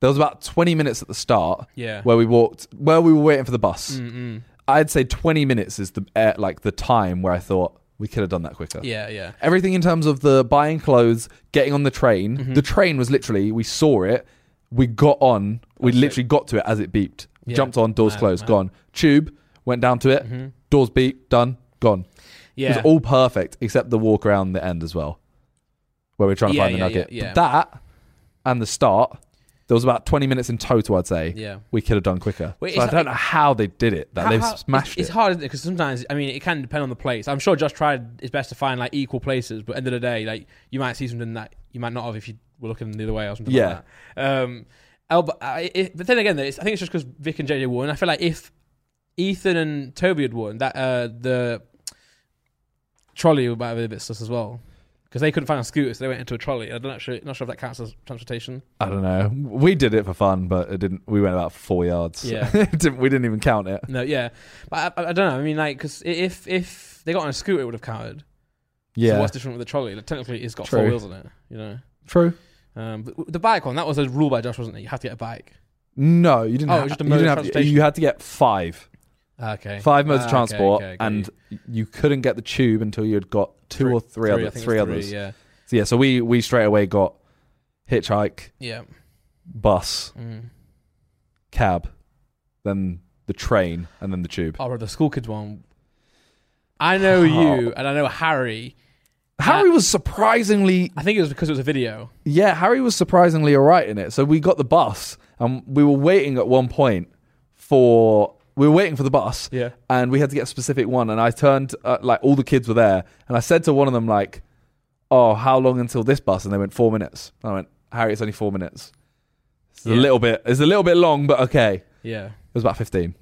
[SPEAKER 2] there was about twenty minutes at the start
[SPEAKER 1] yeah, Mm-hmm.
[SPEAKER 2] where we walked, where we were waiting for the bus.
[SPEAKER 1] Mm-mm.
[SPEAKER 2] I'd say 20 minutes is the uh, like the time where I thought we could have done that quicker.
[SPEAKER 1] yeah, yeah,
[SPEAKER 2] Everything in terms of the buying clothes, getting on the train.
[SPEAKER 1] Mhm.
[SPEAKER 2] The train was literally we saw it, we got on, we
[SPEAKER 1] That's sick.
[SPEAKER 2] literally got to it as it beeped.
[SPEAKER 1] Yeah.
[SPEAKER 2] Jumped on, doors
[SPEAKER 1] Mad,
[SPEAKER 2] closed,
[SPEAKER 1] mad.
[SPEAKER 2] gone. Tube went down to it,
[SPEAKER 1] Mhm.
[SPEAKER 2] doors beep, done, gone. It
[SPEAKER 1] yeah.
[SPEAKER 2] was all perfect except the walk around the end as well, where we we're trying to
[SPEAKER 1] Yeah,
[SPEAKER 2] find the
[SPEAKER 1] yeah,
[SPEAKER 2] nugget.
[SPEAKER 1] yeah,
[SPEAKER 2] But that and the start, there was about 20 minutes in total. I'd say
[SPEAKER 1] yeah.
[SPEAKER 2] we could have done quicker.
[SPEAKER 1] Wait,
[SPEAKER 2] so I
[SPEAKER 1] it's-
[SPEAKER 2] don't know how they did it. That
[SPEAKER 1] How-
[SPEAKER 2] they've
[SPEAKER 1] how-
[SPEAKER 2] smashed
[SPEAKER 1] it's,
[SPEAKER 2] it.
[SPEAKER 1] It's hard, isn't it? Because sometimes, I mean, it can depend on the place. I'm sure Josh tried his best to find like equal places, but end of the day, like you might see something that you might not have if you were looking the other way or something.
[SPEAKER 2] Yeah.
[SPEAKER 1] like that. Um, oh, but, I, it, but then again, though, it's, I think it's just because Vic and JJ won. I feel like if Ethan and Toby had won, that uh, the trolley would have been a bit sus as well. Because they couldn't find a scooter, so they went into a trolley. I'm not sure, not sure if that counts as transportation.
[SPEAKER 2] I don't know. We did it for fun, but it didn't. We went about four yards.
[SPEAKER 1] Yeah.
[SPEAKER 2] It didn't- we didn't even count it.
[SPEAKER 1] No, yeah, but I, I, I don't know. I mean, like, because if if they got on a scooter, it would have counted. Yeah.
[SPEAKER 2] Yeah,
[SPEAKER 1] what's different with the trolley? Like, technically, it's got four
[SPEAKER 2] True.
[SPEAKER 1] wheels on it. You know.
[SPEAKER 2] true.
[SPEAKER 1] Um, but w- the bike one, that was a rule by Josh, wasn't it? You have to get a bike.
[SPEAKER 2] No, you didn't.
[SPEAKER 1] Oh, it
[SPEAKER 2] have,
[SPEAKER 1] was just a
[SPEAKER 2] you
[SPEAKER 1] mode
[SPEAKER 2] didn't
[SPEAKER 1] of
[SPEAKER 2] have.
[SPEAKER 1] transportation.
[SPEAKER 2] You had to get five,
[SPEAKER 1] Okay.
[SPEAKER 2] five modes of
[SPEAKER 1] Ah,
[SPEAKER 2] transport,
[SPEAKER 1] okay, okay, got
[SPEAKER 2] and
[SPEAKER 1] you.
[SPEAKER 2] you couldn't get the tube until you had got two
[SPEAKER 1] Three-
[SPEAKER 2] or three,
[SPEAKER 1] I
[SPEAKER 2] other,
[SPEAKER 1] think it was
[SPEAKER 2] three others.
[SPEAKER 1] Yeah.
[SPEAKER 2] So yeah, so we we straight away got hitchhike,
[SPEAKER 1] Yeah.
[SPEAKER 2] bus,
[SPEAKER 1] Mm.
[SPEAKER 2] cab, then the train, and then the tube.
[SPEAKER 1] Oh, bro, the school kids one. I
[SPEAKER 2] Oh.
[SPEAKER 1] know you, and I know Harry.
[SPEAKER 2] Harry was surprisingly
[SPEAKER 1] I think it was because it was a video.
[SPEAKER 2] Yeah, Harry was surprisingly all right in it. So we got the bus and we were waiting at one point for we were waiting for the bus
[SPEAKER 1] Yeah.
[SPEAKER 2] and we had to get a specific one and I turned uh, like all the kids were there and I said to one of them like, "Oh, how long until this bus?" and they went 4 minutes. And I went, "Harry, it's only 4 minutes." It's
[SPEAKER 1] Yeah.
[SPEAKER 2] a little bit it's a little bit long, but okay. It
[SPEAKER 1] Yeah.
[SPEAKER 2] was about 15.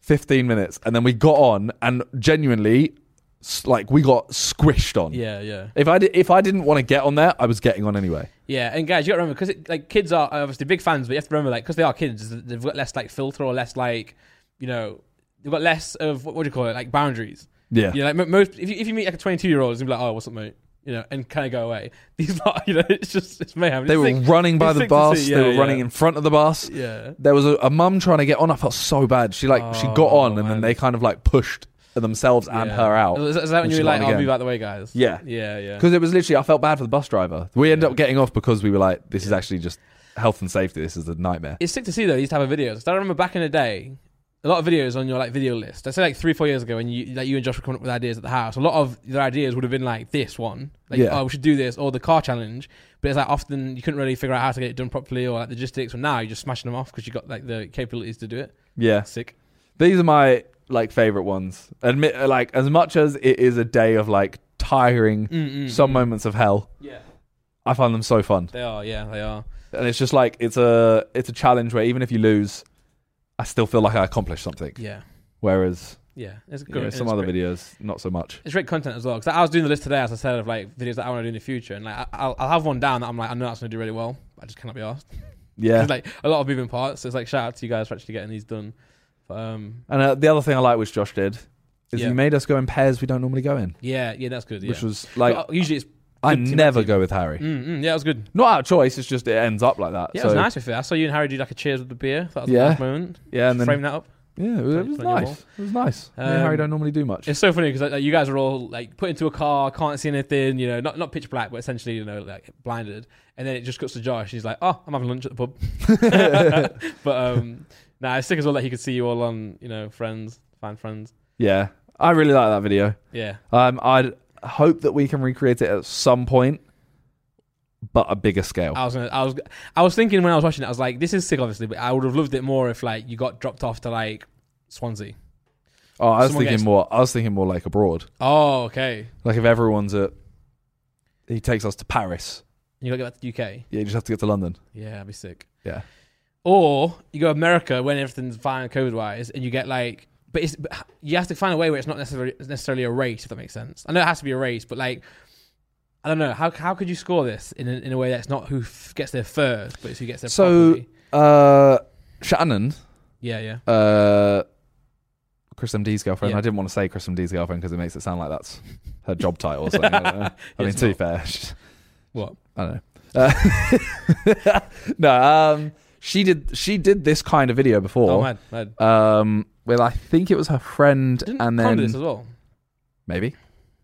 [SPEAKER 2] 15 minutes and then we got on and genuinely s- like we got squished on.
[SPEAKER 1] Yeah. Yeah.
[SPEAKER 2] If I did, if I didn't want to get on there, I was getting on anyway.
[SPEAKER 1] Yeah. And guys, you got to remember because like kids are obviously big fans, but you have to remember like because they are kids, they've got less like filter or less like you know they've got less of what, what do you call it like boundaries.
[SPEAKER 2] Yeah.
[SPEAKER 1] You know, like mo- most, if you, if you meet like a 22 year old, it's gonna be like, oh, what's up, mate? You know, and kind of go away. These lot, you know, it's just, it's mayhem.
[SPEAKER 2] They
[SPEAKER 1] It's
[SPEAKER 2] were
[SPEAKER 1] sick.
[SPEAKER 2] running by
[SPEAKER 1] it's
[SPEAKER 2] the
[SPEAKER 1] sick to
[SPEAKER 2] bus.
[SPEAKER 1] see,
[SPEAKER 2] they
[SPEAKER 1] yeah,
[SPEAKER 2] were running
[SPEAKER 1] yeah.
[SPEAKER 2] in front of the bus.
[SPEAKER 1] yeah.
[SPEAKER 2] There was a, a mum trying to get on. I felt so bad. She like she got
[SPEAKER 1] Oh,
[SPEAKER 2] on, and
[SPEAKER 1] man.
[SPEAKER 2] then they kind of like pushed themselves and
[SPEAKER 1] yeah.
[SPEAKER 2] her out
[SPEAKER 1] Is, is that when
[SPEAKER 2] And
[SPEAKER 1] you
[SPEAKER 2] she
[SPEAKER 1] were like,
[SPEAKER 2] won
[SPEAKER 1] I'll
[SPEAKER 2] again.
[SPEAKER 1] move out the way, guys?
[SPEAKER 2] Yeah.
[SPEAKER 1] Yeah, yeah.
[SPEAKER 2] because it was literally. I felt bad for the bus driver. We ended
[SPEAKER 1] Yeah.
[SPEAKER 2] up getting off because we were like, this is
[SPEAKER 1] Yeah.
[SPEAKER 2] actually just health and safety. This is a nightmare.
[SPEAKER 1] It's sick to see, though, these type of videos. I remember back in the day, a lot of videos on your like video list. I say like three, four years ago, when you like you and Josh were coming up with ideas at the house. A lot of their ideas would have been like this one, like
[SPEAKER 2] Yeah.
[SPEAKER 1] oh we should do this or the car challenge. But it's like often you couldn't really figure out how to get it done properly or like logistics. But now you're just smashing them off because you got like the capabilities to do it.
[SPEAKER 2] Yeah,
[SPEAKER 1] Sick.
[SPEAKER 2] these are my like favorite ones. Admit like as much as it is a day of like tiring,
[SPEAKER 1] Mm-mm.
[SPEAKER 2] some moments of hell.
[SPEAKER 1] yeah.
[SPEAKER 2] I find them so fun.
[SPEAKER 1] They are, yeah, they are.
[SPEAKER 2] and it's just like it's a it's a challenge where even if you lose, I still feel like I accomplished something.
[SPEAKER 1] Yeah.
[SPEAKER 2] Whereas
[SPEAKER 1] yeah, it's
[SPEAKER 2] You
[SPEAKER 1] good.
[SPEAKER 2] know,
[SPEAKER 1] and
[SPEAKER 2] some
[SPEAKER 1] it's
[SPEAKER 2] other
[SPEAKER 1] great.
[SPEAKER 2] videos, not so much.
[SPEAKER 1] It's great content as well. Because I was doing the list today, as I said, of like videos that I want to do in the future, and like I- I'll, I'll have one down that I'm like I know that's gonna do really well. But I just cannot be asked.
[SPEAKER 2] Yeah.
[SPEAKER 1] There's like a lot of moving parts. So it's like shout out to you guys for actually getting these done. But, um,
[SPEAKER 2] And uh, the other thing I like, which Josh did, is
[SPEAKER 1] Yeah.
[SPEAKER 2] he made us go in pairs we don't normally go in,
[SPEAKER 1] yeah, yeah, that's good. Yeah.
[SPEAKER 2] which was like
[SPEAKER 1] But, uh, usually it's
[SPEAKER 2] I
[SPEAKER 1] good team,
[SPEAKER 2] never
[SPEAKER 1] good
[SPEAKER 2] go with Harry.
[SPEAKER 1] mm, mm, yeah, that was good.
[SPEAKER 2] Not out of choice. It's just it ends up like that.
[SPEAKER 1] Yeah,
[SPEAKER 2] so,
[SPEAKER 1] it was nice with it. I saw you and Harry do like a cheers with the beer. That was
[SPEAKER 2] Yeah.
[SPEAKER 1] a nice moment.
[SPEAKER 2] Yeah,
[SPEAKER 1] Just
[SPEAKER 2] and then
[SPEAKER 1] frame that up.
[SPEAKER 2] yeah, it was, it was
[SPEAKER 1] Playing your
[SPEAKER 2] nice. It was nice. Me and
[SPEAKER 1] Um,
[SPEAKER 2] Harry don't normally do much.
[SPEAKER 1] It's so funny because like, you guys are all like put into a car, can't see anything, you know, not not pitch black, but essentially you know like blinded. And then it just cuts to Josh. He's like, "Oh, I'm having lunch at the pub." but um, nah, it's sick as well that he could see you all on, you know, friends, find friends.
[SPEAKER 2] Yeah, I really like that video.
[SPEAKER 1] Yeah,
[SPEAKER 2] Um, I hope that we can recreate it at some point, but a bigger scale.
[SPEAKER 1] I was gonna, I was I was thinking when I was watching it, I was like, "This is sick, obviously," but I would have loved it more if like you got dropped off to like Swansea.
[SPEAKER 2] oh, I was
[SPEAKER 1] someone
[SPEAKER 2] thinking
[SPEAKER 1] gets-
[SPEAKER 2] more. I was thinking more like abroad.
[SPEAKER 1] Oh, okay.
[SPEAKER 2] Like if everyone's at, he takes us to Paris.
[SPEAKER 1] You gotta get back to the UK.
[SPEAKER 2] Yeah, you just have to get to London.
[SPEAKER 1] Yeah, that'd be sick.
[SPEAKER 2] Yeah.
[SPEAKER 1] Or you go America when everything's fine COVID wise, and you get like, but it's but you have to find a way where it's not necessarily necessarily a race, if that makes sense. I know it has to be a race, but like, I don't know how how could you score this in a, in a way that's not who f- gets there first, but it's who gets there.
[SPEAKER 2] So-
[SPEAKER 1] properly.
[SPEAKER 2] Uh, Shannon,
[SPEAKER 1] yeah, yeah,
[SPEAKER 2] uh, Chris MD's girlfriend.
[SPEAKER 1] Yeah.
[SPEAKER 2] I didn't want to say Chris MD's girlfriend because it makes it sound like that's her job title or something. I, don't know. I mean,
[SPEAKER 1] It's
[SPEAKER 2] to be
[SPEAKER 1] not.
[SPEAKER 2] fair, she's-
[SPEAKER 1] What?
[SPEAKER 2] I don't know. Uh, no, um, she did. She did this kind of video before.
[SPEAKER 1] oh man, man.
[SPEAKER 2] Um, well, I think it was her friend,
[SPEAKER 1] Didn't
[SPEAKER 2] and
[SPEAKER 1] Connor
[SPEAKER 2] then
[SPEAKER 1] do this as well.
[SPEAKER 2] maybe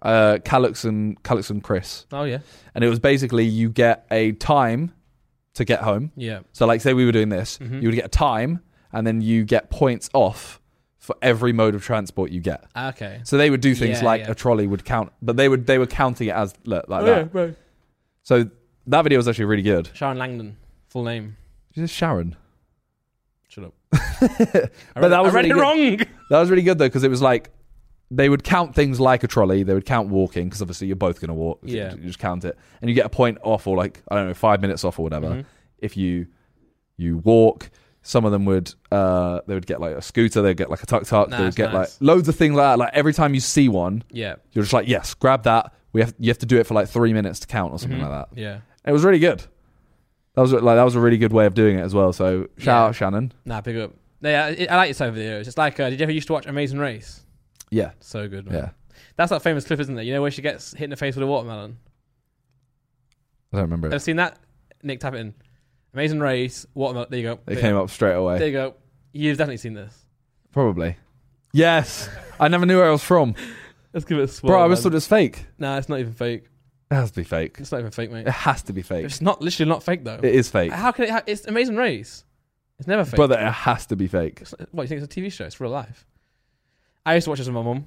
[SPEAKER 2] uh, Calix and Calix and Chris,
[SPEAKER 1] Oh yeah,
[SPEAKER 2] and it was basically you get a time to get home.
[SPEAKER 1] yeah,
[SPEAKER 2] So, like, say we were doing this,
[SPEAKER 1] Mhm.
[SPEAKER 2] you would get a time, and then you get points off for every mode of transport you get.
[SPEAKER 1] Ah, okay.
[SPEAKER 2] So they would do things
[SPEAKER 1] Yeah,
[SPEAKER 2] like
[SPEAKER 1] yeah.
[SPEAKER 2] a trolley would count, but they would they were counting it as like
[SPEAKER 1] Oh,
[SPEAKER 2] that.
[SPEAKER 1] bro.
[SPEAKER 2] So that video was actually really good.
[SPEAKER 1] Sharon Langdon, full name.
[SPEAKER 2] She's just Sharon.
[SPEAKER 1] Shut up. I
[SPEAKER 2] But
[SPEAKER 1] read,
[SPEAKER 2] that was
[SPEAKER 1] I read
[SPEAKER 2] really
[SPEAKER 1] it
[SPEAKER 2] good.
[SPEAKER 1] wrong.
[SPEAKER 2] That was really good though, because it was like they would count things like a trolley. They would count walking because obviously you're both going to walk. so
[SPEAKER 1] Yeah.
[SPEAKER 2] you just count it, and you get a point off or like I don't know, five minutes off or whatever
[SPEAKER 1] Mhm.
[SPEAKER 2] if you you walk. Some of them would uh they would get like a scooter. They'd get like a tuk tuk. they would
[SPEAKER 1] Nice,
[SPEAKER 2] get
[SPEAKER 1] nice.
[SPEAKER 2] like loads of things like that. Like every time you see one,
[SPEAKER 1] Yeah,
[SPEAKER 2] you're just like yes, grab that. We have you have to do it for like three minutes to count or something
[SPEAKER 1] Mhm.
[SPEAKER 2] like that.
[SPEAKER 1] yeah.
[SPEAKER 2] It was really good. That was like that was a really good way of doing it as well. So shout
[SPEAKER 1] Yeah.
[SPEAKER 2] out Shannon.
[SPEAKER 1] Nah, big up. No, Yeah, I, I like this type of videos. It's like, uh, did you ever used to watch Amazing Race?
[SPEAKER 2] Yeah,
[SPEAKER 1] So good. Man.
[SPEAKER 2] yeah.
[SPEAKER 1] That's that famous clip, isn't it? You know where she gets hit in the face with a watermelon.
[SPEAKER 2] I don't remember
[SPEAKER 1] Ever
[SPEAKER 2] it.
[SPEAKER 1] seen that? Nick, tap it in. Amazing Race, watermelon. There you go. There,
[SPEAKER 2] It came up straight away.
[SPEAKER 1] there you go. You've definitely seen this.
[SPEAKER 2] Probably. Yes. I never knew where I was from.
[SPEAKER 1] Let's give it a swirl.
[SPEAKER 2] Bro, I
[SPEAKER 1] man.
[SPEAKER 2] was thought it was fake.
[SPEAKER 1] Nah, it's not even fake.
[SPEAKER 2] It has to be fake.
[SPEAKER 1] It's not even fake, mate.
[SPEAKER 2] It has to be fake.
[SPEAKER 1] It's not literally not fake though.
[SPEAKER 2] It is fake.
[SPEAKER 1] How can it? Ha- it's Amazing Race. It's never fake.
[SPEAKER 2] Brother, it has to be fake.
[SPEAKER 1] It's not- what you think it's a TV show? It's real life. I used to watch this with my mum.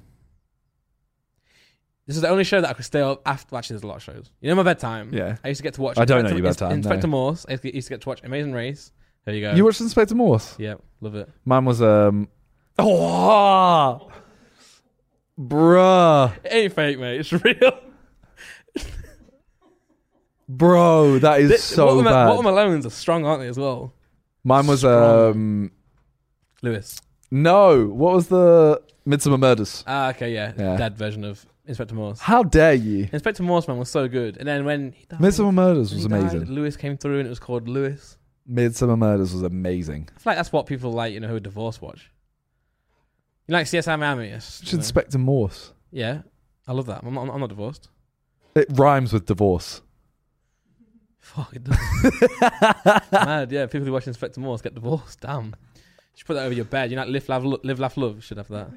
[SPEAKER 1] This is the only show that I could stay up after. Actually, there's a lot of shows. You know my bedtime.
[SPEAKER 2] Yeah.
[SPEAKER 1] I used to get to watch.
[SPEAKER 2] I don't know
[SPEAKER 1] Inspector-
[SPEAKER 2] your bedtime,
[SPEAKER 1] Ins- Inspector Morse. I used to- used to get to watch Amazing Race. There you go.
[SPEAKER 2] You watched Inspector Morse?
[SPEAKER 1] yeah, love it.
[SPEAKER 2] Mine was, um. Oh! Bruh.
[SPEAKER 1] It ain't fake, mate. It's real.
[SPEAKER 2] Bro, that is
[SPEAKER 1] This-
[SPEAKER 2] so
[SPEAKER 1] waterme-
[SPEAKER 2] bad.
[SPEAKER 1] Watermelons are strong, aren't they? As well,
[SPEAKER 2] Mine was,
[SPEAKER 1] Strong.
[SPEAKER 2] um.
[SPEAKER 1] Lewis.
[SPEAKER 2] No. What was the. Midsummer Murders?
[SPEAKER 1] Ah, okay, yeah,
[SPEAKER 2] Yeah.
[SPEAKER 1] Dad version of Inspector Morse.
[SPEAKER 2] How dare you?
[SPEAKER 1] Inspector Morse man was so good, and then when he died,
[SPEAKER 2] Midsummer Murders
[SPEAKER 1] when
[SPEAKER 2] was
[SPEAKER 1] he died,
[SPEAKER 2] amazing.
[SPEAKER 1] Lewis came through, and it was called Lewis.
[SPEAKER 2] Midsummer Murders was amazing.
[SPEAKER 1] I feel like that's what people like, you know, who are divorced watch. You like CSI Miami? Yes,
[SPEAKER 2] It's
[SPEAKER 1] you know.
[SPEAKER 2] Inspector Morse.
[SPEAKER 1] yeah, I love that. I'm not, I'm not divorced.
[SPEAKER 2] It rhymes with divorce.
[SPEAKER 1] Fuck, it does. Mad, yeah. People who watch Inspector Morse get divorced. Damn. You should put that over your bed. You know, like, live, laugh, lo- live, laugh, love. Should have that.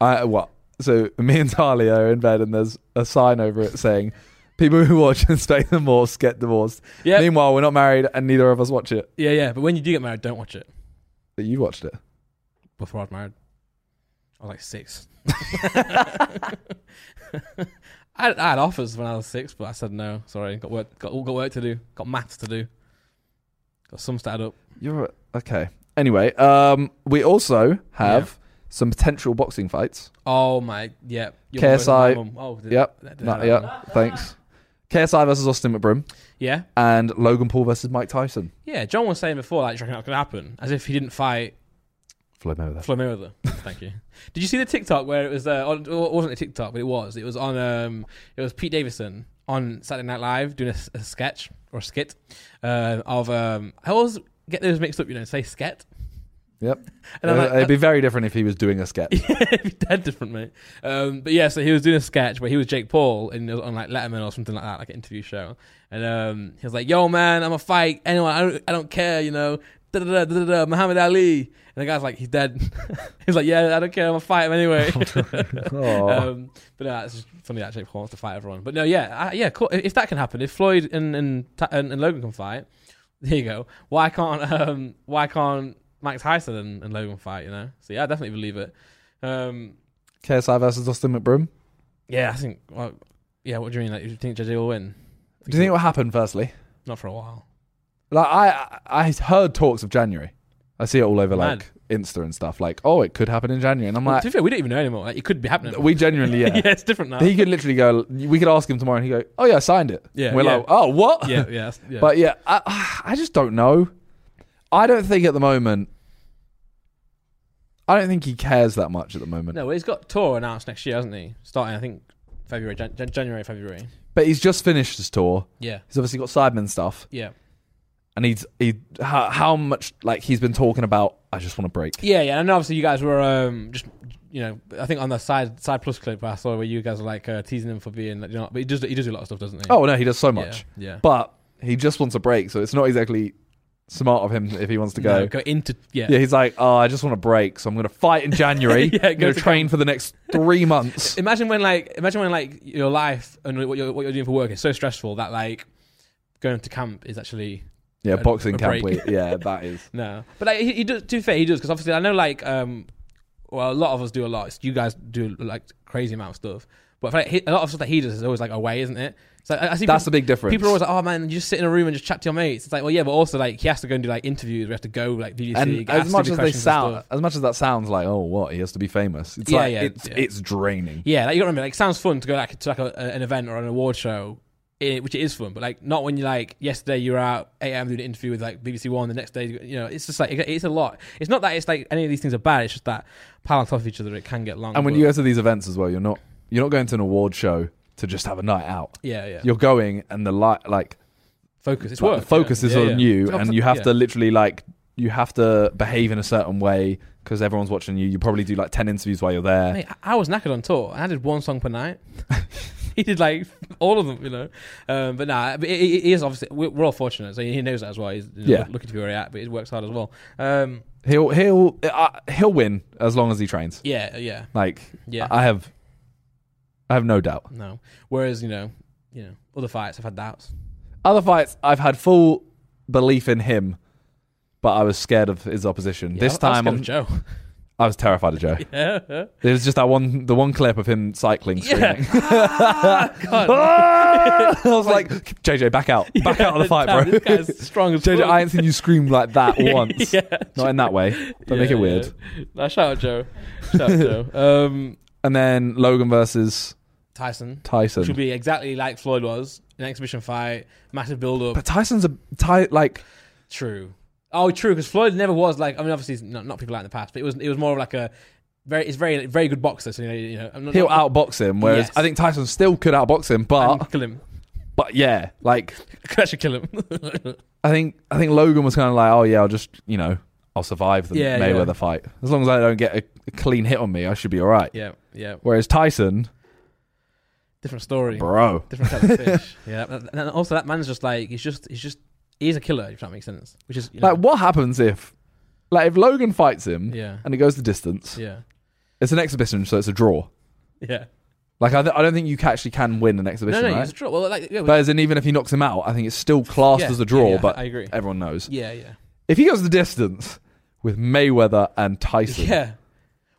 [SPEAKER 2] I what? So me and Talia are in bed, and there's a sign over it saying, "People who watch Inspector Morse get divorced."
[SPEAKER 1] Yeah,
[SPEAKER 2] Meanwhile, we're not married, and neither of us watch it.
[SPEAKER 1] yeah, yeah. But when you do get married, don't watch it.
[SPEAKER 2] But you watched it.
[SPEAKER 1] Before I was married, I was like six. I, I had offers when I was six, but I said no. Sorry, got work, got got work to do, got maths to do, got some started up.
[SPEAKER 2] You're okay. Anyway, um, we also have some potential boxing fights.
[SPEAKER 1] Oh my, yeah. Your mum was
[SPEAKER 2] KSI.
[SPEAKER 1] my mum. Oh, did-
[SPEAKER 2] Yep.
[SPEAKER 1] that- did
[SPEAKER 2] No,
[SPEAKER 1] that happen?
[SPEAKER 2] yeah, thanks. KSI versus Austin McBroom
[SPEAKER 1] Yeah,
[SPEAKER 2] and Logan Paul versus Mike Tyson.
[SPEAKER 1] yeah. John was saying before, like, do you reckon that's gonna happen? As if he didn't fight
[SPEAKER 2] Floyd Mayweather.
[SPEAKER 1] Floyd Mayweather. Thank you. Did you see the TikTok where it was? Uh, on, well, it wasn't a TikTok, but it was. It was on. Um, it was Pete Davidson on Saturday Night Live doing a, s- a sketch or skit uh, of. Um, I always get those mixed up. You know, say sket.
[SPEAKER 2] Yep.
[SPEAKER 1] And I'm
[SPEAKER 2] Uh,
[SPEAKER 1] like,
[SPEAKER 2] it'd be very different if he was doing a sketch.
[SPEAKER 1] It'd be dead different, mate. Um, but yeah, so he was doing a sketch where he was Jake Paul in on like Letterman or something like that, like an interview show, and um, he was like, "Yo, man, I'm a fight anyone. I don't, I don't care, you know." Da da da da da. Muhammad Ali, and the guy's like, "He's dead." He's like, "Yeah, I don't care. I'm gonna fight him anyway."
[SPEAKER 2] Oh.
[SPEAKER 1] um, but no, it's just funny that Jake Paul wants to fight everyone. But no, yeah, I, yeah, cool. If if that can happen, if Floyd and and, Ta- and and Logan can fight, there you go. Why can't um why can't Mike Tyson and, and Logan fight? You know, so yeah, I definitely believe it. Um,
[SPEAKER 2] KSI versus Austin McBroom.
[SPEAKER 1] yeah, I think. Well, yeah, what do you mean? Like, do you think JJ will win?
[SPEAKER 2] Do you think it will happen? Firstly,
[SPEAKER 1] not for a while?
[SPEAKER 2] like I, I I heard talks of January. I see it all over
[SPEAKER 1] Mad.
[SPEAKER 2] like Insta and stuff. Like, oh, it could happen in January, and I'm
[SPEAKER 1] Well,
[SPEAKER 2] like,
[SPEAKER 1] to be fair, we don't even know anymore. Like, it could be happening.
[SPEAKER 2] we genuinely, yeah.
[SPEAKER 1] yeah, it's different now.
[SPEAKER 2] He could literally go. We could ask him tomorrow, and he would go, "Oh yeah, I signed it."
[SPEAKER 1] Yeah,
[SPEAKER 2] we're
[SPEAKER 1] yeah.
[SPEAKER 2] like, "Oh what?"
[SPEAKER 1] yeah, yeah, that's- yeah.
[SPEAKER 2] But yeah, I, I just don't know. I don't think at the moment. I don't think he cares that much at the moment.
[SPEAKER 1] no, well, he's got tour announced next year, hasn't he? Starting, I think February, Jan- Jan- January, February.
[SPEAKER 2] But he's just finished his tour.
[SPEAKER 1] Yeah,
[SPEAKER 2] He's obviously got Sidemen stuff,
[SPEAKER 1] yeah,
[SPEAKER 2] and he's he how, how much like he's been talking about. I just want to break.
[SPEAKER 1] yeah, yeah. And obviously, you guys were um just you know, I think on the side side plus clip I saw where you guys were like uh, teasing him for being, like, you know, but he does he does do a lot of stuff, doesn't he?
[SPEAKER 2] Oh no, he does so much,
[SPEAKER 1] Yeah. yeah.
[SPEAKER 2] but he just wants a break. So it's not exactly smart of him if he wants to go.
[SPEAKER 1] No, go into yeah.
[SPEAKER 2] Yeah, he's like, oh, I just want a break, so I'm going to fight in January.
[SPEAKER 1] Yeah,
[SPEAKER 2] I'm
[SPEAKER 1] go
[SPEAKER 2] going
[SPEAKER 1] to
[SPEAKER 2] to train for the next three months.
[SPEAKER 1] Imagine when like imagine when like your life and what you're what you're doing for work is so stressful that like going to camp is actually
[SPEAKER 2] Yeah,
[SPEAKER 1] a-
[SPEAKER 2] boxing
[SPEAKER 1] a
[SPEAKER 2] camp
[SPEAKER 1] break.
[SPEAKER 2] week. Yeah, that is.
[SPEAKER 1] no. But like he, he does. To be fair, he does because obviously I know like um well a lot of us do a lot. You guys do like crazy amount of stuff. But like, he, a lot of stuff that he does is always like away, isn't it? So I, I see
[SPEAKER 2] That's the
[SPEAKER 1] people,
[SPEAKER 2] big difference.
[SPEAKER 1] people are always like, oh man, you just sit in a room and just chat to your mates. It's like, well, yeah, but also like he has to go and do like interviews. We have to go like BBC.
[SPEAKER 2] and
[SPEAKER 1] get
[SPEAKER 2] as
[SPEAKER 1] asked
[SPEAKER 2] much
[SPEAKER 1] stupid
[SPEAKER 2] as they
[SPEAKER 1] questions and
[SPEAKER 2] sound,
[SPEAKER 1] stuff.
[SPEAKER 2] as much as that sounds like, oh, what he has to be famous. It's
[SPEAKER 1] Yeah,
[SPEAKER 2] like
[SPEAKER 1] yeah,
[SPEAKER 2] it's
[SPEAKER 1] yeah.
[SPEAKER 2] it's draining.
[SPEAKER 1] Yeah, like, you got to remember, like, sounds fun to go like to like a, an event or an award show, eh, which it is fun. But like, not when you like yesterday you were out eight am doing an interview with like BBC One. The next day, you know, it's just like it- it's a lot. It's not that it's like any of these things are bad. It's just that pile on top of each other, it can get long.
[SPEAKER 2] And when
[SPEAKER 1] but-
[SPEAKER 2] you go to these events as well, you're not you're not going to an award show to just have a night out.
[SPEAKER 1] yeah, yeah,
[SPEAKER 2] You're going, and the light like
[SPEAKER 1] focus, it's
[SPEAKER 2] like,
[SPEAKER 1] work.
[SPEAKER 2] the focus
[SPEAKER 1] yeah.
[SPEAKER 2] is
[SPEAKER 1] Yeah,
[SPEAKER 2] on
[SPEAKER 1] yeah.
[SPEAKER 2] you,
[SPEAKER 1] It's not-
[SPEAKER 2] and you have
[SPEAKER 1] yeah.
[SPEAKER 2] to literally like you have to behave in a certain way because everyone's watching you. You probably do like ten interviews while you're there.
[SPEAKER 1] Mate, I I was knackered on tour. I did one song per night. he did like all of them, you know. Um, but nah, but he- he, he is obviously we're, we're all fortunate, so he knows that as well. He's you know,
[SPEAKER 2] Yeah.
[SPEAKER 1] looking to be where he at, but he works hard as well. Um,
[SPEAKER 2] He'll he'll uh, he'll win as long as he trains.
[SPEAKER 1] yeah, yeah,
[SPEAKER 2] Like
[SPEAKER 1] yeah.
[SPEAKER 2] I have, I have no doubt.
[SPEAKER 1] No. Whereas you know, you know, other fights I've had doubts.
[SPEAKER 2] Other fights, I've had full belief in him, but I was scared of his opposition.
[SPEAKER 1] Yeah,
[SPEAKER 2] this
[SPEAKER 1] I- I was
[SPEAKER 2] time, I
[SPEAKER 1] scared
[SPEAKER 2] was,
[SPEAKER 1] of Joe.
[SPEAKER 2] I was terrified of Joe.
[SPEAKER 1] yeah.
[SPEAKER 2] It was just that one, the one clip of him cycling, screaming.
[SPEAKER 1] Ah, God.
[SPEAKER 2] Ah! I was like, JJ, back out, back out of the fight,
[SPEAKER 1] Damn,
[SPEAKER 2] bro.
[SPEAKER 1] This guy's strong as
[SPEAKER 2] JJ,
[SPEAKER 1] fuck.
[SPEAKER 2] I ain't seen you scream like that once.
[SPEAKER 1] yeah.
[SPEAKER 2] Not in that way. Don't make
[SPEAKER 1] Yeah,
[SPEAKER 2] it weird.
[SPEAKER 1] yeah. Nah, shout out Joe. Shout out Joe. Um,
[SPEAKER 2] And then Logan versus
[SPEAKER 1] Tyson,
[SPEAKER 2] Tyson.
[SPEAKER 1] which will be exactly like Floyd was an exhibition fight, massive build up.
[SPEAKER 2] but Tyson's a ty- like
[SPEAKER 1] True. Oh, true. Because Floyd never was like. I mean, obviously, he's not not people like in the past, but it was it was more of like a very. It's very very good boxer. So you know, you know, I'm not,
[SPEAKER 2] he'll
[SPEAKER 1] not-
[SPEAKER 2] outbox him, whereas
[SPEAKER 1] Yes.
[SPEAKER 2] I think Tyson still could outbox him, but
[SPEAKER 1] and kill him.
[SPEAKER 2] but yeah, like
[SPEAKER 1] Could actually kill him.
[SPEAKER 2] I think I think Logan was kind of like, oh yeah, I'll just you know I'll survive the
[SPEAKER 1] Yeah,
[SPEAKER 2] Mayweather
[SPEAKER 1] yeah.
[SPEAKER 2] fight as long as I don't get a, a clean hit on me, I should be all right.
[SPEAKER 1] yeah, yeah.
[SPEAKER 2] Whereas Tyson,
[SPEAKER 1] Different story.
[SPEAKER 2] bro,
[SPEAKER 1] different type of fish. yeah, and and also that man's just like he's just he's just he's a killer. If that makes sense, which is you know,
[SPEAKER 2] like what happens if like if Logan fights him
[SPEAKER 1] yeah,
[SPEAKER 2] and it goes the distance?
[SPEAKER 1] yeah,
[SPEAKER 2] It's an exhibition, so it's a draw.
[SPEAKER 1] yeah.
[SPEAKER 2] Like I, th- I don't think you ca- actually can win an
[SPEAKER 1] No,
[SPEAKER 2] exhibition,
[SPEAKER 1] no, it's
[SPEAKER 2] right?
[SPEAKER 1] a draw. Well, like yeah,
[SPEAKER 2] But as in, even if he knocks him out, I think it's still classed
[SPEAKER 1] yeah,
[SPEAKER 2] as a draw.
[SPEAKER 1] yeah, yeah,
[SPEAKER 2] but
[SPEAKER 1] I agree.
[SPEAKER 2] everyone knows
[SPEAKER 1] Yeah, yeah,
[SPEAKER 2] if he goes the distance with Mayweather and Tyson,
[SPEAKER 1] yeah.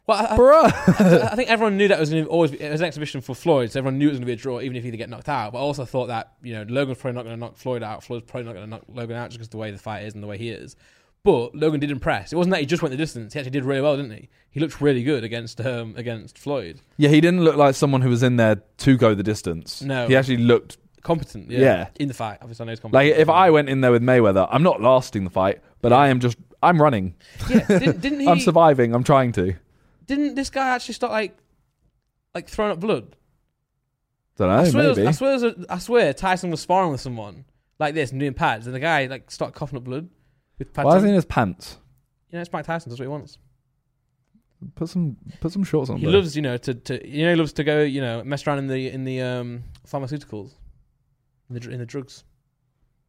[SPEAKER 1] Well, I, I,
[SPEAKER 2] bro,
[SPEAKER 1] I think everyone knew that was gonna always be, it was an exhibition for Floyd, so everyone knew it was going to be a draw, even if he'd get knocked out. But I also thought that you know Logan's probably not going to knock Floyd out. Floyd's probably not going to knock Logan out just because the way the fight is and the way he is. But Logan did impress. It wasn't that he just went the distance. He actually did really well, didn't he? He looked really good against um, against Floyd.
[SPEAKER 2] yeah, he didn't look like someone who was in there to go the distance.
[SPEAKER 1] No.
[SPEAKER 2] he actually looked
[SPEAKER 1] Competent, yeah.
[SPEAKER 2] Yeah.
[SPEAKER 1] In the fight, obviously, I know he's
[SPEAKER 2] Like
[SPEAKER 1] competent.
[SPEAKER 2] if I went in there with Mayweather, I'm not lasting the fight, but I am just I'm running.
[SPEAKER 1] Yeah, didn't, didn't he?
[SPEAKER 2] I'm surviving. I'm trying to.
[SPEAKER 1] didn't this guy actually start like, like throwing up blood?
[SPEAKER 2] Don't know.
[SPEAKER 1] I swear,
[SPEAKER 2] Oh, maybe.
[SPEAKER 1] I swear, there was a- I swear, Tyson was sparring with someone like this and doing pads, and the guy like started coughing up blood with pads.
[SPEAKER 2] Why
[SPEAKER 1] on.
[SPEAKER 2] is he in his pants?
[SPEAKER 1] You know, it's Mike Tyson. That's what he wants.
[SPEAKER 2] Put some put some shorts on.
[SPEAKER 1] He
[SPEAKER 2] bro.
[SPEAKER 1] loves, you know, to, to you know, he loves to go, you know, mess around in the in the um, pharmaceuticals, in the dr- in the drugs.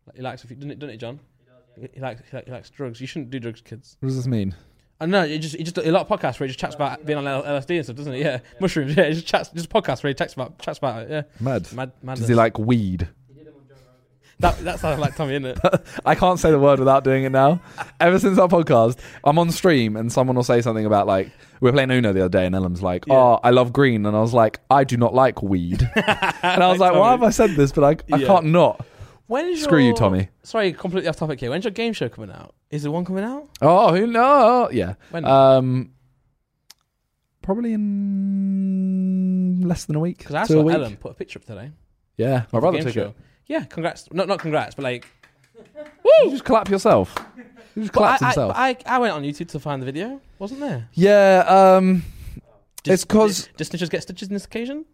[SPEAKER 1] Like, he likes, if you doesn't it, doesn't it, John? He, he likes, he, like, he likes drugs. You shouldn't do drugs, kids.
[SPEAKER 2] What does this mean?
[SPEAKER 1] I know. It just, it just a lot of podcasts where he just chats about being on L- LSD and stuff, doesn't he? Yeah, mushrooms. Yeah, he just chats, just podcasts where he chats about, chats about it. Yeah,
[SPEAKER 2] Mad.
[SPEAKER 1] mad, madness.
[SPEAKER 2] Does he like weed?
[SPEAKER 1] that? That sounds like Tommy, isn't it?
[SPEAKER 2] I can't say the word without doing it now. Ever since our podcast, I'm on stream and someone will say something about like we were playing Uno the other day and Ellen's like,
[SPEAKER 1] Yeah.
[SPEAKER 2] "Oh, I love green," and I was like, "I do not like weed," and I was like, "Why have I said this?" But I, I
[SPEAKER 1] Yeah.
[SPEAKER 2] can't not.
[SPEAKER 1] When is
[SPEAKER 2] Screw
[SPEAKER 1] your,
[SPEAKER 2] you, Tommy.
[SPEAKER 1] Sorry, completely off topic here. When's your game show coming out? Is there one coming out?
[SPEAKER 2] Oh, who know? Yeah.
[SPEAKER 1] When?
[SPEAKER 2] Um, probably in less than a week.
[SPEAKER 1] Because I
[SPEAKER 2] to a
[SPEAKER 1] saw
[SPEAKER 2] week.
[SPEAKER 1] Ellen put a picture up today.
[SPEAKER 2] Yeah, my
[SPEAKER 1] of the
[SPEAKER 2] brother
[SPEAKER 1] game
[SPEAKER 2] took
[SPEAKER 1] show.
[SPEAKER 2] it.
[SPEAKER 1] Yeah, congrats. Not not congrats, but like
[SPEAKER 2] You just clap yourself. You just
[SPEAKER 1] but
[SPEAKER 2] clapped
[SPEAKER 1] I, I,
[SPEAKER 2] himself.
[SPEAKER 1] but I I went on YouTube to find the video. Wasn't there?
[SPEAKER 2] yeah. Um. It's 'cause-
[SPEAKER 1] do snitches get stitches in this occasion.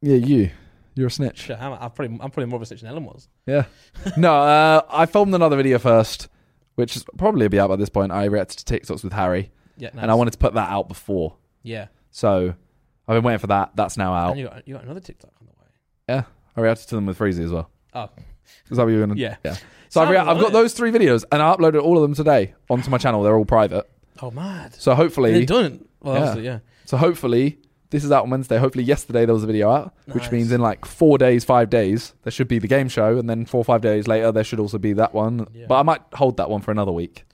[SPEAKER 2] Yeah. You. You're a snitch.
[SPEAKER 1] Shit, I'm, I'm probably I'm probably more of a snitch than Ellen was.
[SPEAKER 2] Yeah. no, uh, I filmed another video first, which is probably be out by this point. I reacted to TikToks with Harry,
[SPEAKER 1] Yeah, nice.
[SPEAKER 2] and I wanted to put that out before.
[SPEAKER 1] yeah.
[SPEAKER 2] So I've been waiting for that. That's now
[SPEAKER 1] And
[SPEAKER 2] out.
[SPEAKER 1] you got you got another TikTok on the way.
[SPEAKER 2] I reacted to them with Freezy as well.
[SPEAKER 1] Oh.
[SPEAKER 2] Is that what you're gonna?
[SPEAKER 1] Yeah.
[SPEAKER 2] So I've, rea-
[SPEAKER 1] Sounds
[SPEAKER 2] I've got
[SPEAKER 1] like it.
[SPEAKER 2] those three videos, and I uploaded all of them today onto my channel. They're all private.
[SPEAKER 1] Oh mad.
[SPEAKER 2] So
[SPEAKER 1] They
[SPEAKER 2] hopefully,
[SPEAKER 1] don't. Well,
[SPEAKER 2] Yeah.
[SPEAKER 1] obviously, yeah.
[SPEAKER 2] so hopefully, this is out on Wednesday. Hopefully, yesterday there was a video out, which
[SPEAKER 1] Nice.
[SPEAKER 2] means in like four days, five days, there should be the game show, and then four or five days later, there should also be that one.
[SPEAKER 1] Yeah.
[SPEAKER 2] But I might hold that one for another week.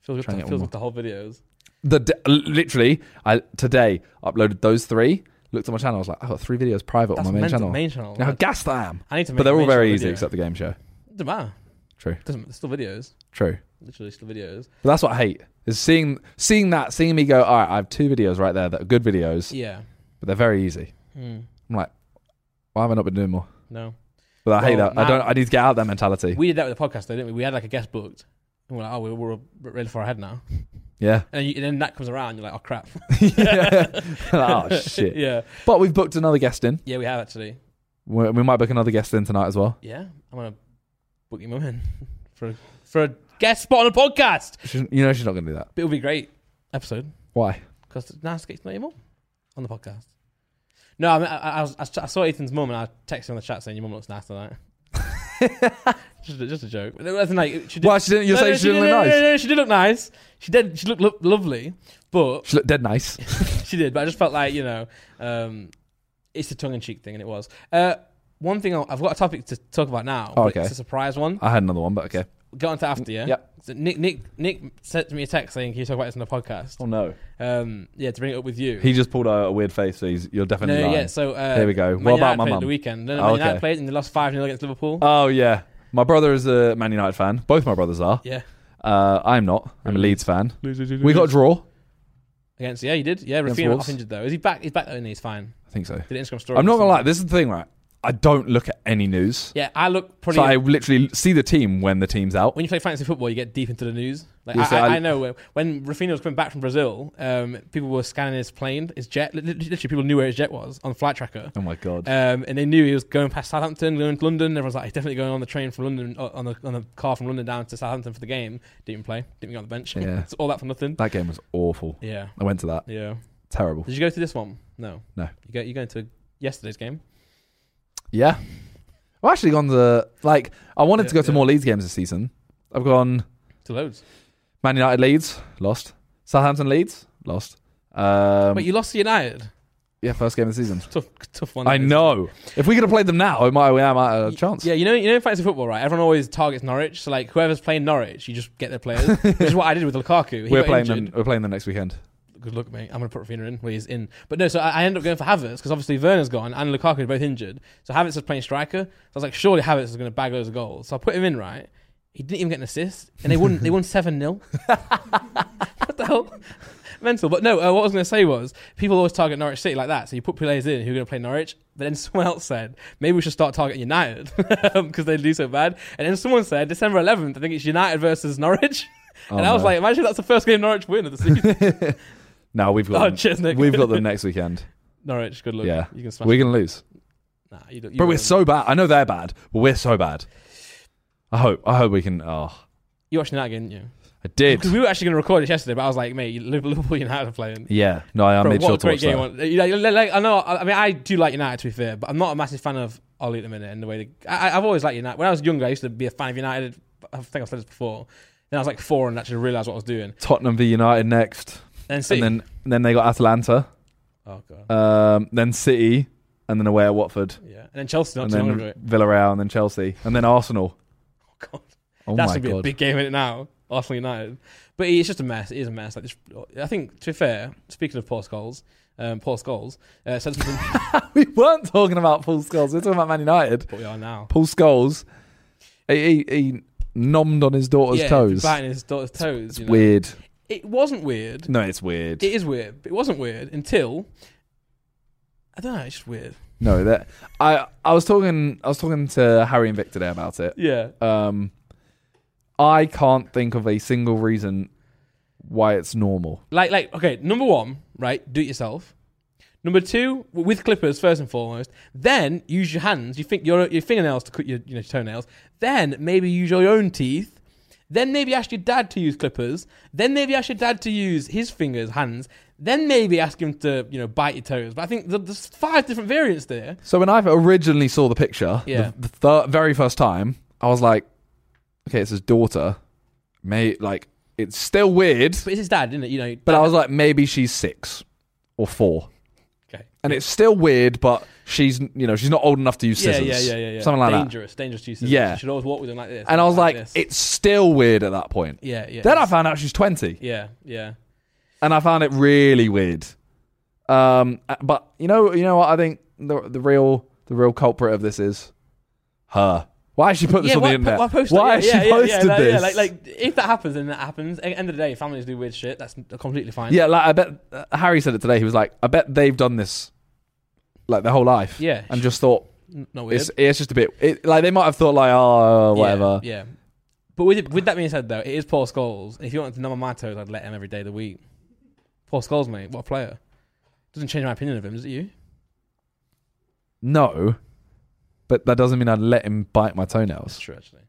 [SPEAKER 1] Feels good.
[SPEAKER 2] Try and
[SPEAKER 1] To,
[SPEAKER 2] get one
[SPEAKER 1] feels
[SPEAKER 2] more.
[SPEAKER 1] good to hold videos.
[SPEAKER 2] the d- literally I today uploaded those three. Looked at my channel. I was like, I got three videos private
[SPEAKER 1] That's
[SPEAKER 2] on my main
[SPEAKER 1] meant to-
[SPEAKER 2] channel.
[SPEAKER 1] Main channel.
[SPEAKER 2] Now how gassed I am.
[SPEAKER 1] I need to. Make
[SPEAKER 2] But they're
[SPEAKER 1] a
[SPEAKER 2] all
[SPEAKER 1] main
[SPEAKER 2] very
[SPEAKER 1] channel
[SPEAKER 2] easy
[SPEAKER 1] video.
[SPEAKER 2] except the game show.
[SPEAKER 1] Doesn't matter.
[SPEAKER 2] True.
[SPEAKER 1] Doesn't it's still videos.
[SPEAKER 2] True.
[SPEAKER 1] Literally still videos.
[SPEAKER 2] But that's what I hate is seeing seeing that seeing me go. All right, I have two videos right there that are good videos,
[SPEAKER 1] Yeah.
[SPEAKER 2] but they're very easy.
[SPEAKER 1] Hmm.
[SPEAKER 2] I'm like, why have I not been doing more?
[SPEAKER 1] No.
[SPEAKER 2] But I hate
[SPEAKER 1] Well,
[SPEAKER 2] that. I
[SPEAKER 1] now-
[SPEAKER 2] don't. I need to get out of that mentality.
[SPEAKER 1] We did that with the podcast though, didn't we? We had like a guest booked. And we're like, oh, we're, we're really far ahead now.
[SPEAKER 2] yeah.
[SPEAKER 1] And, you, and then that comes around, you're like, oh, crap.
[SPEAKER 2] Yeah. oh shit.
[SPEAKER 1] yeah.
[SPEAKER 2] But we've booked another guest in.
[SPEAKER 1] Yeah, we have actually.
[SPEAKER 2] we we might book another guest in tonight as well.
[SPEAKER 1] Yeah. I'm going to book your mum in for a, for a guest spot on a podcast.
[SPEAKER 2] She's, you know she's not going to do that.
[SPEAKER 1] But it'll be a great episode
[SPEAKER 2] Why?
[SPEAKER 1] because it's nice to get to know your mum on the podcast. No, I, mean, I, I, was, I was- I saw Ethan's mum and I texted her on the chat saying, your mum looks nice tonight. just, a, just a joke. But it wasn't like, she did,
[SPEAKER 2] Why she didn't? You're
[SPEAKER 1] No,
[SPEAKER 2] saying
[SPEAKER 1] no,
[SPEAKER 2] she didn't look
[SPEAKER 1] no,
[SPEAKER 2] nice.
[SPEAKER 1] No, no, she did look nice. She did. She looked lo- lovely, but
[SPEAKER 2] She looked dead nice.
[SPEAKER 1] she did. But I just felt like you know, um, it's a tongue-in-cheek thing, and it was. Uh, one thing I- I've got a topic to talk about now.
[SPEAKER 2] Oh,
[SPEAKER 1] but
[SPEAKER 2] okay.
[SPEAKER 1] It's a surprise one.
[SPEAKER 2] I had another one, but okay.
[SPEAKER 1] Get on to after yeah.
[SPEAKER 2] Yep.
[SPEAKER 1] So Nick, Nick, Nick sent me a text saying, "Can you talk about this on the podcast?"
[SPEAKER 2] Oh no.
[SPEAKER 1] Um, yeah, to bring it up with you.
[SPEAKER 2] He just pulled out a weird face, so he's,
[SPEAKER 1] no,
[SPEAKER 2] you're definitely lying.
[SPEAKER 1] yeah. So uh,
[SPEAKER 2] Here we go.
[SPEAKER 1] Man
[SPEAKER 2] What about
[SPEAKER 1] United
[SPEAKER 2] my
[SPEAKER 1] played at
[SPEAKER 2] mum?
[SPEAKER 1] The weekend. No, no,
[SPEAKER 2] Oh,
[SPEAKER 1] Man United
[SPEAKER 2] okay.
[SPEAKER 1] played and they lost five 0 against Liverpool.
[SPEAKER 2] Oh yeah. My brother is a Man United fan. Both my brothers are.
[SPEAKER 1] yeah.
[SPEAKER 2] Uh, I'm not. I'm a
[SPEAKER 1] Really?
[SPEAKER 2] Leeds fan.
[SPEAKER 1] Mm.
[SPEAKER 2] We got a draw.
[SPEAKER 1] against. Yeah, you did. Yeah,
[SPEAKER 2] Against
[SPEAKER 1] Rafinha
[SPEAKER 2] Wolves.
[SPEAKER 1] off injured though. Is he back? He's back though, and he's fine.
[SPEAKER 2] I think so.
[SPEAKER 1] Did an Instagram story.
[SPEAKER 2] I'm not
[SPEAKER 1] or
[SPEAKER 2] gonna
[SPEAKER 1] something.
[SPEAKER 2] lie. This is the thing, right? I don't look at any news.
[SPEAKER 1] Yeah, I look probably.
[SPEAKER 2] So I literally see the team when the team's out.
[SPEAKER 1] when you play fantasy football, you get deep into the news. Like
[SPEAKER 2] Yes,
[SPEAKER 1] I, I,
[SPEAKER 2] I-
[SPEAKER 1] I know when- when Rafinha was coming back from Brazil, um, people were scanning his plane, his jet. Lit- lit- Literally, people knew where his jet was on flight tracker,
[SPEAKER 2] Oh my god.
[SPEAKER 1] um, and they knew he was going past Southampton, going to London. Everyone's like, he's definitely going on the train from London, uh, on the on the car from London down to Southampton for the game. Didn't even play. Didn't even get on the bench.
[SPEAKER 2] Yeah.
[SPEAKER 1] it's all that for nothing.
[SPEAKER 2] that game was awful.
[SPEAKER 1] Yeah,
[SPEAKER 2] I went to that.
[SPEAKER 1] yeah.
[SPEAKER 2] Terrible.
[SPEAKER 1] Did you go to this one? No,
[SPEAKER 2] No.
[SPEAKER 1] You go. You going to yesterday's game?
[SPEAKER 2] Yeah. I've actually gone to like I wanted to
[SPEAKER 1] Yeah,
[SPEAKER 2] go to
[SPEAKER 1] yeah.
[SPEAKER 2] more Leeds games this season. I've gone
[SPEAKER 1] To loads.
[SPEAKER 2] Man United Leeds lost. Southampton Leeds lost. Um,
[SPEAKER 1] Wait, you lost to United.
[SPEAKER 2] yeah, first game of the season.
[SPEAKER 1] Tough, tough one.
[SPEAKER 2] I
[SPEAKER 1] that is.
[SPEAKER 2] know. If we could have played them now, it might we might have had a
[SPEAKER 1] Y-
[SPEAKER 2] chance.
[SPEAKER 1] Yeah, you know, you know, in fantasy football, right? Everyone always targets Norwich. So like, whoever's playing Norwich, you just get their players, which is what I did with Lukaku. He
[SPEAKER 2] we're
[SPEAKER 1] got
[SPEAKER 2] playing
[SPEAKER 1] injured.
[SPEAKER 2] them. We're playing them next weekend.
[SPEAKER 1] Good luck, mate. I'm gonna put Rafinha in where he's in. But no, so I, I ended up going for Havertz because obviously Werner's gone and Lukaku are both injured. So Havertz was playing striker. So I was like, surely Havertz is gonna bag loads of goals. So I put him in, right? He didn't even get an assist, and they won. they won seven 0 What the hell? Mental. But no, uh, what I was going to say was people always target Norwich City like that. So you put players in who are going to play Norwich, but then someone else said maybe we should start targeting United because they do so bad. And then someone said December 11th, I think it's United versus Norwich.
[SPEAKER 2] Oh,
[SPEAKER 1] and I was like, imagine that's the first game Norwich win of the season.
[SPEAKER 2] like, no, we've got
[SPEAKER 1] oh,
[SPEAKER 2] them.
[SPEAKER 1] cheers, Nick.
[SPEAKER 2] we've got them next weekend.
[SPEAKER 1] Norwich, good luck.
[SPEAKER 2] Yeah.
[SPEAKER 1] you can smash.
[SPEAKER 2] We're gonna lose,
[SPEAKER 1] nah, you don't, you
[SPEAKER 2] but we're
[SPEAKER 1] don't.
[SPEAKER 2] so bad. I know they're bad, but we're so bad. I hope. I hope we can. Oh,
[SPEAKER 1] you watched that game, didn't you?
[SPEAKER 2] I did.
[SPEAKER 1] Because we were actually going to record it yesterday, but I was like, mate, Liverpool United are playing.
[SPEAKER 2] Yeah. No, I
[SPEAKER 1] Bro,
[SPEAKER 2] made
[SPEAKER 1] what
[SPEAKER 2] sure
[SPEAKER 1] a
[SPEAKER 2] to
[SPEAKER 1] great
[SPEAKER 2] watch
[SPEAKER 1] game!
[SPEAKER 2] that.
[SPEAKER 1] on- you know, like, like, I know. I I mean, I do like United to be fair, but I'm not a massive fan of Ollie at the minute. And the way they, I, I- I've always liked United. When I was younger, I used to be a fan of United. I think I've said this before. Then I was like four and actually realized what I was doing.
[SPEAKER 2] Tottenham v United next,
[SPEAKER 1] And, City,
[SPEAKER 2] and then and then they got Atalanta,
[SPEAKER 1] oh god,
[SPEAKER 2] um, then City, and then away at Watford,
[SPEAKER 1] yeah, and then Chelsea not
[SPEAKER 2] and
[SPEAKER 1] too long
[SPEAKER 2] then
[SPEAKER 1] ago.
[SPEAKER 2] Villarreal, and then Chelsea, and then Arsenal.
[SPEAKER 1] Oh god,
[SPEAKER 2] Oh
[SPEAKER 1] that's
[SPEAKER 2] my
[SPEAKER 1] gonna be a
[SPEAKER 2] god!
[SPEAKER 1] big game in it now. Arsenal United, but it's just a mess. It is a mess. Like, just- I think to be fair, speaking of Paul Scholes, um, Paul Scholes uh, said something.
[SPEAKER 2] we weren't talking about Paul Scholes. We We're talking about Man United.
[SPEAKER 1] but we are now.
[SPEAKER 2] Paul Scholes, he, he, he nommed on his daughter's
[SPEAKER 1] yeah,
[SPEAKER 2] toes.
[SPEAKER 1] biting his daughter's toes.
[SPEAKER 2] It's
[SPEAKER 1] you know.
[SPEAKER 2] weird.
[SPEAKER 1] It wasn't weird.
[SPEAKER 2] No, it's weird.
[SPEAKER 1] It is weird. But it wasn't weird until I don't know. It's just weird.
[SPEAKER 2] no, that I I was talking I was talking to Harry and Vic today about it.
[SPEAKER 1] Yeah.
[SPEAKER 2] Um, I can't think of a single reason why it's normal.
[SPEAKER 1] Like, like, okay. Number one, right? Do it yourself. Number two, w- with clippers first and foremost. Then use your hands. You think your your fingernails to cut your you know your toenails. Then maybe use your own teeth. Then maybe ask your dad to use clippers. Then maybe ask your dad to use his fingers, hands. Then maybe ask him to you know bite your toes. But I think th- there's five different variants there.
[SPEAKER 2] So when I originally saw the picture,
[SPEAKER 1] Yeah.
[SPEAKER 2] the, the thir- very first time, I was like, okay, it's his daughter. May like it's still weird,
[SPEAKER 1] But it's his dad, isn't it? You know.
[SPEAKER 2] but I was like, maybe she's six or four.
[SPEAKER 1] okay.
[SPEAKER 2] and it's still weird, but she's you know she's not old enough to use scissors,
[SPEAKER 1] Yeah, yeah, yeah, yeah, yeah.
[SPEAKER 2] something like that.
[SPEAKER 1] dangerous, Dangerous, dangerous to yourself.
[SPEAKER 2] Yeah.
[SPEAKER 1] You should always walk with them like this.
[SPEAKER 2] And I was like,
[SPEAKER 1] this.
[SPEAKER 2] it's still weird at that point.
[SPEAKER 1] yeah, yeah.
[SPEAKER 2] Then I found out she's twenty,
[SPEAKER 1] yeah, yeah.
[SPEAKER 2] and I found it really weird. Um, uh, but you know, you know what I think the the real the real culprit of this is her. Why has she put this
[SPEAKER 1] yeah,
[SPEAKER 2] on the internet?
[SPEAKER 1] why post
[SPEAKER 2] why
[SPEAKER 1] that?
[SPEAKER 2] has
[SPEAKER 1] yeah,
[SPEAKER 2] she
[SPEAKER 1] yeah, yeah,
[SPEAKER 2] posted
[SPEAKER 1] yeah, like,
[SPEAKER 2] this?
[SPEAKER 1] Yeah, like, like, if that happens, then that happens. At the end of the day, families do weird shit. That's completely fine.
[SPEAKER 2] Yeah, like, I bet uh, Harry said it today. He was like, I bet they've done this like their whole life,
[SPEAKER 1] Yeah.
[SPEAKER 2] and just thought
[SPEAKER 1] N- not weird.
[SPEAKER 2] it's it's just a bit it, like they might have thought like oh
[SPEAKER 1] Yeah,
[SPEAKER 2] whatever.
[SPEAKER 1] Yeah. But with, it, with that being said, though, it is Paul Scholes. If you wanted to number my toes, I'd let him every day of the week. Paul Scholes, mate, what a player. Doesn't change my opinion of him, does it you?
[SPEAKER 2] No, but that doesn't mean I'd let him bite my
[SPEAKER 1] That's
[SPEAKER 2] toenails.
[SPEAKER 1] true, actually.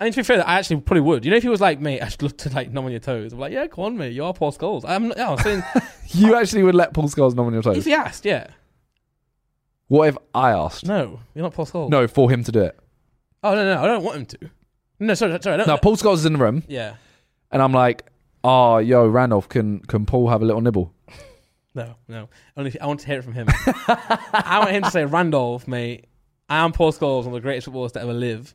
[SPEAKER 1] I mean, to be fair, I actually probably would. You know, if he was like, mate, I'd love to like numb on your toes. I'm like, yeah, come on, mate, you are Paul Scholes. I'm, not, yeah, I'm saying,
[SPEAKER 2] You actually would let Paul Scholes nom on your
[SPEAKER 1] if
[SPEAKER 2] toes.
[SPEAKER 1] he asked, yeah.
[SPEAKER 2] What if I asked?
[SPEAKER 1] No, you're not Paul Scholes.
[SPEAKER 2] No, for him to do it.
[SPEAKER 1] Oh, no, no, I don't want him to. No, sorry, sorry, I don't.
[SPEAKER 2] Now Paul Scholes is in the room,
[SPEAKER 1] Yeah,
[SPEAKER 2] and I'm like, "Oh, yo, Randolph, can can Paul have a little nibble?"
[SPEAKER 1] no, no. Only if- I want to hear it from him. I want him to say, Randolph, mate, I am Paul Scholes, one of the greatest footballers to ever live.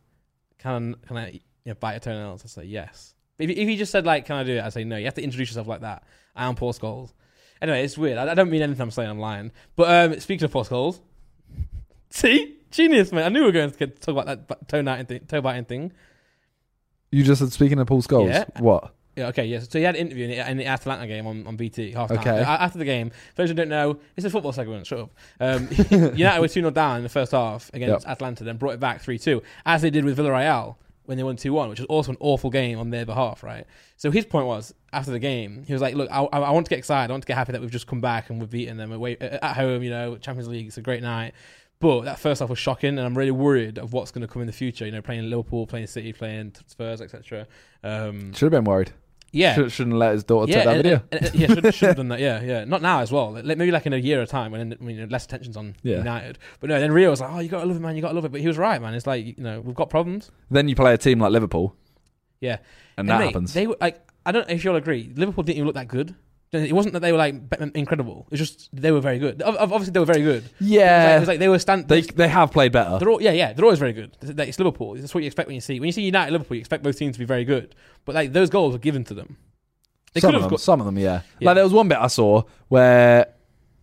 [SPEAKER 1] Can I, can I you know, bite your toenails? I say, yes. If, if he just said, like, can I do it? I say, no, you have to introduce yourself like that. I am Paul Scholes. Anyway, it's weird. I, I don't mean anything I'm saying. I'm lying. But um, speaking of Paul Scholes, see? Genius, mate. I knew we were going to get, talk about that bu- toe, biting thing, toe biting thing.
[SPEAKER 2] You just said speaking of Paul Scholes,
[SPEAKER 1] Yeah.
[SPEAKER 2] what?
[SPEAKER 1] Yeah, okay, yes. So he had an interview in the, in the Atlanta game on, on BT half time.
[SPEAKER 2] Okay.
[SPEAKER 1] Uh, After the game, for those who don't know, it's a football segment, shut up. Um, United were 2 0 down in the first half against Atlanta, then brought it back 3 2, as they did with Villarreal when they won 2 1, which was also an awful game on their behalf, right? So his point was, after the game, he was like, Look, I, I I want to get excited. I want to get happy that we've just come back and we've beaten them away, uh, at home, you know, Champions League, it's a great night. But that first half was shocking, and I'm really worried of what's going to come in the future. You know, playing Liverpool, playing City, playing Spurs, etc. Um,
[SPEAKER 2] Should have been worried.
[SPEAKER 1] yeah,
[SPEAKER 2] Should, shouldn't let his daughter take that
[SPEAKER 1] and-
[SPEAKER 2] video.
[SPEAKER 1] and- and- yeah, should, should have done that. Yeah, yeah. Not now as well. Like, maybe like in a year or time when, when you know, less attention's on
[SPEAKER 2] Yeah.
[SPEAKER 1] United. But no, then Rio was like, "Oh, you gotta love it, man. You gotta love it." But he was right, man. It's like you know we've got problems.
[SPEAKER 2] then you play a team like Liverpool.
[SPEAKER 1] Yeah.
[SPEAKER 2] and that
[SPEAKER 1] mate,
[SPEAKER 2] happens.
[SPEAKER 1] They were like, I don't know if you'll agree. Liverpool didn't even look that good. It wasn't that they were like be- incredible. It's just they were very good. Ob- ob- Obviously, they were very good.
[SPEAKER 2] yeah,
[SPEAKER 1] It was like, it was like they were stand.
[SPEAKER 2] Uh, they they have played better.
[SPEAKER 1] They're all, yeah, yeah, they're always very good. It's, it's Liverpool. That's what you expect when you see when you see United Liverpool. You expect both teams to be very good, but like those goals were given to them. They
[SPEAKER 2] some
[SPEAKER 1] could
[SPEAKER 2] of
[SPEAKER 1] have
[SPEAKER 2] them,
[SPEAKER 1] got
[SPEAKER 2] some of them, yeah.
[SPEAKER 1] Yeah.
[SPEAKER 2] Like there was one bit I saw where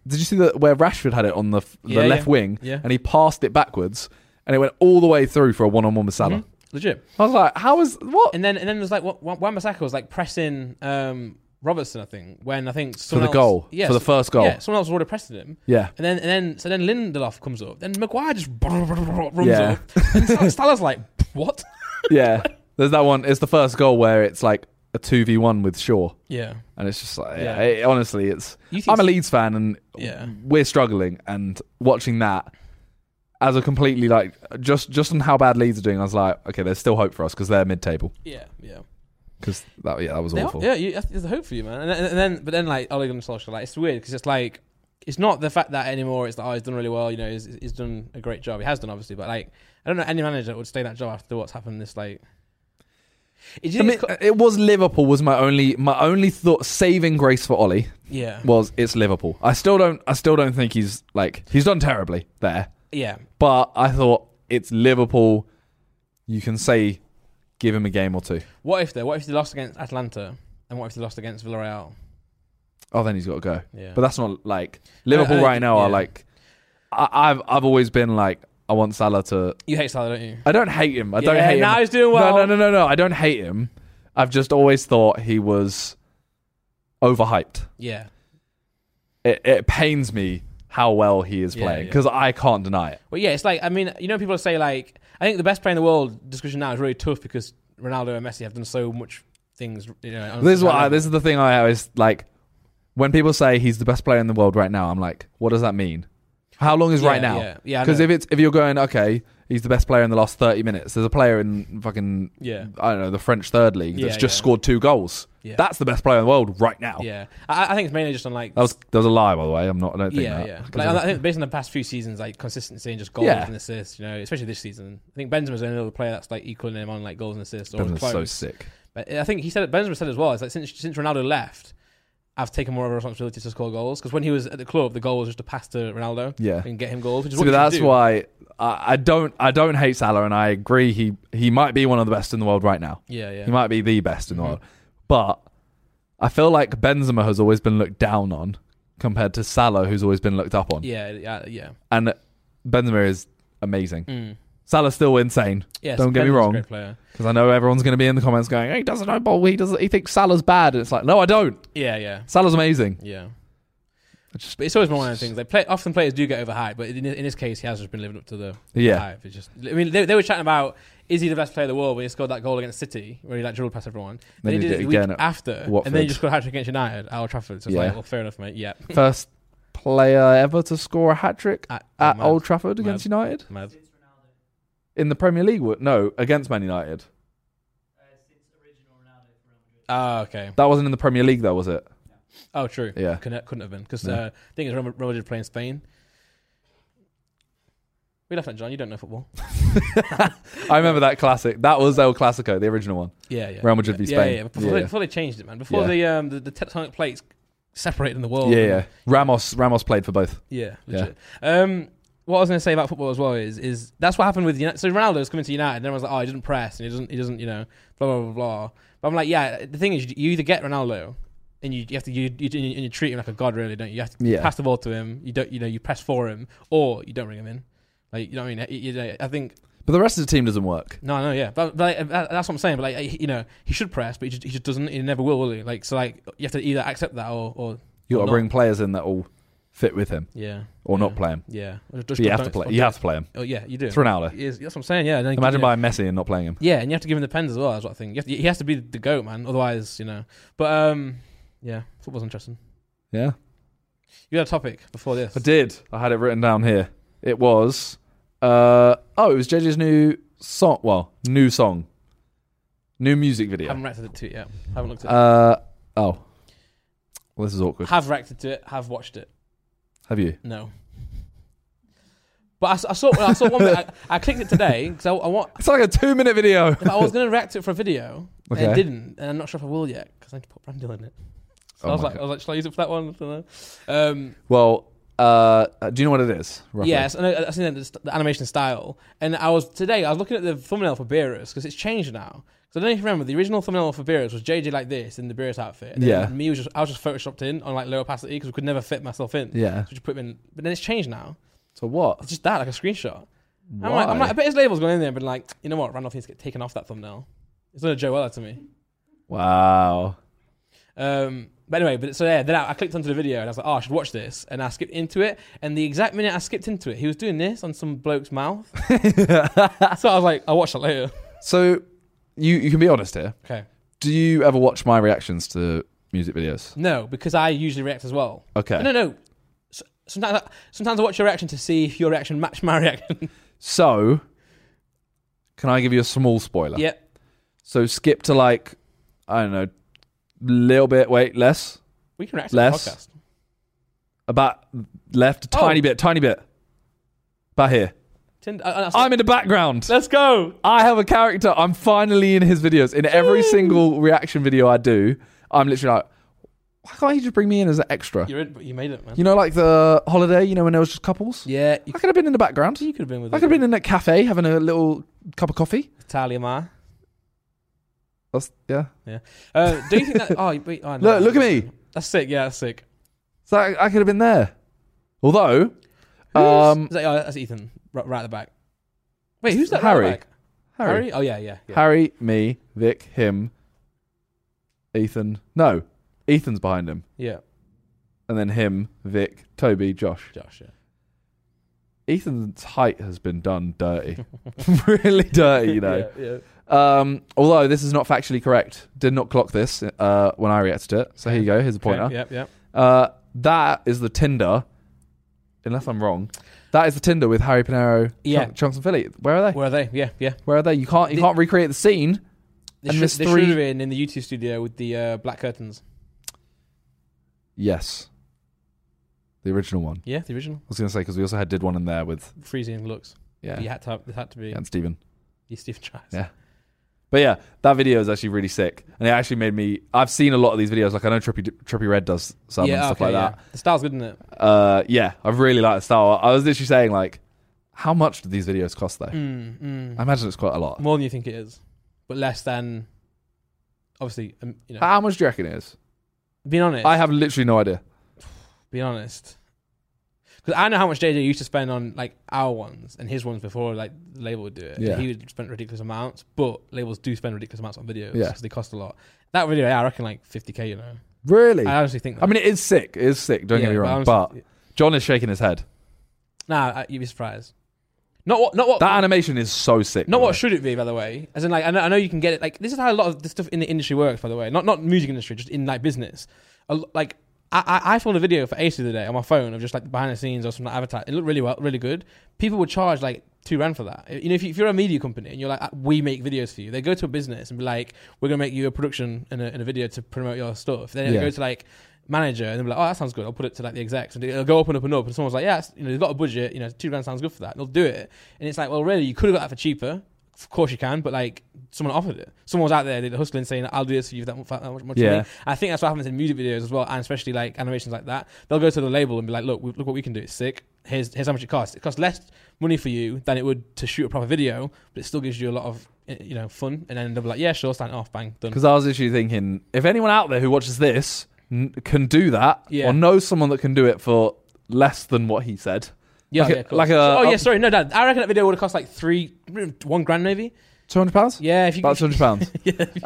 [SPEAKER 2] did you see that where Rashford had it on the f- the
[SPEAKER 1] Yeah,
[SPEAKER 2] left
[SPEAKER 1] yeah.
[SPEAKER 2] wing,
[SPEAKER 1] Yeah.
[SPEAKER 2] and he passed it backwards, and it went all the way through for a one on one with Salah.
[SPEAKER 1] Mhm. legit.
[SPEAKER 2] I was like, how is what?
[SPEAKER 1] And then and then there's like Wan- Wan Bissaka was like pressing um, Robertson, I think, when I think
[SPEAKER 2] For the
[SPEAKER 1] someone else-
[SPEAKER 2] goal,
[SPEAKER 1] yeah,
[SPEAKER 2] for the
[SPEAKER 1] so-
[SPEAKER 2] first goal,
[SPEAKER 1] yeah,
[SPEAKER 2] yeah.
[SPEAKER 1] someone else was already pressing him. And then and then so then Lindelof comes up, then Maguire just runs
[SPEAKER 2] Yeah.
[SPEAKER 1] up, and Sal- Salah's like, what?
[SPEAKER 2] yeah. There's that one. It's the first goal where it's like a two v one with Shaw,
[SPEAKER 1] Yeah.
[SPEAKER 2] and it's just like yeah.
[SPEAKER 1] Yeah.
[SPEAKER 2] it- honestly, it's
[SPEAKER 1] You think
[SPEAKER 2] I'm a Leeds fan, and
[SPEAKER 1] Yeah.
[SPEAKER 2] we're struggling, and watching that as a completely like just just on how bad Leeds are doing, I was like, okay, there's still hope for us because they're mid table.
[SPEAKER 1] Yeah, yeah.
[SPEAKER 2] Because that yeah, that was
[SPEAKER 1] They are-
[SPEAKER 2] awful.
[SPEAKER 1] yeah, you, that's- there's a hope for you, man. And, then- and then, but then, like Ole Gunnar Solskjaer, like it's weird because it's like it's not the fact that anymore. It's like oh, he's done really well. You know, he's, he's done a great job. He has done obviously, but like I don't know any manager that would stay in that job after what's happened. This like, It- do you
[SPEAKER 2] I
[SPEAKER 1] think
[SPEAKER 2] mean,
[SPEAKER 1] it's co-
[SPEAKER 2] it was Liverpool was my only my only thought saving grace for Ollie
[SPEAKER 1] yeah,
[SPEAKER 2] was it's Liverpool. I still don't I still don't think he's like he's done terribly there,
[SPEAKER 1] yeah,
[SPEAKER 2] but I thought it's Liverpool. You can say give him a game or two.
[SPEAKER 1] What if though? What if they lost against Atlanta? And what if they lost against Villarreal?
[SPEAKER 2] Oh, then he's got to go.
[SPEAKER 1] Yeah.
[SPEAKER 2] But that's not like Liverpool
[SPEAKER 1] I-
[SPEAKER 2] right now are
[SPEAKER 1] yeah.
[SPEAKER 2] like I, I've I've always been like I want Salah to.
[SPEAKER 1] you hate Salah, don't you?
[SPEAKER 2] I don't hate him. I don't
[SPEAKER 1] Yeah,
[SPEAKER 2] hate
[SPEAKER 1] now
[SPEAKER 2] him.
[SPEAKER 1] he's doing well.
[SPEAKER 2] No, no, no, no, no. I don't hate him. I've just always thought he was overhyped.
[SPEAKER 1] Yeah.
[SPEAKER 2] it, it pains me how well he is
[SPEAKER 1] Yeah,
[SPEAKER 2] playing
[SPEAKER 1] yeah.
[SPEAKER 2] because I can't deny it.
[SPEAKER 1] Well, yeah, it's like, I mean, you know, people say, like, I think the best player in the world discussion now is really tough because Ronaldo and Messi have done so much things. You know, on-
[SPEAKER 2] This is what I, this is the thing I always like when people say he's the best player in the world right now. I'm like, what does that mean? How long is
[SPEAKER 1] Yeah,
[SPEAKER 2] right now?
[SPEAKER 1] Yeah. Yeah. I
[SPEAKER 2] Because
[SPEAKER 1] know.
[SPEAKER 2] if it's if you're going okay, he's the best player in the last 30 minutes. There's a player in fucking
[SPEAKER 1] Yeah.
[SPEAKER 2] I don't know the French third league that's
[SPEAKER 1] Yeah,
[SPEAKER 2] just
[SPEAKER 1] yeah.
[SPEAKER 2] scored two goals.
[SPEAKER 1] Yeah.
[SPEAKER 2] That's the best player in the world right now.
[SPEAKER 1] Yeah. I, I think it's mainly just on, like,
[SPEAKER 2] That was that was a lie by the way. I'm not. I don't think
[SPEAKER 1] yeah,
[SPEAKER 2] that.
[SPEAKER 1] yeah.
[SPEAKER 2] Because
[SPEAKER 1] Like,
[SPEAKER 2] it
[SPEAKER 1] I
[SPEAKER 2] was-
[SPEAKER 1] think based on the past few seasons, like consistency and just goals
[SPEAKER 2] Yeah.
[SPEAKER 1] and assists, you know, especially this season. I think Benzema's the only other player that's like equaling him on like goals and assists. Or
[SPEAKER 2] Benzema's so
[SPEAKER 1] close.
[SPEAKER 2] sick.
[SPEAKER 1] But I think he said Benzema said as well. It's like since since Ronaldo left, I've taken more of a responsibility to score goals because when he was at the club, the goal was just to pass to Ronaldo
[SPEAKER 2] Yeah.
[SPEAKER 1] and get him goals. Which is
[SPEAKER 2] So
[SPEAKER 1] what you should
[SPEAKER 2] that's
[SPEAKER 1] do.
[SPEAKER 2] why I, I don't I don't hate Salah, and I agree he he might be one of the best in the world right now.
[SPEAKER 1] Yeah, yeah,
[SPEAKER 2] He might be the best in the
[SPEAKER 1] Mhm.
[SPEAKER 2] world, but I feel like Benzema has always been looked down on compared to Salah, who's always been looked up on.
[SPEAKER 1] yeah, yeah, yeah.
[SPEAKER 2] And Benzema is amazing.
[SPEAKER 1] Mm.
[SPEAKER 2] Salah's still insane
[SPEAKER 1] Yes,
[SPEAKER 2] Don't get
[SPEAKER 1] Benzema's
[SPEAKER 2] me
[SPEAKER 1] a
[SPEAKER 2] wrong.
[SPEAKER 1] Great player.
[SPEAKER 2] because I know everyone's going to be in the comments going, "Hey, he doesn't know ball. He doesn't. He thinks Salah's bad." And it's like, no, I don't.
[SPEAKER 1] Yeah, yeah,
[SPEAKER 2] Salah's amazing.
[SPEAKER 1] yeah.
[SPEAKER 2] I just
[SPEAKER 1] But it's always one of those things. Like play, often players do get overhyped, but in, in this case, he has just been living up to the
[SPEAKER 2] Yeah.
[SPEAKER 1] hype. It's just, I mean, they, they were chatting about is he the best player in the world when he scored that goal against City where he like dribbled past everyone.
[SPEAKER 2] Then he
[SPEAKER 1] he
[SPEAKER 2] did it
[SPEAKER 1] the week
[SPEAKER 2] again at
[SPEAKER 1] after, and
[SPEAKER 2] Watford.
[SPEAKER 1] then he just scored a hat trick against United, at Old Trafford. So it's
[SPEAKER 2] Yeah.
[SPEAKER 1] like, well, fair enough, mate. Yeah,
[SPEAKER 2] uh, first player ever to score a hat trick
[SPEAKER 1] At-
[SPEAKER 2] at
[SPEAKER 1] mad,
[SPEAKER 2] Old Trafford against United.
[SPEAKER 1] mad.
[SPEAKER 2] in the Premier League. wa- No, against Man United.
[SPEAKER 1] Oh, okay.
[SPEAKER 2] That wasn't in the Premier League, though, was it?
[SPEAKER 1] Oh, true.
[SPEAKER 2] Yeah.
[SPEAKER 1] Couldn't, couldn't have been because
[SPEAKER 2] No.
[SPEAKER 1] uh, I think it's Real Real Madrid playing Spain. We left that, John. You don't know football.
[SPEAKER 2] I remember that classic. That was El Clasico, the original one.
[SPEAKER 1] Yeah, yeah.
[SPEAKER 2] Real Madrid v
[SPEAKER 1] yeah,
[SPEAKER 2] Spain.
[SPEAKER 1] Yeah, yeah. Before,
[SPEAKER 2] Yeah,
[SPEAKER 1] They,
[SPEAKER 2] yeah.
[SPEAKER 1] before they changed it, man. Before the um the, the tectonic plates separated in the world.
[SPEAKER 2] yeah, yeah. Ramos, Ramos played for both.
[SPEAKER 1] yeah, legit. Um, what I was going to say about football as well is is that's what happened with United. So Ronaldo's coming to United, and everyone's like, oh, he doesn't press, and he doesn't, he doesn't, you know, blah blah blah blah. But I'm like, yeah. The thing is, you either get Ronaldo. And you, you have to you, you and you treat him like a god, really, don't you? You have to
[SPEAKER 2] Yeah.
[SPEAKER 1] pass the ball to him. You don't, you know, you press for him, or you don't bring him in. Like you know what I mean? You- you know, I think
[SPEAKER 2] But the rest of the team doesn't work.
[SPEAKER 1] no, no, yeah, but, but like, that- that's what I'm saying. But like, he- you know, he should press, but he just, he just doesn't. He never will, will he? Like, so like, you have to either accept that or, or
[SPEAKER 2] you got
[SPEAKER 1] Or
[SPEAKER 2] to
[SPEAKER 1] not.
[SPEAKER 2] bring players in that all fit with him
[SPEAKER 1] yeah,
[SPEAKER 2] or
[SPEAKER 1] Yeah.
[SPEAKER 2] not play him.
[SPEAKER 1] yeah. Or just
[SPEAKER 2] But you have to
[SPEAKER 1] don't-
[SPEAKER 2] play.
[SPEAKER 1] or
[SPEAKER 2] You have to play him.
[SPEAKER 1] Oh yeah, you do.
[SPEAKER 2] It's Ronaldo.
[SPEAKER 1] Yes, that's what I'm saying. Yeah, and then-
[SPEAKER 2] Imagine
[SPEAKER 1] yeah.
[SPEAKER 2] buying Messi and not playing him.
[SPEAKER 1] Yeah, and you have to give him the pens as well. That's what I think. You have to, he has to be the goat, man. Otherwise, you know. But um, yeah, football's interesting.
[SPEAKER 2] Yeah.
[SPEAKER 1] You had a topic before this.
[SPEAKER 2] I did. I had it written down here. It was. Uh, oh, it was JJ's new song. Well, new song. New music
[SPEAKER 1] I
[SPEAKER 2] video.
[SPEAKER 1] haven't reacted to it yet. Haven't looked at
[SPEAKER 2] Uh, oh. Well, this is
[SPEAKER 1] it.
[SPEAKER 2] awkward.
[SPEAKER 1] Have reacted to it. Have watched it.
[SPEAKER 2] Have you?
[SPEAKER 1] No. But I, s- I saw. I saw one. bit, I, I clicked it today because I, I want.
[SPEAKER 2] It's like a two minute video.
[SPEAKER 1] But I was going to react to it for a video, and
[SPEAKER 2] Okay.
[SPEAKER 1] I didn't, and I'm not sure if I will yet because I need to put Randall in it. So
[SPEAKER 2] Oh
[SPEAKER 1] I was
[SPEAKER 2] my
[SPEAKER 1] like, I was like, should I use it for that one? I don't know. Um,
[SPEAKER 2] Well, uh, do you know what it is? Roughly?
[SPEAKER 1] yes, and I, I seen the, st- the animation style, and I was today I was looking at the thumbnail for Beerus because it's changed now. So I don't know if you remember the original thumbnail for Beerus was JJ like this in the Beerus outfit. And then
[SPEAKER 2] Yeah.
[SPEAKER 1] me was just I was just photoshopped in on like low opacity because I could never fit myself in.
[SPEAKER 2] Yeah.
[SPEAKER 1] So just put him in, but then it's changed now.
[SPEAKER 2] So what?
[SPEAKER 1] It's just that like a screenshot.
[SPEAKER 2] Why?
[SPEAKER 1] I'm like, I'm like, I bet his label's gone in there, but like, you know what? Randolph needs to get taken off that thumbnail. It's not a Joe Weller to me.
[SPEAKER 2] wow.
[SPEAKER 1] Um, but anyway, but so yeah, then I, I clicked onto the video and I was like, oh, I should watch this. And I skipped into it. And the exact minute I skipped into it, he was doing this on some bloke's mouth. so I was like, I'll watch that later.
[SPEAKER 2] So you you can be honest here.
[SPEAKER 1] Okay.
[SPEAKER 2] Do you ever watch my reactions to music videos?
[SPEAKER 1] No, because I usually react as well.
[SPEAKER 2] Okay.
[SPEAKER 1] No, no, no. S- Sometimes, I- sometimes I watch your reaction to see if your reaction matched my reaction.
[SPEAKER 2] So, can I give you a small spoiler?
[SPEAKER 1] yeah.
[SPEAKER 2] So skip to like, I don't know, little bit. Wait, less
[SPEAKER 1] We can react to the
[SPEAKER 2] Less.
[SPEAKER 1] podcast.
[SPEAKER 2] about left, a
[SPEAKER 1] Oh.
[SPEAKER 2] tiny bit, tiny bit. About here,
[SPEAKER 1] Tinder, uh, uh,
[SPEAKER 2] I'm in the background.
[SPEAKER 1] let's go.
[SPEAKER 2] I have a character. I'm finally in his videos. In every single reaction video I do, I'm literally like, why can't you just bring me in as an extra?
[SPEAKER 1] You're in, but you made it, man.
[SPEAKER 2] You know, like the holiday. You know, when there was just couples.
[SPEAKER 1] yeah, you,
[SPEAKER 2] I could have been in the background.
[SPEAKER 1] you could have been with
[SPEAKER 2] I
[SPEAKER 1] us.
[SPEAKER 2] could have been in that cafe having a little cup of coffee.
[SPEAKER 1] Talia Ma.
[SPEAKER 2] That's yeah.
[SPEAKER 1] Uh, do you think that? Oh, wait, oh, no.
[SPEAKER 2] Look- look at me.
[SPEAKER 1] That's sick. Yeah, that's sick.
[SPEAKER 2] So I, I could have been there. Although,
[SPEAKER 1] Um,
[SPEAKER 2] um,
[SPEAKER 1] is that, oh, that's Ethan, right, right at the back. Wait, who's that?
[SPEAKER 2] Harry.
[SPEAKER 1] Right at the back?
[SPEAKER 2] Harry,
[SPEAKER 1] Harry. Oh yeah, yeah. yeah.
[SPEAKER 2] Harry, me, Vic, him, Ethan. No, Ethan's behind him,
[SPEAKER 1] Yeah,
[SPEAKER 2] and then him, Vic, Toby, Josh.
[SPEAKER 1] Josh. Yeah.
[SPEAKER 2] Ethan's height has been done dirty, really dirty. You know.
[SPEAKER 1] Yeah, yeah.
[SPEAKER 2] Um, although this is not factually correct. Did not clock this uh, when I reacted to it. So here you go. Here's a pointer.
[SPEAKER 1] Okay, yep, yep.
[SPEAKER 2] Uh, that is the Tinder, unless I'm wrong. That is the Tinder with Harry Panero,
[SPEAKER 1] Yeah.
[SPEAKER 2] Chunk, Chunks and Philly. Where are they?
[SPEAKER 1] Where are they? Yeah, yeah.
[SPEAKER 2] Where are they? You can't you
[SPEAKER 1] The-
[SPEAKER 2] can't recreate the scene.
[SPEAKER 1] They,
[SPEAKER 2] And
[SPEAKER 1] should,
[SPEAKER 2] there's
[SPEAKER 1] they
[SPEAKER 2] three-
[SPEAKER 1] should have been in the YouTube studio with the uh, black curtains.
[SPEAKER 2] Yes, the original one.
[SPEAKER 1] Yeah, the original.
[SPEAKER 2] I was gonna say because we also had did one in there with
[SPEAKER 1] Freezing looks.
[SPEAKER 2] yeah,
[SPEAKER 1] You had to. Have, it had to be.
[SPEAKER 2] and Steven.
[SPEAKER 1] You Steve Jobs.
[SPEAKER 2] Yeah. But yeah, that video is actually really sick, and it actually made me. I've seen a lot of these videos. Like I know Trippy Trippy Red does some and stuff
[SPEAKER 1] okay,
[SPEAKER 2] like that.
[SPEAKER 1] yeah. The style's good, isn't it?
[SPEAKER 2] Uh, yeah, I really like the style. I was literally saying like, how much do these videos cost though?
[SPEAKER 1] Mm, mm.
[SPEAKER 2] I imagine it's quite a lot.
[SPEAKER 1] More than you think it is, but less than. Obviously, um, you know.
[SPEAKER 2] How much do you reckon it is?
[SPEAKER 1] being honest,
[SPEAKER 2] I have literally no idea.
[SPEAKER 1] being honest. Because I know how much JJ used to spend on like our ones and his ones before like the label would do it.
[SPEAKER 2] Yeah.
[SPEAKER 1] He would spend ridiculous amounts, but labels do spend ridiculous amounts on videos
[SPEAKER 2] Yeah.
[SPEAKER 1] because they cost a lot. That video, yeah, I reckon like 50k, you know.
[SPEAKER 2] Really?
[SPEAKER 1] I honestly think that.
[SPEAKER 2] Uh, I mean, it is sick. It is sick. Don't
[SPEAKER 1] Yeah,
[SPEAKER 2] get me wrong.
[SPEAKER 1] honestly-
[SPEAKER 2] But John is shaking his head.
[SPEAKER 1] nah, I- you'd be surprised. Not what, not what,
[SPEAKER 2] That animation is so sick.
[SPEAKER 1] not
[SPEAKER 2] by the
[SPEAKER 1] what
[SPEAKER 2] way.
[SPEAKER 1] should it be, by the way. As in, like, I know, I know you can get it. Like, this is how a lot of the stuff in the industry works, by the way. Not not music industry, just in like business. A l like, I, I I filmed a video for Ace the other day on my phone of just like behind the scenes or some advertising. It looked really well, really good. People would charge like two rand for that. You know, if, you, if you're a media company and you're like, "Uh, we make videos for you, they go to a business and be like, we're gonna make you a production and a, and a video to promote your stuff. Then
[SPEAKER 2] Yeah.
[SPEAKER 1] they go to like manager and they'll be like, oh, that sounds good. I'll put it to like the execs and it'll go up and up and up. And someone's like, yeah, it's- you know, they've got a budget. You know, two grand sounds good for that. And they'll do it. And it's like, well, really, you could have got that for cheaper. Of course you can, but like someone offered it. Someone was out there, they hustling, saying, "I'll do this for you for that, mu- for that much money."
[SPEAKER 2] Yeah.
[SPEAKER 1] I think that's what happens in music videos as well, and especially like animations like that. They'll go to the label and be like, "Look, we- look what we can do. It's sick. Here's here's how much it costs. It costs less money for you than it would to shoot a proper video, but it still gives you a lot of eh, you know fun." And then they'll be like, "Yeah, sure, sign it off, bang, done."
[SPEAKER 2] Because I was literally thinking, if anyone out there who watches this n- can do that,
[SPEAKER 1] Yeah.
[SPEAKER 2] or knows someone that can do it for less than what he said,
[SPEAKER 1] Yeah,
[SPEAKER 2] like a-
[SPEAKER 1] yeah, cool.
[SPEAKER 2] like a-
[SPEAKER 1] oh yeah,
[SPEAKER 2] up-
[SPEAKER 1] sorry, no, dad. I reckon that video would have cost like three, one grand maybe.
[SPEAKER 2] two hundred pounds.
[SPEAKER 1] Yeah, if you
[SPEAKER 2] About two hundred pounds.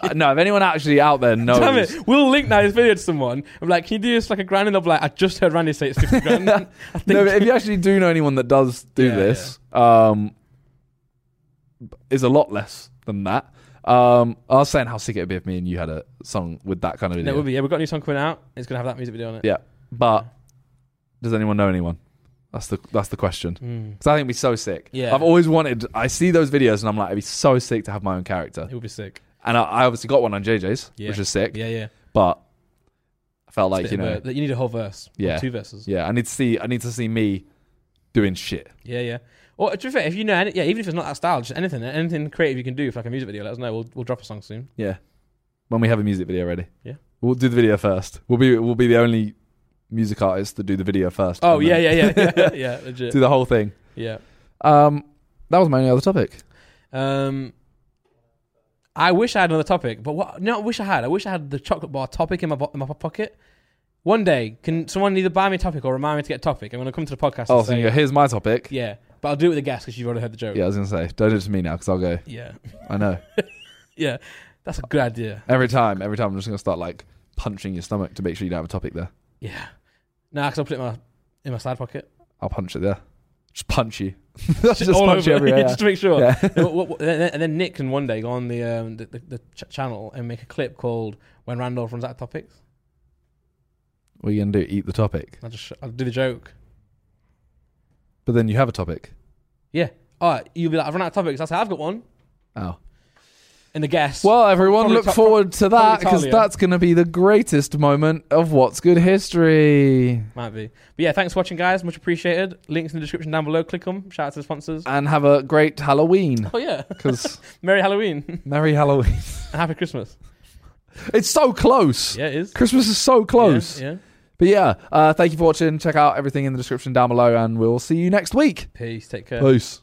[SPEAKER 2] Uh, no, if anyone actually out there knows,
[SPEAKER 1] Damn it! We'll link now this video to someone. I'm like, can you do this for like a grand? And they'll be like, I just heard Randy say it's fifty grand. I think
[SPEAKER 2] no, but if you actually do know anyone that does do
[SPEAKER 1] Yeah,
[SPEAKER 2] this, um, is a lot less than that. Um, I was saying how sick it would be if me and you had a song with that kind of
[SPEAKER 1] No,
[SPEAKER 2] video.
[SPEAKER 1] it will be. Yeah, we've got a new song coming out. It's gonna have that music video on it.
[SPEAKER 2] Yeah, but does anyone know anyone? That's the that's the question.
[SPEAKER 1] Mm.
[SPEAKER 2] Because I think it'd be so sick.
[SPEAKER 1] Yeah.
[SPEAKER 2] I've always wanted. I see those videos and I'm like, it'd be so sick to have my own character.
[SPEAKER 1] It would be sick.
[SPEAKER 2] And I, I obviously got one on JJ's,
[SPEAKER 1] Yeah.
[SPEAKER 2] which is sick.
[SPEAKER 1] Yeah, yeah.
[SPEAKER 2] But I felt
[SPEAKER 1] It's
[SPEAKER 2] like
[SPEAKER 1] a
[SPEAKER 2] you
[SPEAKER 1] bit
[SPEAKER 2] know,
[SPEAKER 1] of a- you need a whole verse. or
[SPEAKER 2] Yeah.
[SPEAKER 1] two verses.
[SPEAKER 2] yeah. I need to see. I need to see me doing shit.
[SPEAKER 1] Yeah, yeah. Or to be fair, if you know, any, yeah, even if it's not that style, just anything, anything creative you can do for like a music video, let us know. We'll we'll drop a song soon.
[SPEAKER 2] Yeah. When we have a music video ready.
[SPEAKER 1] Yeah.
[SPEAKER 2] We'll do the video first. We'll be we'll be the only music artist to do the video first.
[SPEAKER 1] Oh
[SPEAKER 2] and
[SPEAKER 1] yeah,
[SPEAKER 2] then
[SPEAKER 1] yeah, yeah, yeah, yeah. Legit.
[SPEAKER 2] Do the whole thing.
[SPEAKER 1] Yeah.
[SPEAKER 2] Um that was my only other topic.
[SPEAKER 1] Um, I wish I had another topic, but what? No, I wish I had. I wish I had the chocolate bar topic in my bo- in my pocket. One day, can someone either buy me a topic or remind me to get a topic? I'm gonna come to the podcast.
[SPEAKER 2] Oh,
[SPEAKER 1] and
[SPEAKER 2] so
[SPEAKER 1] say,
[SPEAKER 2] you go, here's my topic. Yeah.
[SPEAKER 1] yeah, but I'll do it with a guess because you've already heard the joke.
[SPEAKER 2] I was gonna say, don't do it to me now because I'll go.
[SPEAKER 1] yeah,
[SPEAKER 2] I know.
[SPEAKER 1] yeah. That's a good idea.
[SPEAKER 2] Every time, every time, I'm just gonna start like punching your stomach to make sure you don't have a topic there.
[SPEAKER 1] Yeah. Nah, because I'll put it in my in my side pocket.
[SPEAKER 2] I'll punch it there. Just punch you. just, punch you everywhere.
[SPEAKER 1] just to make sure.
[SPEAKER 2] Yeah.
[SPEAKER 1] and, what- what- and then- and then Nick can one day go on the um, the, the, the ch- channel and make a clip called "When Randolph runs out of topics."
[SPEAKER 2] What are you gonna do? Eat the topic.
[SPEAKER 1] I'll just sh- I'll do the joke.
[SPEAKER 2] But then you have a topic.
[SPEAKER 1] All right, you'll be like, "I've run out of topics." I say, "I've got one,"
[SPEAKER 2] Oh.
[SPEAKER 1] and the guest.
[SPEAKER 2] Well, everyone,
[SPEAKER 1] Probably
[SPEAKER 2] look
[SPEAKER 1] to-
[SPEAKER 2] forward to that
[SPEAKER 1] probably
[SPEAKER 2] because
[SPEAKER 1] Talia.
[SPEAKER 2] that's going to be the greatest moment of What's Good History.
[SPEAKER 1] Might be. But yeah, thanks for watching, guys. Much appreciated. Links in the description down below. Click them. Shout out to the sponsors.
[SPEAKER 2] And have a great Halloween
[SPEAKER 1] Oh yeah,
[SPEAKER 2] because
[SPEAKER 1] Merry Halloween and
[SPEAKER 2] Merry Halloween.
[SPEAKER 1] Happy Christmas.
[SPEAKER 2] It's so close.
[SPEAKER 1] Yeah, it is.
[SPEAKER 2] Christmas is so close.
[SPEAKER 1] Yeah, yeah.
[SPEAKER 2] But yeah, uh, thank you for watching. Check out everything in the description down below and we'll see you next week.
[SPEAKER 1] Peace. Take care.
[SPEAKER 2] Peace.